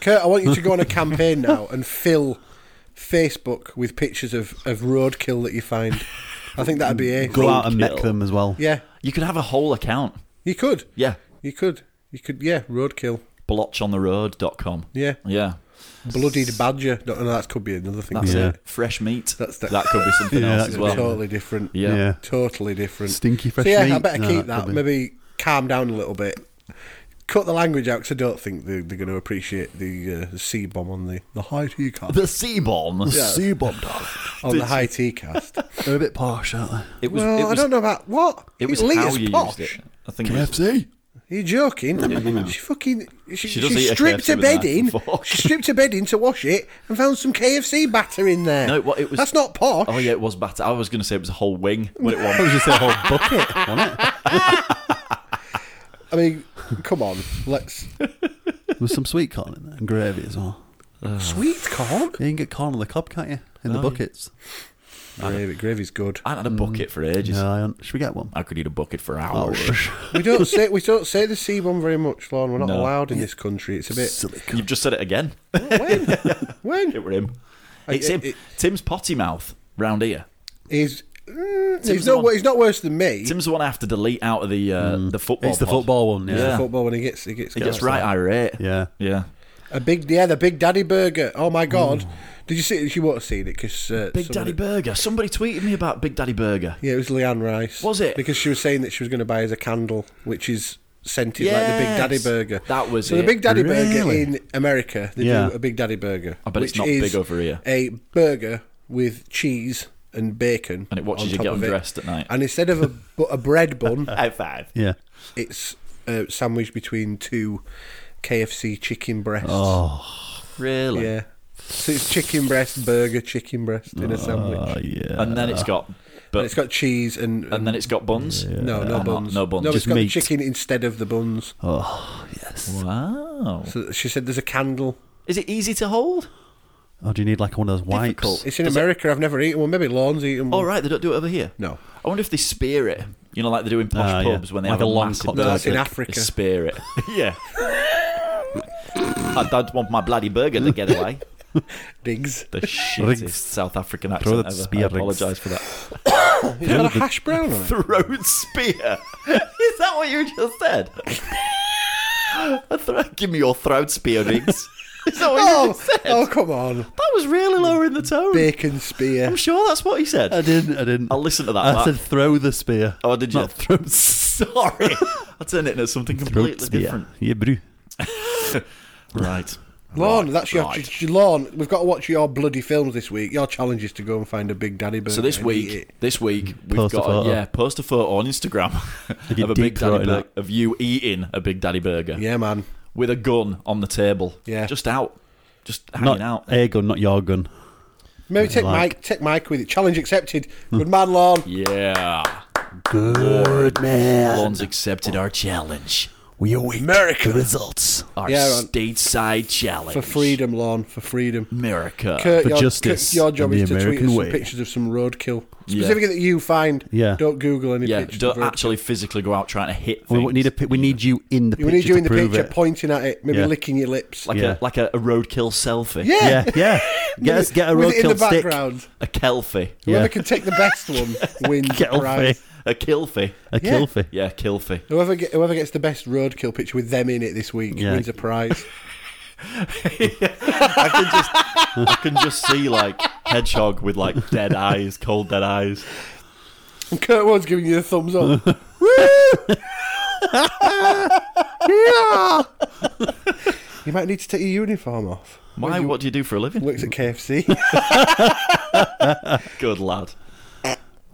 S4: Kurt, I want you to go on a campaign now and fill Facebook with pictures of of roadkill that you find. I think that'd be it.
S3: Go out and
S5: Roadkill.
S3: mech them as well.
S4: Yeah,
S5: You could have a whole account.
S4: you could.
S5: Yeah.
S4: You could. You could. Yeah, roadkill.
S5: Blotchontheroad.com.
S4: Yeah.
S5: Yeah.
S4: Bloodied badger. No, no, that could be another thing.
S5: That's
S3: Yeah.
S5: it. Fresh meat.
S4: That's the-
S5: that could be something
S3: Yeah,
S5: else
S3: that
S5: as
S3: could
S5: well.
S4: Totally different.
S5: Yeah.
S3: Yeah.
S4: Totally different.
S3: Stinky fresh
S4: so yeah, I
S3: meat?
S4: better
S3: No,
S4: keep
S3: that
S4: that.
S3: could be-
S4: Maybe calm down a little bit. Cut the language out because I don't think they're, they're going to appreciate the, uh, the C bomb on the the high T cast.
S5: The sea bomb.
S4: C bomb on the high T cast.
S3: They're a bit posh, aren't they?
S5: It was.
S4: well,
S5: it was,
S4: I don't know about what.
S5: It was
S4: Leah's
S5: how you
S4: posh.
S5: used it. I think. It was,
S4: Are you joking? She fucking she,
S5: She
S4: she,
S5: does eat a
S4: stripped
S5: KFC
S4: her
S5: with a knife
S4: bedding.
S5: and fork.
S4: She stripped her bedding to wash it and found some KFC batter in there.
S5: no, what it was.
S4: That's not posh.
S5: Oh yeah, it was batter. I was going to say it was a whole wing, but it wasn't.
S3: It was just a whole bucket, wasn't it?
S4: I mean, come on. Let's
S3: There was some sweet corn in there and gravy as well.
S4: sweet corn.
S3: Yeah, you can get corn on the cob, can't you? In the
S5: Oh, yeah.
S3: buckets.
S4: Gravy, gravy's good.
S5: I hadn't had a bucket for ages.
S3: No, I don't. Should we get one?
S5: I could eat a bucket for
S3: Oh,
S5: hours.
S3: sh-
S4: We don't say we don't say the C bomb very much, Lorne. We're not
S5: No.
S4: allowed in this country. It's a bit
S3: silly.
S5: You've just said it again.
S4: when
S5: it
S4: when
S5: were him. It's him.
S4: it- it-
S5: Tim's potty mouth round here.
S4: he's mm,
S5: Tim's
S4: he's
S5: the
S4: not
S5: one-
S4: he's not worse than me.
S5: Tim's the one I have to delete out of the uh, the football.
S3: It's the
S5: pod.
S3: football one, yeah.
S5: Yeah.
S4: Football when he gets he gets
S5: He gets
S4: outside.
S5: right irate.
S3: Yeah.
S5: Yeah.
S4: A big, yeah, the Big Daddy Burger. Oh my
S3: Mm.
S4: God. Did you see it? You won't have seen it because. Uh,
S5: Big Daddy Burger. Somebody tweeted me about Big Daddy Burger.
S4: Yeah, it was Leanne Rice.
S5: Was it?
S4: Because she was saying that she was going to buy us a candle, which is scented like the Big Daddy
S5: Yes.
S4: Burger.
S5: That was
S4: So
S5: it.
S4: the Big Daddy Burger
S5: Really?
S4: in America, they
S5: Yeah.
S4: do a Big Daddy Burger.
S5: I bet it's
S4: which
S5: not
S4: is
S5: big over here.
S4: A burger with cheese and bacon.
S5: And it watches
S4: on
S5: you
S4: top
S5: get
S4: of it.
S5: undressed at night.
S4: And instead of a, bu- a bread bun.
S5: High five.
S3: Yeah.
S4: It's uh, sandwiched between two KFC chicken breasts.
S5: Oh, really?
S4: Yeah. So it's chicken breast, burger, chicken breast in a sandwich.
S5: Oh, yeah. And then it's got-
S4: and it's got cheese and,
S5: And then it's got buns?
S4: No, no
S5: Yeah.
S4: buns.
S5: No buns.
S4: No,
S5: Just
S4: it's got
S5: meat.
S4: chicken instead of the buns.
S5: Oh,
S4: yes.
S5: Wow.
S4: So she said there's a candle.
S5: Is it easy to hold?
S3: Oh, do you need like one of those wipes?
S4: It's in America. I've never eaten one. Maybe Lorne's eaten one.
S5: All right, they don't do it over here.
S4: No.
S5: I wonder if they spear it. You know, like they do in posh
S3: Ah, yeah.
S5: pubs when they
S3: Like
S5: have
S3: a
S5: a
S3: long
S5: massive
S3: cock
S5: burger.
S3: that's in
S5: They
S3: Africa.
S5: Spear it. yeah. I don't want my bloody burger to get away.
S4: Diggs.
S5: The shittest
S3: Riggs.
S5: South African
S3: Throw
S5: accent
S3: that
S5: ever.
S3: spear,
S5: I
S3: Riggs.
S5: apologise for that.
S4: Is that a hash brown on it?
S5: Throat spear. Is that what you just said? A thro- Give me your throat spear, Riggs. Is that what
S4: oh,
S5: you just said?
S4: oh, come on. That
S5: was really low in the tone.
S4: Bacon spear.
S5: I'm sure that's what he said.
S3: I didn't. I didn't.
S5: I'll listen to that.
S3: I
S5: Mark.
S3: said throw the spear.
S5: Oh, did you?
S3: Not throw
S5: Sorry. I turned it into something completely
S3: throat spear.
S5: different.
S3: Yeah, bro.
S5: right.
S4: Lorne, that's your
S5: right.
S4: j- Lorne. We've got to watch your bloody films this week. Your challenge is to go and find a Big Daddy burger.
S5: So this
S4: and eat it.
S5: week, this week we've
S3: Post a
S5: got
S3: photo.
S5: yeah, post a photo on Instagram
S3: get
S5: of a Big
S3: deep
S5: Daddy
S3: throated
S5: bur-
S3: it.
S5: of you eating a Big Daddy burger.
S4: Yeah, man.
S5: With a gun on the table.
S4: Yeah.
S5: Just out, just hanging
S3: Not
S5: out.
S3: a gun, not your gun.
S4: Maybe take
S3: Like-
S4: Mike. Take Mike with it. Challenge accepted. Good man, Lorne.
S5: Yeah.
S4: Good man.
S5: Lon's accepted our challenge.
S4: We await America
S5: results. Our
S4: Yeah, Ron.
S5: stateside challenge.
S4: For freedom, Lorne. For freedom.
S5: America.
S4: Kurt,
S3: For
S4: your,
S3: justice
S4: Kurt, your job
S3: and the
S4: is to tweet
S3: American
S4: us
S3: way.
S4: some pictures of some roadkill.
S5: Yeah.
S4: Specifically that you find.
S3: Yeah.
S4: Don't Google any
S5: yeah,
S4: pictures.
S5: don't
S4: of roadkill.
S5: actually physically go out trying to hit
S3: We
S5: things.
S3: need a. pi- We need you in the.
S4: we need
S3: picture
S4: you
S3: to
S4: in the
S3: prove
S4: picture
S3: it.
S4: pointing at it, maybe
S3: Yeah.
S4: licking your lips.
S5: like
S3: Yeah.
S5: a like a, a roadkill selfie.
S4: Yeah.
S3: Yeah, yeah. Get us, get a
S4: With it in the
S3: roadkill stick.
S4: background.
S5: A kelfie.
S4: Whoever
S3: Yeah.
S4: can take the best one wins the
S3: Kelfie.
S4: prize.
S5: A kilfie.
S3: A
S4: Yeah.
S3: kilfie.
S5: Yeah, kilfie.
S4: Whoever get, whoever gets the best roadkill picture with them in it this week
S3: Yeah.
S4: wins a prize.
S5: I can just I can just see like hedgehog with like dead eyes, cold dead eyes.
S4: And Kurt Wood's giving you the thumbs up. you might need to take your uniform off.
S5: Why? What do you do for a living?
S4: Works at KFC.
S5: Good lad.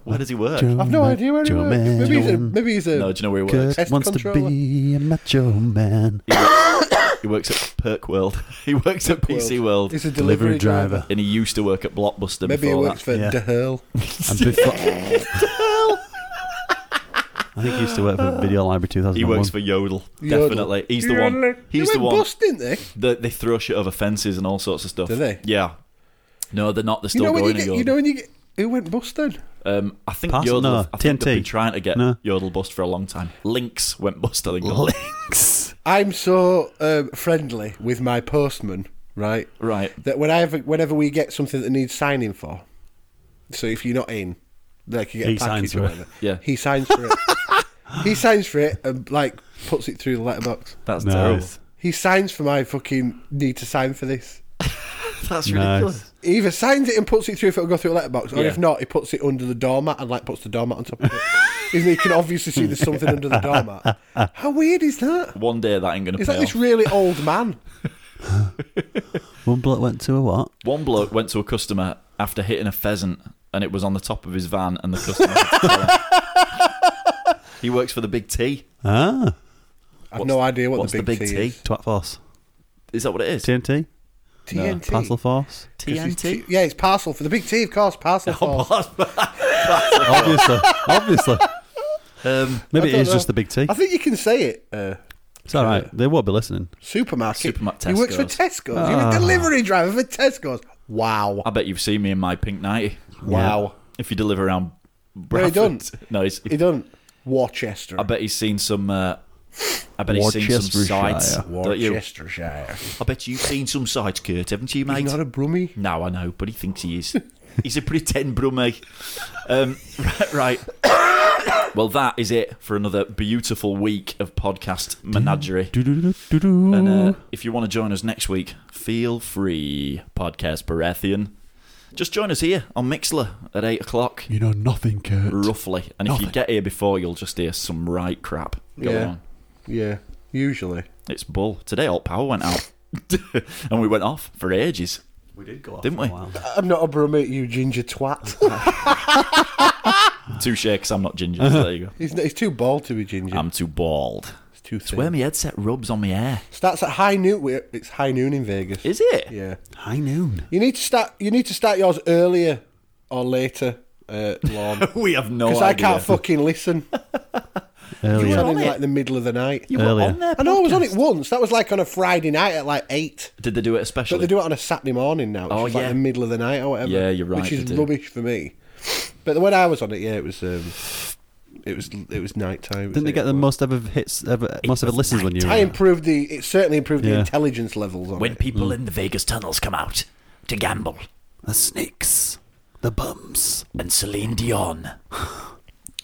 S5: Where does he work?
S4: I've no idea where he
S3: Joe
S4: works.
S3: Man.
S4: Maybe he's a maybe he's a
S5: No, do you know where he works?
S3: Kurt
S4: Pest
S3: wants to
S4: controller.
S3: be a macho man.
S5: He works at Perk World. He works at PC World.
S4: He's a
S3: Delivery
S4: delivery,
S3: driver.
S4: driver.
S5: and he used to work at Blockbuster
S4: Maybe he
S5: before
S4: works for
S3: Yeah.
S4: De Hurl.
S3: And before, I think he used to work for Video Library 2001.
S5: that. He works for Yodel.
S4: Yodel.
S5: Definitely. He's the one.
S4: They
S5: He's the
S4: went
S5: one.
S4: bust, didn't they?
S5: that they throw shit over fences and all sorts of stuff.
S4: Do they?
S5: Yeah. No, they're not. They're still
S4: you know when
S5: going
S4: you
S5: and
S4: get,
S5: going.
S4: you know when you get, who went bust then?
S5: Um, I think
S3: Pass-
S5: Yodel.
S3: no,
S5: I think they've
S3: TNT.
S5: been trying to get
S3: No.
S5: Yodel bust for a long time. Lynx went bust. I think.
S3: Links.
S4: I'm so um, friendly with my postman, right?
S5: Right.
S4: That whenever whenever we get something that needs signing for, so if you're not in, like you get
S3: He
S4: a package
S3: signs
S4: or
S3: for it.
S4: whatever,
S5: Yeah.
S4: he signs for it. he signs for it and like puts it through the letterbox.
S5: That's
S3: Nice.
S4: He signs for my fucking need to sign for this.
S5: terrible. That's
S3: Nice.
S5: ridiculous.
S4: He either signs it and puts it through if it'll go through a letterbox, or
S5: Yeah.
S4: if not, he puts it under the doormat and like puts the doormat on top of it. Even though you can obviously see there's something under the doormat. How weird is that?
S5: One day that ain't gonna.
S4: Is
S5: pay
S4: that this
S5: off.
S4: really old man?
S3: One bloke went to a what?
S5: One bloke went to a customer after hitting a pheasant, and it was on the top of his van, and the customer. had to tell him. he works for the Big T.
S3: Ah,
S4: I've
S5: What's-
S4: no idea what
S5: what's
S4: the big, T, is.
S3: Twat Force.
S5: Is that what it is?
S3: TNT?
S4: TNT.
S3: Parcel Force?
S5: TNT.
S4: Yeah, it's parcel for the big T, of course. Parcel
S5: Oh,
S4: force.
S5: boss.
S3: obviously. Obviously.
S5: um,
S3: Maybe
S4: I
S3: it
S4: don't
S3: is
S4: know.
S3: just the big T.
S4: I think you can say it. Uh,
S3: It's all right. They won't be listening.
S4: supermarket.
S5: Supermarket
S4: He works for
S5: Tesco's.
S4: Tesco's. You're a delivery driver for Tesco's. Wow.
S5: I bet you've seen me in my pink nighty.
S4: Wow.
S5: If you deliver around.
S4: No, he
S5: Bradford.
S4: don't.
S5: No, he's,
S4: He done Worcester.
S5: I bet he's seen some. Uh, I bet he's seen some
S3: Worcestershire.
S5: sights. Don't you?
S4: Worcestershire.
S5: I bet you've seen some sights, Kurt, haven't you, mate?
S4: He's not a brummie.
S5: no, I know, but he thinks he is. he's a pretend brummie. Um, right, right. Well, that is it for another beautiful week of podcast menagerie. And uh, if you want to join us next week, feel free, podcast Baratheon. Just join us here on Mixler at 8 o'clock,
S3: You know nothing, Kurt.
S5: roughly. And if you
S3: Nothing.
S5: get here before, you'll just hear some right crap going
S4: yeah.
S5: on.
S4: Yeah. Usually.
S5: It's bull. Today, all power went out. and we went off for ages.
S3: We did go off
S5: Didn't
S3: for
S5: we?
S3: a while.
S4: I'm not a brummie, you ginger twat.
S5: Touche, because I'm not ginger. so there you go.
S4: he's, he's too bald to be ginger.
S5: I'm too bald.
S4: It's too
S5: It's where
S4: thin.
S5: my headset rubs on my hair.
S4: Starts at high noon. we- It's high noon in Vegas.
S5: Is it?
S4: Yeah.
S3: High noon.
S4: You need to start. You need to start yours earlier or later, uh, Lorne.
S5: We have no
S4: Because
S5: idea.
S4: I can't fucking listen.
S5: You
S4: You
S5: were
S4: were
S5: on
S4: in
S5: it.
S4: like the middle of the night.
S5: You were Earlier. on their
S4: I know I was on it once. That was like on a Friday night at like eight.
S5: Did they do it especially?
S4: But they do it on a Saturday morning now. Which
S5: Oh,
S4: is
S5: yeah.
S4: like the middle of the night or whatever.
S5: Yeah, you're right,
S4: Which
S5: they
S4: is
S5: do.
S4: rubbish for me. But when I was on it, yeah, it was. Um, it was it was night time.
S3: Didn't they get the most ever hits, ever, most ever listens when you were
S4: I improved the. It certainly improved the
S3: Yeah.
S4: intelligence levels on
S5: When
S4: it.
S5: people in the Vegas tunnels come out to gamble,
S3: the snakes, the bums?
S5: and Celine Dion.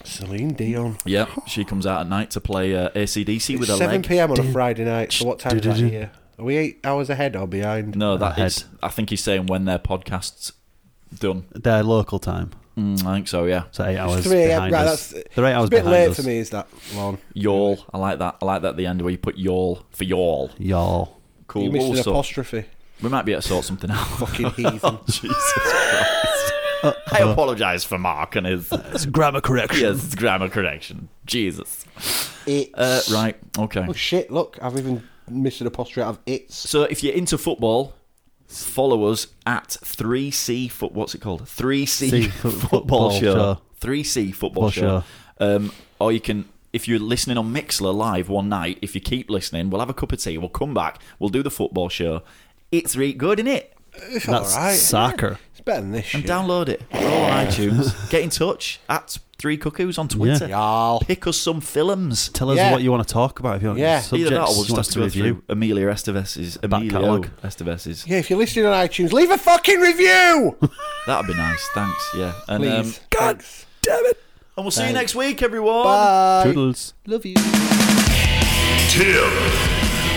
S4: Celine Dion.
S5: Yeah, she comes out at night to play uh, ACDC with
S4: It's
S5: her
S4: seven
S5: leg.
S4: p.m. on a Friday night. So what time is that
S3: dun.
S4: here? Are we eight hours ahead or behind?
S5: No, that
S3: Ahead.
S5: is. I think he's saying when their podcast's done.
S3: Their local time.
S5: Mm, I think so. Yeah,
S3: So eight
S4: It's
S3: hours
S4: 3 a.m.
S3: behind
S4: Right,
S3: us.
S4: that's-
S3: They're eight
S4: It's
S3: hours
S4: a bit
S3: behind
S4: late
S3: us.
S4: for me. Is that Lorne?
S5: y'all. I like that. I like that at the end where you put y'all for y'all.
S3: Y'all.
S5: Cool.
S4: You missed an
S5: Also,
S4: apostrophe.
S5: we might be able to sort something out.
S4: Fucking heathen.
S5: Jesus Christ. I apologise for Mark and his
S3: Grammar correction.
S5: yes grammar correction. Jesus. Uh, right. Okay.
S4: Oh shit! Look, I've even missed an apostrophe out of it's.
S5: So if you're into football, follow us at 3C foot. What's it called? 3C
S3: C
S5: football,
S3: Foot- Football
S5: show.
S3: Show.
S5: 3C football
S3: Football
S5: show. Um, or you can. If you're listening on Mixler live one night, if you keep listening, we'll have a cup of tea. We'll come back. We'll do the football show. It's re good, isn't it?
S4: It's all
S3: That's
S4: right.
S3: soccer.
S4: It's better than this
S5: And
S4: shit.
S5: download it. We're all on iTunes. Get in touch at Three Cuckoos on Twitter.
S4: Y'all.
S5: Pick us some films.
S3: Tell us
S4: Yeah.
S3: what you want to talk about if you want
S4: Yeah.
S3: yeah.
S5: Either
S3: subjects
S5: that or we'll
S3: you
S5: just
S3: want
S5: have
S3: us
S5: to
S3: to
S5: go
S3: review.
S5: through Amelia Esteves's
S3: Back
S5: Emilio
S3: catalogue.
S5: Esteves's
S4: Yeah, if you're listening on iTunes, leave a fucking review,
S5: That'd be nice. Thanks. Yeah. And, Um,
S4: please.
S5: God
S4: Thanks.
S5: damn it. And we'll see you next week, everyone.
S4: Bye.
S3: Toodles.
S11: Love you.
S1: Tim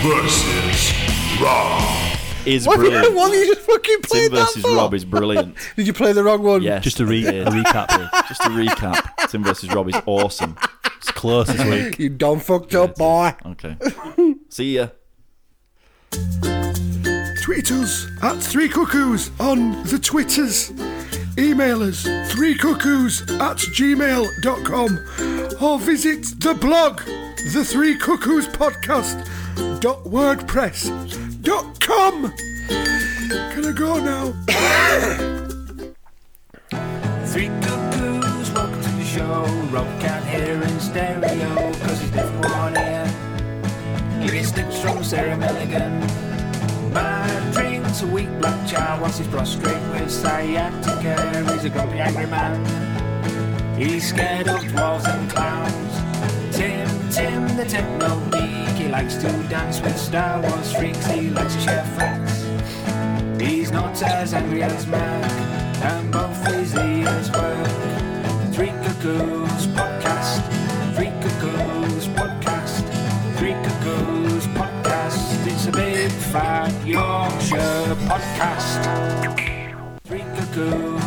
S1: versus Rob.
S5: Is
S4: Why did
S5: brilliant.
S4: you want you just fucking played
S5: Tim versus
S4: that for?
S5: Rob is brilliant.
S4: Did you play the wrong one?
S5: Yes.
S3: Just a, re-
S5: I did.
S3: a recap.
S5: Just to recap, Tim versus Rob is awesome.
S3: It's close this week.
S4: You done fucked up, boy.
S5: Okay. See ya.
S12: Tweet us at Three Cuckoos on the Twitters. Email us threecuckoos at gmail.com or visit the blog the three cuckoos podcast dot wordpress dot com can i go now
S13: Three cuckoos, welcome to the show. Rob can't hear in stereo, cause he's deaf in one ear. Give slips from Sarah Milligan. My drinks a weak black chow whilst he's prostrate with sciatica. He's a grumpy, angry man. He's scared of dwarves and clowns. Tim, Tim, the techno geek. He likes to dance with Star Wars freaks. He likes to share facts. He's not as angry as Mac, and both his ears work. Three Cuckoos Podcast, Three Cuckoos Podcast, Three Cuckoos Podcast. It's a big fat Yorkshire podcast. Three Cuckoos